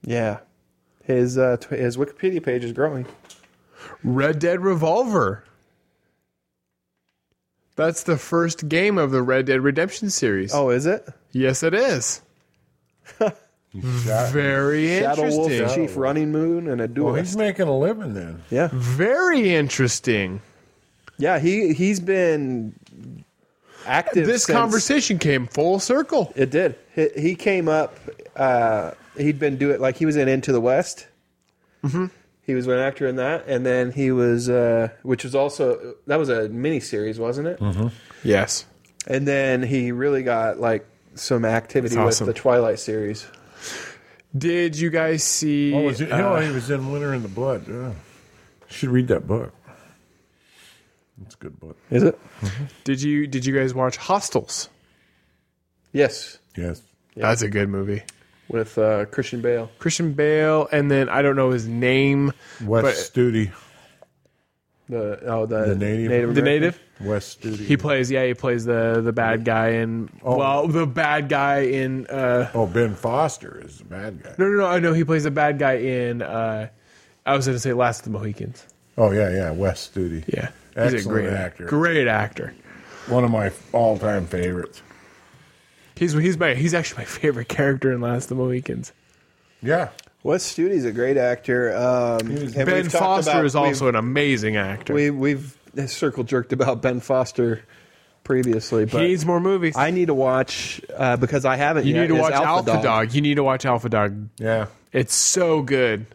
Speaker 3: yeah, his uh, tw- his Wikipedia page is growing.
Speaker 4: Red Dead Revolver. That's the first game of the Red Dead Redemption series.
Speaker 3: Oh, is it?
Speaker 4: yes, it is.
Speaker 5: Shot-
Speaker 4: Very
Speaker 3: Shadow Wolf,
Speaker 4: interesting.
Speaker 3: Chief Running Moon, and a
Speaker 5: Well, he's
Speaker 3: duelist.
Speaker 5: making a living then.
Speaker 3: yeah,
Speaker 4: Very interesting.
Speaker 3: yeah. He he's been active.
Speaker 4: This
Speaker 3: since-
Speaker 4: conversation came full circle.
Speaker 3: It did. He, he came up. Uh, he'd been doing like he was in Into the West. Mm-hmm. He was an actor in that, and then he was, uh, which was also that was a miniseries, wasn't it?
Speaker 4: Yes.
Speaker 3: And then he really got like some activity
Speaker 4: That's awesome.
Speaker 3: with the Twilight series.
Speaker 4: Did you guys see?
Speaker 5: Oh, was he,
Speaker 4: uh,
Speaker 5: oh, he was in Winter in the Blood. Yeah. Should read that book. It's a good book.
Speaker 3: Is it?
Speaker 4: did you Did you guys watch Hostels?
Speaker 3: Yes,
Speaker 5: Yes.
Speaker 4: That's a good movie.
Speaker 3: with uh, Christian Bale.
Speaker 4: Christian Bale, and then I don't know his name. uh,
Speaker 5: West Studi.
Speaker 3: The oh the,
Speaker 5: The Native.
Speaker 4: The
Speaker 3: American.
Speaker 4: native.
Speaker 5: West Studi.
Speaker 4: He plays. Yeah, he plays the the bad guy in. Well, the bad guy in. Uh,
Speaker 5: oh, Ben Foster is the bad guy.
Speaker 4: no, no, no. I know he plays the bad guy in. Uh, I was going to say Last of the Mohicans.
Speaker 5: Oh, yeah, yeah. West Studi.
Speaker 4: Yeah, he's a
Speaker 5: Excellent
Speaker 4: great
Speaker 5: actor.
Speaker 4: Great actor.
Speaker 5: One of my all time favorites.
Speaker 4: He's he's my he's actually my [laughs] favorite character in Last of the Mohicans.
Speaker 5: Yeah.
Speaker 3: Wes Studi's a great actor. Um,
Speaker 5: was-
Speaker 3: and
Speaker 4: ben
Speaker 3: we've talked
Speaker 4: Foster
Speaker 3: about-
Speaker 4: is also an amazing actor.
Speaker 3: we've, we we've circle jerked about Ben Foster previously,
Speaker 4: he
Speaker 3: but
Speaker 4: needs more movies.
Speaker 3: I need to watch uh, because I haven't.
Speaker 4: you
Speaker 3: yet,
Speaker 4: need to
Speaker 3: is
Speaker 4: watch Alpha, Dog.
Speaker 3: Dog.
Speaker 4: You need to watch Alpha Dog.
Speaker 5: Yeah.
Speaker 4: It's so good.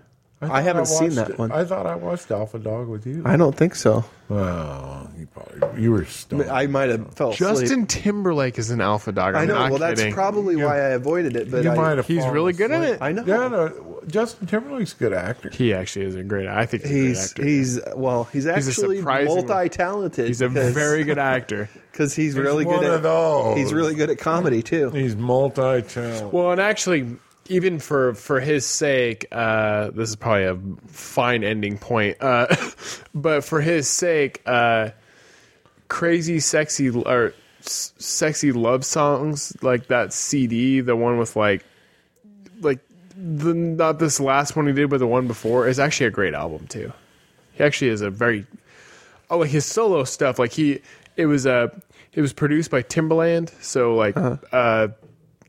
Speaker 3: I haven't seen
Speaker 5: watched
Speaker 3: that
Speaker 5: it.
Speaker 3: one.
Speaker 5: I thought I watched Alpha Dog with you.
Speaker 3: I don't think so.
Speaker 5: Well, you probably you were stoned.
Speaker 3: I might have fell asleep.
Speaker 4: Justin Timberlake is an Alpha Dog. I'm
Speaker 3: I know.
Speaker 4: Not
Speaker 3: Well,
Speaker 4: kidding.
Speaker 3: that's probably why I avoided it. But
Speaker 5: you
Speaker 3: I,
Speaker 5: might have.
Speaker 4: He's
Speaker 5: fallen
Speaker 4: really good at
Speaker 5: asleep.
Speaker 4: it.
Speaker 3: I know
Speaker 5: Yeah, no, Justin Timberlake's a good actor.
Speaker 4: He actually is a great. I think he's a
Speaker 3: he's
Speaker 4: great actor.
Speaker 3: he's well, he's actually
Speaker 4: surprisingly-
Speaker 3: multi-talented.
Speaker 4: He's a very good actor.
Speaker 3: because he's really
Speaker 5: one
Speaker 3: good
Speaker 5: of
Speaker 3: at
Speaker 5: those.
Speaker 3: he's really good at comedy too.
Speaker 5: He's multi-talented.
Speaker 4: Well, and actually, even for for his sake, uh, this is probably a fine ending point. Uh, [laughs] but for his sake, uh, crazy sexy or s- sexy love songs like that CD, the one with like like the not this last one he did, but the one before is actually a great album too. He actually is a very oh like his solo stuff like he it was uh it was produced by Timbaland, so like uh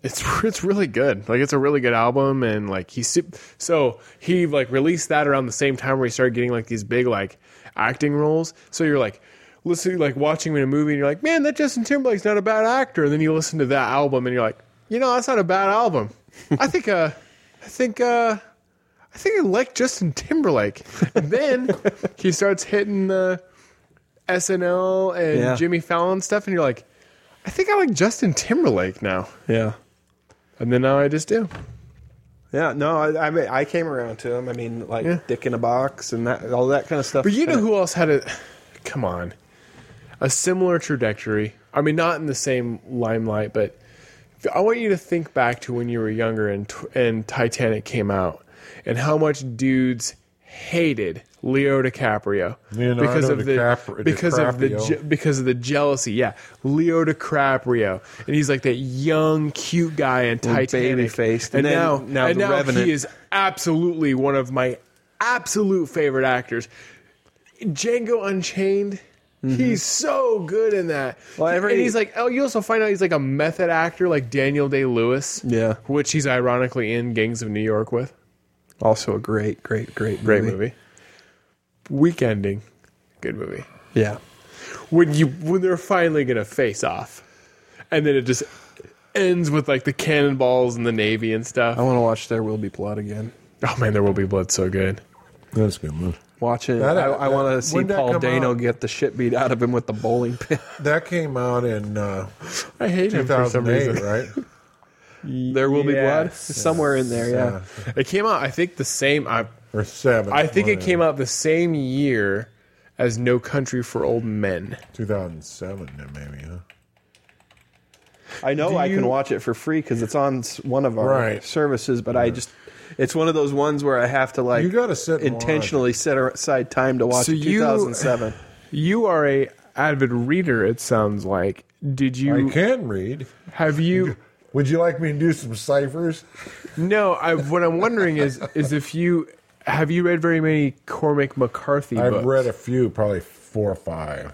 Speaker 4: it's [laughs] it's really good. Like it's a really good album, and like he sup- so he like released that around the same time where he started getting like these big like acting roles. So you're like listening like watching him in a movie, and you're like, man, that Justin Timberlake's not a bad actor. And then you listen to that album, and you're like, you know, that's not a bad album. I think uh, I think uh, I think I like Justin Timberlake. And then he starts hitting the SNL and
Speaker 3: Yeah.
Speaker 4: Jimmy Fallon stuff, and you're like, I think I like Justin Timberlake now.
Speaker 3: Yeah.
Speaker 4: And then now I just do.
Speaker 3: Yeah, no, I, I mean, I came around to him. I mean, like
Speaker 4: Yeah.
Speaker 3: Dick in a Box and that, all that kind of stuff.
Speaker 4: But you know who else had a come on. A similar trajectory. I mean not in the same limelight, but I want you to think back to when you were younger and t- and Titanic came out and how much dudes hated Leo DiCaprio
Speaker 5: Leonardo
Speaker 4: because of the
Speaker 5: DiCapri-
Speaker 4: because of the
Speaker 5: DiCaprio.
Speaker 4: je- because of the jealousy. Yeah, Leo DiCaprio, and he's like that young, cute guy in Titanic,
Speaker 3: baby-faced,
Speaker 4: and,
Speaker 3: and then-
Speaker 4: now
Speaker 3: now
Speaker 4: and
Speaker 3: The
Speaker 4: now
Speaker 3: Revenant.
Speaker 4: he is absolutely one of my absolute favorite actors. Django Unchained. He's so good in that.
Speaker 3: Mm-hmm. Well, every-
Speaker 4: and he's like, oh, you also find out he's like a method actor, like Daniel Day Lewis.
Speaker 3: Yeah.
Speaker 4: which he's ironically in Gangs of New York with.
Speaker 3: Also a great, great, great,
Speaker 4: Great movie. Weekending, good movie.
Speaker 3: Yeah.
Speaker 4: When you when they're finally gonna face off, and then it just ends with like the cannonballs and the navy and stuff.
Speaker 3: I want to watch There Will Be Blood again.
Speaker 4: Oh man, there will be blood. So good.
Speaker 5: That's a good move.
Speaker 3: Watch it.
Speaker 5: That- uh,
Speaker 3: I, I
Speaker 5: that-
Speaker 3: want to see
Speaker 5: when'd that
Speaker 3: Paul
Speaker 5: come
Speaker 3: Dano
Speaker 5: out?
Speaker 3: get the shit beat out of him with the bowling pin. [laughs]
Speaker 5: That came out in uh,
Speaker 4: I hate him for some
Speaker 5: 2008,
Speaker 4: reason.
Speaker 5: right?
Speaker 3: there Will Be Blood?
Speaker 4: Yes.
Speaker 3: It's Somewhere in there, yeah.
Speaker 4: It came out. I think the same. I
Speaker 5: Or seven.
Speaker 4: I think
Speaker 5: one
Speaker 4: it
Speaker 5: of
Speaker 4: came
Speaker 5: them.
Speaker 4: out the same year as No Country for Old Men.
Speaker 5: 2007, then maybe, huh?
Speaker 3: I know
Speaker 4: Do
Speaker 3: I
Speaker 4: you-
Speaker 3: can watch it for free because it's on s- one of our
Speaker 5: Right.
Speaker 3: services, but I just. It's one of those ones where I have to like
Speaker 5: You gotta sit and
Speaker 3: intentionally set aside time to watch
Speaker 4: So
Speaker 3: it.
Speaker 4: you-
Speaker 5: [laughs]
Speaker 3: 2007.
Speaker 4: You are a avid reader. It sounds like. Did you
Speaker 5: I can read.
Speaker 4: have you?
Speaker 5: Would you like me to do some ciphers?
Speaker 4: No. I, what I'm wondering is is if you have you read very many Cormac McCarthy
Speaker 5: I've
Speaker 4: books.
Speaker 5: read a few, probably four or five.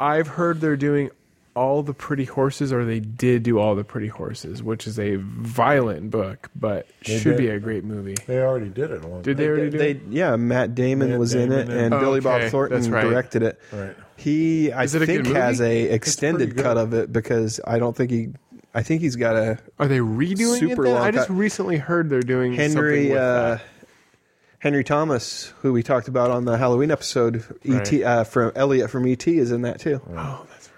Speaker 4: I've heard they're doing all the pretty horses, or they did do all the pretty horses, which is a violent book, but should
Speaker 5: did.
Speaker 4: be a great movie.
Speaker 5: They already did it. a long
Speaker 4: Did
Speaker 5: time.
Speaker 4: they already do?
Speaker 3: They,
Speaker 4: it?
Speaker 3: yeah, Matt Damon
Speaker 5: Matt
Speaker 3: was
Speaker 5: Damon
Speaker 3: in it,
Speaker 5: and-
Speaker 3: and Billy
Speaker 4: Okay,
Speaker 3: Bob
Speaker 4: that's
Speaker 3: Thornton
Speaker 4: right.
Speaker 3: directed it.
Speaker 5: Right.
Speaker 3: He, I
Speaker 4: Is it a good
Speaker 3: think, has
Speaker 4: movie?
Speaker 3: a
Speaker 5: pretty
Speaker 3: extended
Speaker 5: good.
Speaker 3: cut of it because I don't think he, I think he's got a
Speaker 4: Are they redoing
Speaker 3: Super
Speaker 4: it? Then?
Speaker 3: long
Speaker 4: I just
Speaker 3: cut.
Speaker 4: recently heard they're doing Something
Speaker 3: Henry
Speaker 4: with
Speaker 3: uh,
Speaker 4: that.
Speaker 3: Henry Thomas, who we talked about on the Halloween episode,
Speaker 4: Right.
Speaker 3: E.T. Uh, from Elliot from E.T. is in that too.
Speaker 4: Oh, that's right.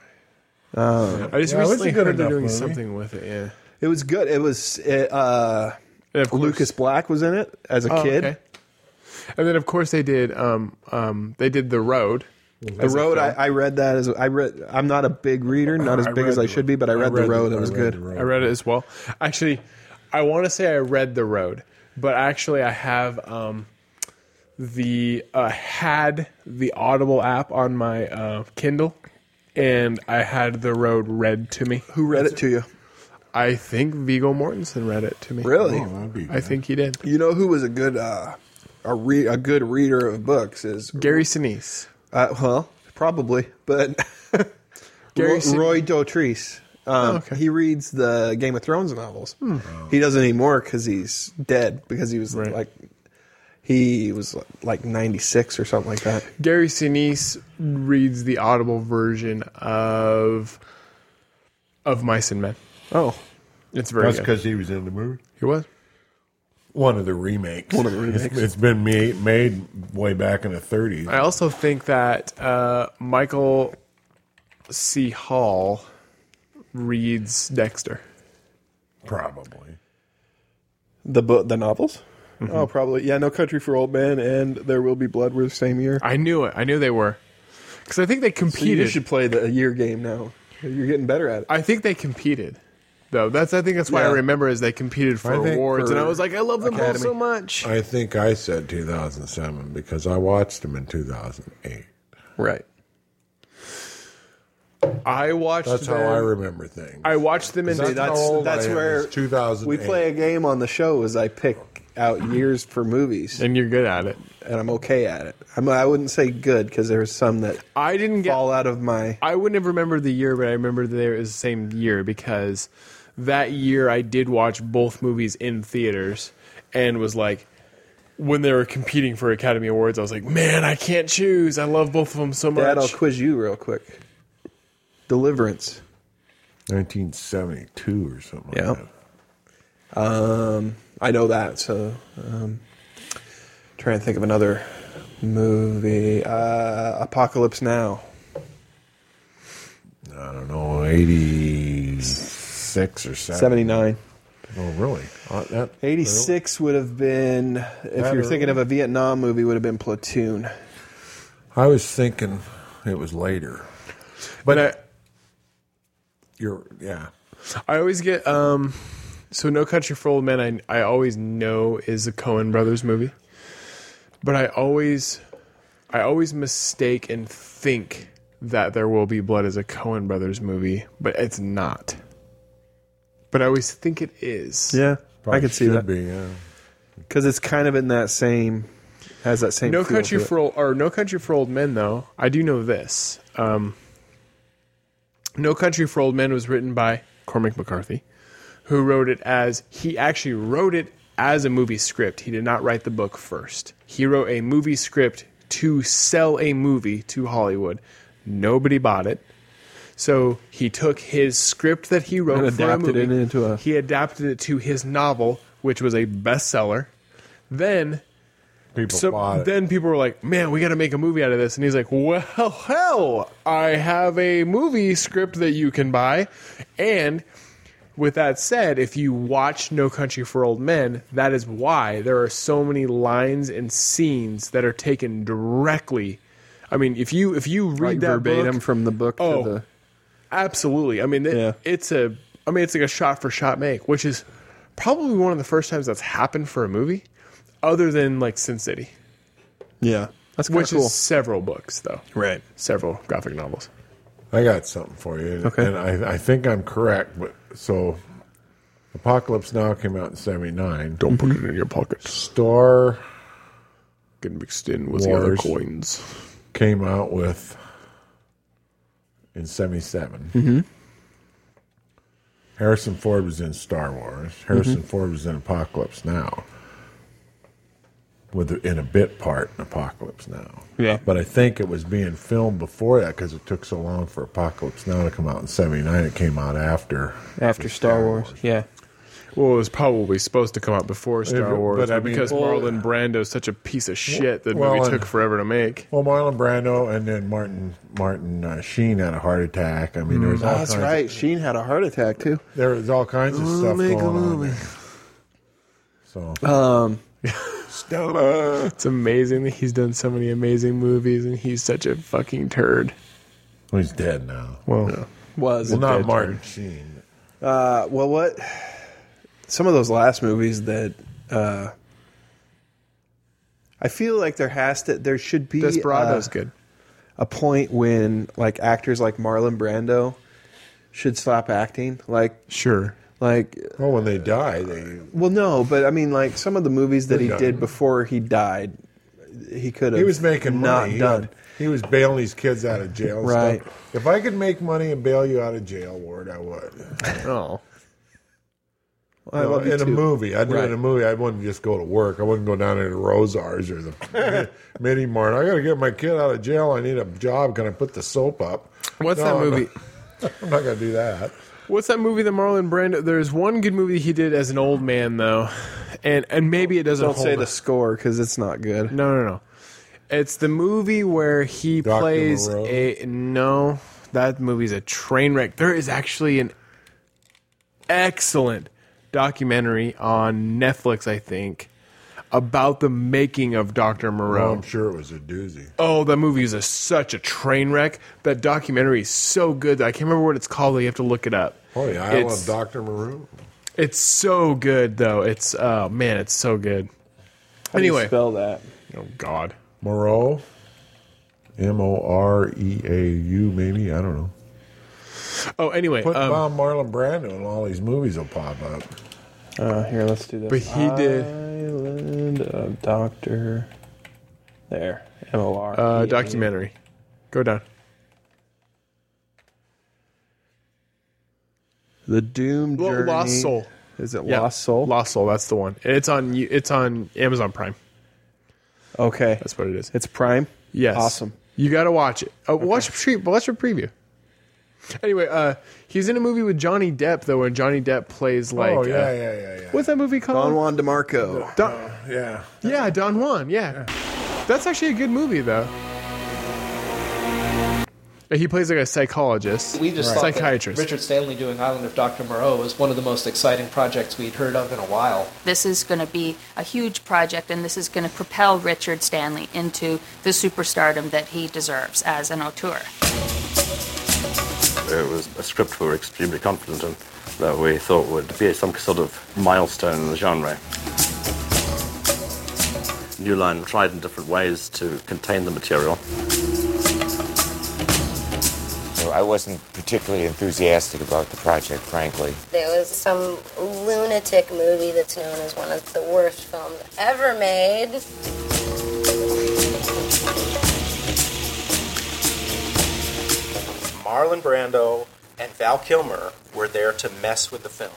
Speaker 3: Oh.
Speaker 4: I just
Speaker 5: Yeah, it was
Speaker 4: recently
Speaker 5: a good
Speaker 4: heard they're
Speaker 5: enough
Speaker 4: doing
Speaker 5: movie.
Speaker 4: something with it. Yeah,
Speaker 3: It was good. It was it, uh,
Speaker 4: and of course-
Speaker 3: Lucas Black was in it as a
Speaker 4: Oh,
Speaker 3: kid.
Speaker 4: okay. And then of course they did. Um, um, they did the road.
Speaker 3: The Road, I, I read that as I read. I'm not a big reader, not as
Speaker 5: I
Speaker 3: big as
Speaker 5: read
Speaker 3: I
Speaker 5: the-
Speaker 3: should be, but I read, The Road. It was
Speaker 5: I
Speaker 3: good.
Speaker 5: The Road.
Speaker 4: I read it as well. Actually, I want to say I read The Road, but actually I have um, the uh, had the Audible app on my uh, Kindle, and I had The Road read to me.
Speaker 3: Who read it to you?
Speaker 4: I think Vigo Mortensen read it to me.
Speaker 3: Really?
Speaker 5: Oh, that'd be
Speaker 4: I
Speaker 5: good.
Speaker 4: think he did.
Speaker 3: You know who was a good uh, a re- a good reader of books is
Speaker 4: Gary Sinise.
Speaker 3: uh, well probably, but [laughs]
Speaker 4: Gary
Speaker 3: Roy,
Speaker 4: Sin-
Speaker 3: Roy Dotrice. Um,
Speaker 4: Oh, okay. Hmm.
Speaker 3: He reads the Game of Thrones novels. He doesn't anymore because he's dead. Because he was
Speaker 4: Right.
Speaker 3: like he was like 96 or something like that.
Speaker 4: Gary Sinise reads the Audible version of of Mice and Men.
Speaker 3: Oh,
Speaker 4: It's very
Speaker 5: That's
Speaker 4: good.
Speaker 5: because he was in the movie.
Speaker 4: He was.
Speaker 5: One of the remakes. One
Speaker 3: of the remakes.
Speaker 5: it's been ma- made way back in the 30s.
Speaker 4: I also think that uh, Michael C. Hall reads Dexter.
Speaker 5: Probably.
Speaker 3: the book, the novels.
Speaker 4: Mm-hmm.
Speaker 3: Oh, probably yeah. No Country for Old Men and There Will Be Blood were the same year.
Speaker 4: I knew it. I knew they were because I think they
Speaker 3: So you
Speaker 4: competed.
Speaker 3: should play the year game now. You're getting better at it.
Speaker 4: I think they competed. Though that's I think that's why I
Speaker 3: Yeah.
Speaker 4: remember is they competed for
Speaker 5: I think
Speaker 4: awards and I
Speaker 5: for
Speaker 4: was like I love them both
Speaker 3: Academy.
Speaker 4: so much.
Speaker 5: I think I said 2007 because I watched him in 2008.
Speaker 3: Right.
Speaker 4: I watched
Speaker 5: That's
Speaker 4: them,
Speaker 5: how I remember things.
Speaker 4: I watched them in
Speaker 5: That's
Speaker 3: that's
Speaker 5: how old
Speaker 3: that's
Speaker 5: I am,
Speaker 3: where
Speaker 5: is 2008.
Speaker 3: we play a game on the show. Is I pick out years for movies,
Speaker 4: and you're good at it.
Speaker 3: and I'm okay at it. I'm, I wouldn't say good because there's some that
Speaker 4: I didn't get
Speaker 3: fall out of my.
Speaker 4: I wouldn't have remembered the year, but I remember that it was the same year because that year I did watch both movies in theaters and was like, when they were competing for Academy Awards, I was like, man, I can't choose. I love both of them so much.
Speaker 3: Dad, I'll quiz you real quick. Deliverance.
Speaker 5: 1972 or something
Speaker 3: Yeah.
Speaker 5: like that.
Speaker 3: Um, I know that. So, um, trying to think of another movie. Uh, Apocalypse Now.
Speaker 5: I don't know, 86 or 7.
Speaker 3: 79.
Speaker 5: Oh, really? Uh, that-
Speaker 3: 86 would have been, if you're thinking of a Vietnam movie, would have been Platoon.
Speaker 5: I was thinking it was later. But I, you're, yeah.
Speaker 4: I always get um so No Country for Old Men I I always know is a Cohen Brothers movie. But I always I always mistake and think that There Will Be Blood is a Cohen Brothers movie, but it's not. But I always think it is.
Speaker 3: Yeah, I could see
Speaker 5: should
Speaker 3: that
Speaker 5: Be, yeah.
Speaker 3: because it's kind of in that same, has that same.
Speaker 4: No
Speaker 3: feel
Speaker 4: Country
Speaker 3: to it.
Speaker 4: for Old or No Country for Old Men though. I do know this. Um, no Country for Old Men was written by Cormac McCarthy, who wrote it as he actually wrote it as a movie script. He did not write the book first. He wrote a movie script to sell a movie to Hollywood. Nobody bought it. So he took his script that he wrote
Speaker 3: And
Speaker 4: for a
Speaker 3: adapted
Speaker 4: movie.
Speaker 3: it into a-
Speaker 4: He adapted it to his novel, which was a bestseller. Then
Speaker 5: People bought
Speaker 4: so
Speaker 5: it.
Speaker 4: then people were like, "Man, we got to make a movie out of this." And he's like, "Well, [laughs] hell, I have a movie script that you can buy." And with that said, if you watch No Country for Old Men, that is why there are so many lines and scenes that are taken directly. I mean, if you if you read
Speaker 3: like
Speaker 4: that
Speaker 3: verbatim
Speaker 4: book,
Speaker 3: from the book
Speaker 4: Oh.
Speaker 3: to the.
Speaker 4: absolutely. I mean, it,
Speaker 3: Yeah.
Speaker 4: it's a I mean, it's like a shot for shot make, which is probably one of the first times that's happened for a movie, other than like Sin City.
Speaker 3: Yeah, that's kind of
Speaker 4: which
Speaker 3: cool.
Speaker 4: is several books though
Speaker 3: Right.
Speaker 4: several graphic novels
Speaker 5: I got something for you.
Speaker 3: Okay.
Speaker 5: And I, I think I'm correct, but so Apocalypse Now came out in 79.
Speaker 4: don't put it in your pockets
Speaker 5: Star
Speaker 4: get mixed in with
Speaker 5: Wars.
Speaker 4: coins
Speaker 5: came out with in 77.
Speaker 3: Mm-hmm.
Speaker 5: Harrison Ford was in Star Wars. Harrison
Speaker 3: Mm-hmm.
Speaker 5: Ford was in Apocalypse Now. With in a bit part in Apocalypse Now.
Speaker 3: Yeah.
Speaker 5: But I think it was being filmed before that because it took so long for Apocalypse Now to come out in 79. It came out after.
Speaker 3: After Star Wars. yeah.
Speaker 4: well it was probably supposed to come out before star
Speaker 5: but
Speaker 4: wars
Speaker 5: I
Speaker 4: but
Speaker 5: mean-
Speaker 4: because
Speaker 5: Well-
Speaker 4: marlon brando's such a piece of shit that
Speaker 5: Well,
Speaker 4: movie
Speaker 5: and-
Speaker 4: took forever to make
Speaker 5: Well, Marlon Brando and then Martin Martin uh, Sheen had a heart attack. I mean, there was all
Speaker 3: Mm, That's
Speaker 5: kinds
Speaker 3: right. Sheen had a heart attack too.
Speaker 5: Of, there was all kinds of stuff going on. there. So
Speaker 3: Um, Stella.
Speaker 4: it's amazing that he's done so many amazing movies and he's such a fucking turd
Speaker 5: Well, he's dead now.
Speaker 4: well
Speaker 3: Was
Speaker 5: Well, not
Speaker 4: dead
Speaker 5: Martin Sheen.
Speaker 3: Uh, well, what some of those last movies that uh, I feel like there has to there should be
Speaker 4: desperado's
Speaker 3: uh,
Speaker 4: good
Speaker 3: a point when like actors like Marlon Brando should stop acting. Like
Speaker 4: sure
Speaker 3: like
Speaker 5: Oh, when they die, they
Speaker 3: well, no, but I mean like some of the movies that he
Speaker 5: done.
Speaker 3: did before he died, he could have
Speaker 5: he was making
Speaker 3: not
Speaker 5: money. He
Speaker 3: done.
Speaker 5: had- He, was bailing these kids out of jail. and
Speaker 3: Right.
Speaker 5: Stuff. If I could make money and bail you out of jail, Ward, I would.
Speaker 4: oh
Speaker 3: I love you
Speaker 5: in a
Speaker 3: too.
Speaker 5: movie, I'd do it
Speaker 3: Right.
Speaker 5: in a movie. I wouldn't just go to work. I wouldn't go down into Rosars or the [laughs] mini mart. I got to get my kid out of jail. I need a job. Can I put the soap up?
Speaker 4: what's
Speaker 5: No,
Speaker 4: that
Speaker 5: I'm
Speaker 4: movie
Speaker 5: not- I'm not going to do that.
Speaker 4: What's that movie that Marlon Brando? There's one good movie he did as an old man though, and and maybe it doesn't
Speaker 3: Don't say
Speaker 4: hold
Speaker 3: the
Speaker 4: up.
Speaker 3: score because it's not good.
Speaker 4: No, no, no. It's the movie where he
Speaker 5: Dr.
Speaker 4: plays
Speaker 5: Moreau?
Speaker 4: a no. That movie's a train wreck. There is actually an excellent documentary on Netflix, I think, about the making of Doctor
Speaker 5: Well,
Speaker 4: Moreau.
Speaker 5: Oh, I'm sure it was a doozy.
Speaker 4: Oh, that movie is a, such a train wreck. That documentary is so good. That I can't remember what it's called. You have to look it up.
Speaker 5: Oh yeah, I
Speaker 4: It's-
Speaker 5: love Doctor Maroon.
Speaker 4: It's so good though. It's oh man, it's so good.
Speaker 3: How do you
Speaker 4: anyway,
Speaker 3: spell that.
Speaker 4: oh god,
Speaker 5: Moreau. M O R E A U, maybe. I don't know.
Speaker 4: oh anyway,
Speaker 5: Put
Speaker 4: um,
Speaker 5: Bob Marlon Brando in all these movies will pop up.
Speaker 3: Uh, here, let's do this.
Speaker 4: But he did-
Speaker 3: Island of Doctor. There, M O R. E
Speaker 4: uh, documentary. Go down.
Speaker 3: The Doom
Speaker 4: Lo-
Speaker 3: Journey.
Speaker 4: Lost Soul.
Speaker 3: Is it
Speaker 4: Yeah,
Speaker 3: Lost Soul?
Speaker 4: Lost Soul. That's the one. It's on. you- It's on Amazon Prime.
Speaker 3: okay,
Speaker 4: That's what it is.
Speaker 3: it's Prime.
Speaker 4: Yes.
Speaker 3: awesome.
Speaker 4: Oh, You got to watch it. Uh, Watch a pre- watch a preview. Anyway, uh, he's in a movie with Johnny Depp though, and Johnny Depp plays like
Speaker 5: oh yeah,
Speaker 4: uh,
Speaker 5: yeah, yeah, yeah.
Speaker 4: what's that movie called?
Speaker 3: Don Juan DeMarco.
Speaker 4: Don-
Speaker 5: yeah.
Speaker 4: yeah, Don Juan. Yeah. that's actually a good movie though. He plays like a psychologist,
Speaker 10: We just thought
Speaker 4: psychiatrist.
Speaker 10: That Richard Stanley doing Island of Dr. Moreau was one of the most exciting projects we'd heard of in a while.
Speaker 11: This is going to be a huge project, and this is going to propel Richard Stanley into the superstardom that he deserves as an auteur.
Speaker 2: It was a script we were extremely confident in that we thought would be some sort of milestone in the genre. New Line tried in different ways to contain the material.
Speaker 8: So I wasn't particularly enthusiastic about the project, frankly.
Speaker 11: There was some lunatic movie that's known as one of the worst films ever made.
Speaker 10: Marlon Brando and Val Kilmer were there to mess with the film.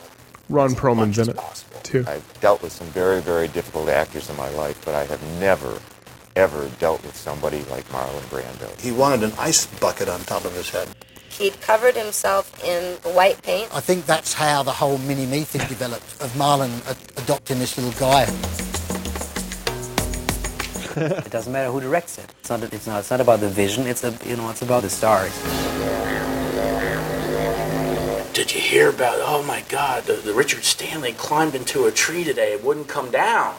Speaker 4: Ron Perlman's in it too.
Speaker 8: I've dealt with some very, very difficult actors in my life, but I have never, ever dealt with somebody like Marlon Brando.
Speaker 2: He wanted an ice bucket on top of his head.
Speaker 11: He'd covered himself in white paint.
Speaker 2: I think that's how the whole mini me thing developed of Marlon adopting this little guy.
Speaker 10: It doesn't matter who directs it. It's not, it's not, it's not about the vision, it's, a, you know, it's about the stars.
Speaker 2: Did you hear about, oh my God, the, the Richard Stanley climbed into a tree today, it wouldn't come down.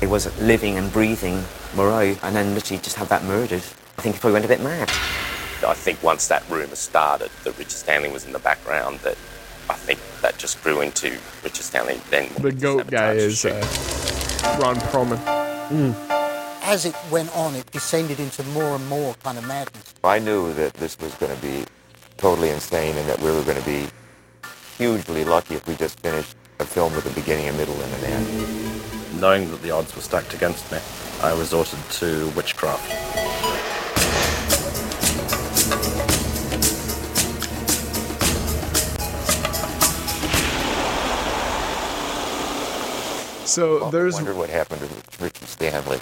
Speaker 10: He was living and breathing Moreau and then literally just had that murdered. I think he probably went a bit mad.
Speaker 2: I think once that rumour started that Richard Stanley was in the background, that I think that just grew into Richard Stanley then.
Speaker 4: The goat guy is uh, Ron Perlman.
Speaker 2: As it went on, it descended into more and more kind of madness.
Speaker 8: I knew that this was going to be totally insane and that we were going to be hugely lucky if we just finished a film with a beginning, a middle, and an end.
Speaker 2: Knowing that the odds were stacked against me, I resorted to witchcraft.
Speaker 4: So
Speaker 8: Well, I
Speaker 4: there's
Speaker 8: wondered what happened to Richard Stanley.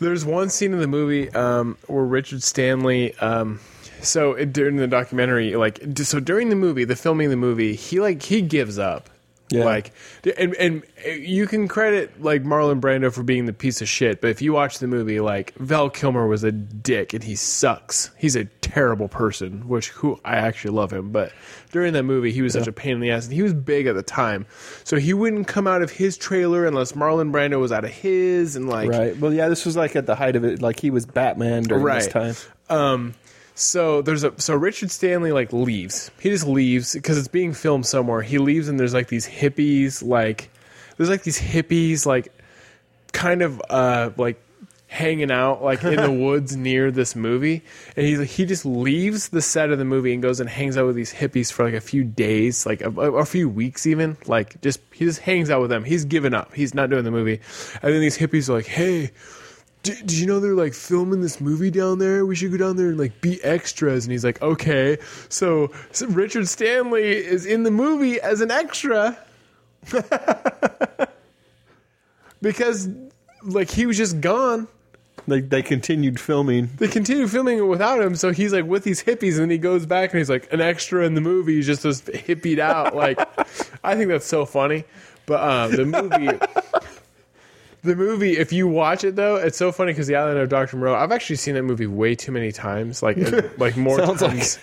Speaker 4: There's one scene in the movie um, where Richard Stanley. Um, so it, during the documentary, like d- so during the movie, the filming of the movie, he like he gives up.
Speaker 3: Yeah.
Speaker 4: Like d- and and uh, you can credit like Marlon Brando for being the piece of shit, but if you watch the movie, like Val Kilmer was a dick and he sucks. He's a terrible person, which who I actually love him, but during that movie he was such a pain in the ass and he was big at the time. So he wouldn't come out of his trailer unless Marlon Brando was out of his and like
Speaker 3: Right. Well, yeah, this was like at the height of it. Like he was Batman during this time.
Speaker 4: Um, so there's a so Richard Stanley like leaves. He just leaves because it's being filmed somewhere. He leaves and there's like these hippies like there's like these hippies like kind of uh like hanging out like in the woods near this movie and he he just leaves the set of the movie and goes and hangs out with these hippies for like a few days like a, a few weeks even like just he just hangs out with them he's given up he's not doing the movie and then these hippies are like hey did, did you know they're like filming this movie down there? We should go down there and like be extras. And he's like, okay. So, so Richard Stanley is in the movie as an extra [laughs] because like he was just gone.
Speaker 3: They they continued filming.
Speaker 4: They continue filming it without him. So he's like with these hippies and then he goes back and he's like an extra in the movie. He's just this hippied out. Like, [laughs] I think that's so funny. But uh, the movie. [laughs] The movie, if you watch it though, it's so funny because The Island of Doctor Moreau. I've actually seen that movie way too many times, like
Speaker 3: [laughs]
Speaker 4: like more
Speaker 3: Sounds like-
Speaker 4: times.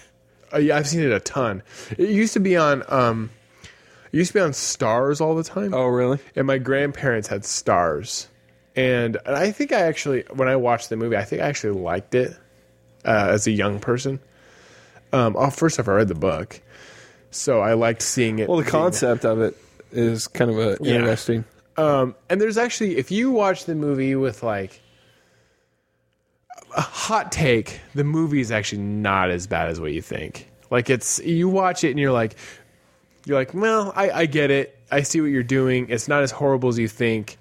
Speaker 4: Uh, yeah, I've seen it a ton. It used to be on, um, it used to be on Stars all the time.
Speaker 3: Oh, really?
Speaker 4: and my grandparents had Stars, and, and I think I actually when I watched the movie, I think I actually liked it uh, as a young person. Um, oh, first off, I read the book, so I liked seeing it.
Speaker 3: Well, the
Speaker 4: being-
Speaker 3: concept of it is kind of a interesting.
Speaker 4: Um, and there's actually, if you watch the movie with like a hot take, the movie is actually not as bad as what you think. Like it's, you watch it and you're like, you're like, well, I, I get it. I see what you're doing. It's not as horrible as you think.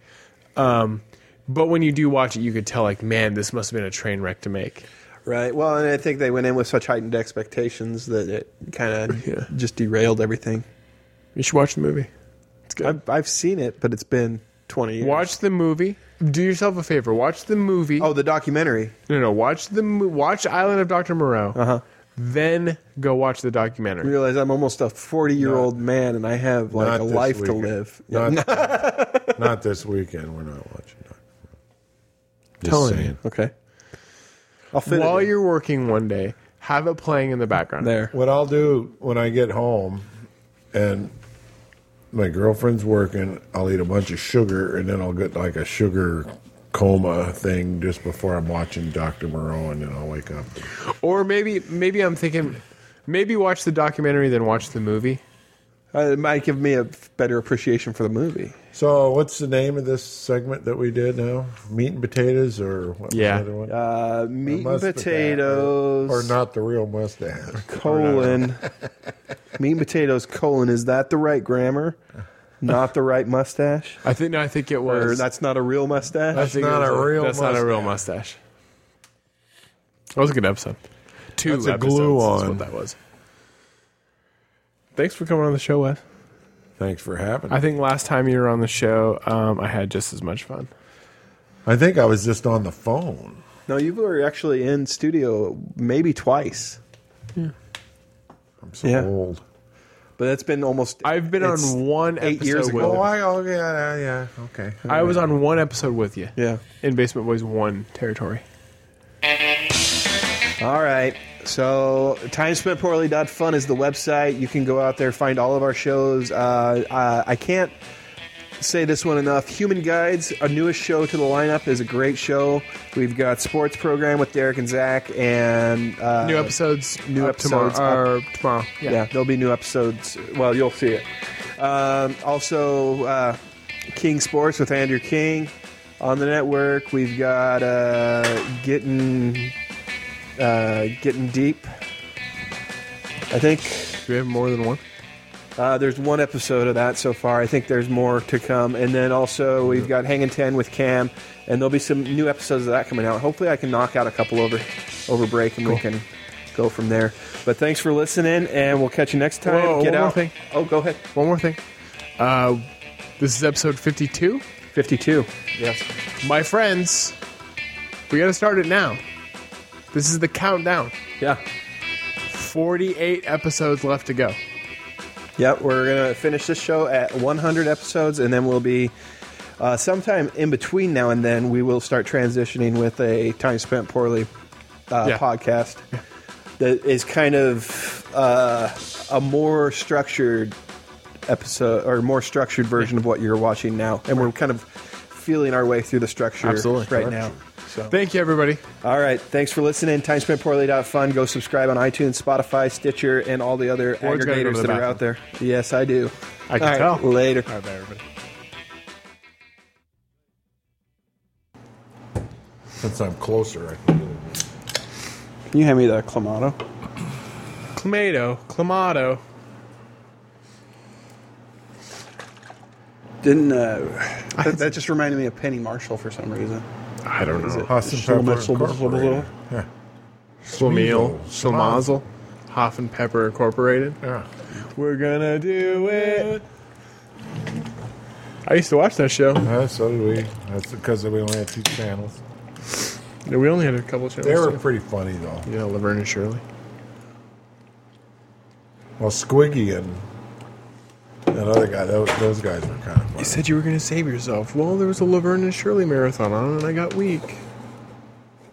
Speaker 4: Um, but when you do watch it, you could tell like, man, this must have been a train wreck to make.
Speaker 3: Right. Well, and I think they went in with such heightened expectations that it kind of just derailed everything.
Speaker 4: You should watch the movie.
Speaker 3: I've, I've seen it, but it's been 20 years.
Speaker 4: Watch the movie. Do yourself a favor. Watch the movie.
Speaker 3: Oh, the Oh, documentary.
Speaker 4: No, no. Watch the mo- watch Island of Doctor Moreau. Uh huh. Then go watch the documentary.
Speaker 3: realize I'm almost a 40 year old man and I have like
Speaker 5: Not
Speaker 3: a
Speaker 5: this
Speaker 3: life
Speaker 5: weekend.
Speaker 3: to live. Yeah.
Speaker 5: [laughs] Not, [laughs] not this weekend. We're not watching. Doc. Just
Speaker 4: Telling
Speaker 5: saying.
Speaker 4: you.
Speaker 3: Okay. I'll fit
Speaker 4: While
Speaker 3: it in.
Speaker 4: you're working one day, have it playing in the background.
Speaker 3: there.
Speaker 5: What I'll do when I get home and my girlfriend's working, I'll eat a bunch of sugar and then I'll get like a sugar coma thing just before I'm watching Dr. Moreau and then I'll wake up.
Speaker 4: Or maybe maybe I'm thinking maybe watch the documentary then watch the movie.
Speaker 3: Uh, it might give me a better appreciation for the movie.
Speaker 5: So, what's the name of this segment that we did now? Meat and potatoes or what was
Speaker 4: Yeah.
Speaker 5: the other one?
Speaker 3: Uh, meat and
Speaker 5: Mustard-
Speaker 3: potatoes.
Speaker 5: Or not the real mustache.
Speaker 4: [laughs]
Speaker 5: [laughs]
Speaker 3: colon meat and potatoes colon is that the right grammar not the right mustache
Speaker 4: I think no, I think it
Speaker 3: or
Speaker 4: was
Speaker 3: that's not a real
Speaker 4: I
Speaker 5: [laughs]
Speaker 3: mustache
Speaker 4: think it
Speaker 5: not
Speaker 4: was
Speaker 5: a real
Speaker 4: That's not a real mustache. That was a good episode. Two
Speaker 5: That's a
Speaker 4: episodes
Speaker 5: glue
Speaker 4: is
Speaker 5: on.
Speaker 4: what that was. Thanks for coming on the show, Wes.
Speaker 5: Thanks for having me.
Speaker 4: I think last time you were on the show, um, I had just as much fun.
Speaker 5: I think I was just on the phone.
Speaker 3: no you were actually in studio maybe twice
Speaker 5: I'm so
Speaker 3: Yeah.
Speaker 5: old.
Speaker 3: but that's been almost
Speaker 4: I've been
Speaker 3: it's-
Speaker 4: on one
Speaker 3: eight
Speaker 4: episode
Speaker 3: years
Speaker 4: with
Speaker 3: ago.
Speaker 5: Oh,
Speaker 4: you.
Speaker 5: I, oh yeah, yeah, yeah. Okay.
Speaker 4: I was on one episode with you.
Speaker 3: yeah
Speaker 4: In Basement Boys 1 territory.
Speaker 3: All right. So, timespentpoorly.fun is the website. You can go out there, find all of our shows. Uh, uh, I can't say this one enough. Human Guides, our newest show to the lineup, is a great show. We've got sports program with Derek and Zach, and uh,
Speaker 4: New episodes
Speaker 3: new
Speaker 4: up
Speaker 3: episodes
Speaker 4: tomorrow. or tomorrow.
Speaker 3: Yeah. there'll be new episodes. Well, you'll see it. Um, also, uh, King Sports with Andrew King on the network. We've got uh, getting uh, getting deep. I think
Speaker 4: Do we have more than one?
Speaker 3: uh, there's one episode of that so far. I think there's more to come, and then also we've got Hanging Ten with Cam, and there'll be some new episodes of that coming out. Hopefully, I can knock out a couple over over break, and we can go from there. But thanks for listening, and we'll catch you next time.
Speaker 4: Whoa,
Speaker 3: Get
Speaker 4: one more
Speaker 3: out.
Speaker 4: thing.
Speaker 3: Oh, go ahead.
Speaker 4: One more thing. Uh, this is episode 52.
Speaker 3: Fifty-two. Yes.
Speaker 4: My friends, we got to start it now. This is the countdown.
Speaker 3: Yeah.
Speaker 4: 48 episodes left to go.
Speaker 3: Yep. We're gonna finish this show at 100 episodes, and then we'll be. Uh, sometime in between now and then, we will start transitioning with a time spent poorly uh,
Speaker 4: Yeah.
Speaker 3: podcast that is kind of uh, a more structured episode or more structured version of what you're watching now, and we're kind of feeling our way through the structure
Speaker 4: Absolutely.
Speaker 3: right now. So.
Speaker 4: Thank you, everybody.
Speaker 3: All right. Thanks for listening. TimespentPoorly.fun. Go subscribe on iTunes, Spotify, Stitcher, and all the other
Speaker 4: Ward's gotta go to
Speaker 3: aggregators
Speaker 4: the
Speaker 3: that are out there. Yes, I do.
Speaker 4: I can
Speaker 3: All right,
Speaker 4: tell.
Speaker 3: Later.
Speaker 4: All right, bye, everybody.
Speaker 5: Since I'm closer, I can get it.
Speaker 12: Can you hand me that clamato?
Speaker 4: Clamato. Clamato.
Speaker 12: Didn't
Speaker 4: [laughs]
Speaker 12: uh, that, that just reminded me of Penny Marshall for some reason?
Speaker 4: I don't know.
Speaker 5: Austin
Speaker 12: Sure,
Speaker 5: Pepper
Speaker 12: Mitchell, Mitchell,
Speaker 5: Incorporated.
Speaker 12: Mitchell.
Speaker 5: Yeah.
Speaker 4: Schlemiel,
Speaker 5: Schlemil.
Speaker 4: Schlemazel, Hoff and Pepper Incorporated.
Speaker 5: Yeah.
Speaker 4: We're gonna do it. I used to watch that show.
Speaker 5: Uh, so did we. That's because we only had two channels.
Speaker 4: We only had a couple channels.
Speaker 5: They were
Speaker 4: too.
Speaker 5: pretty funny though.
Speaker 4: yeah, Laverne and Shirley.
Speaker 5: Well, Squiggy and that other guy, those, those guys were kind of funny.
Speaker 4: You said you were gonna save yourself. Well, there was a Laverne and Shirley marathon on, and I got weak.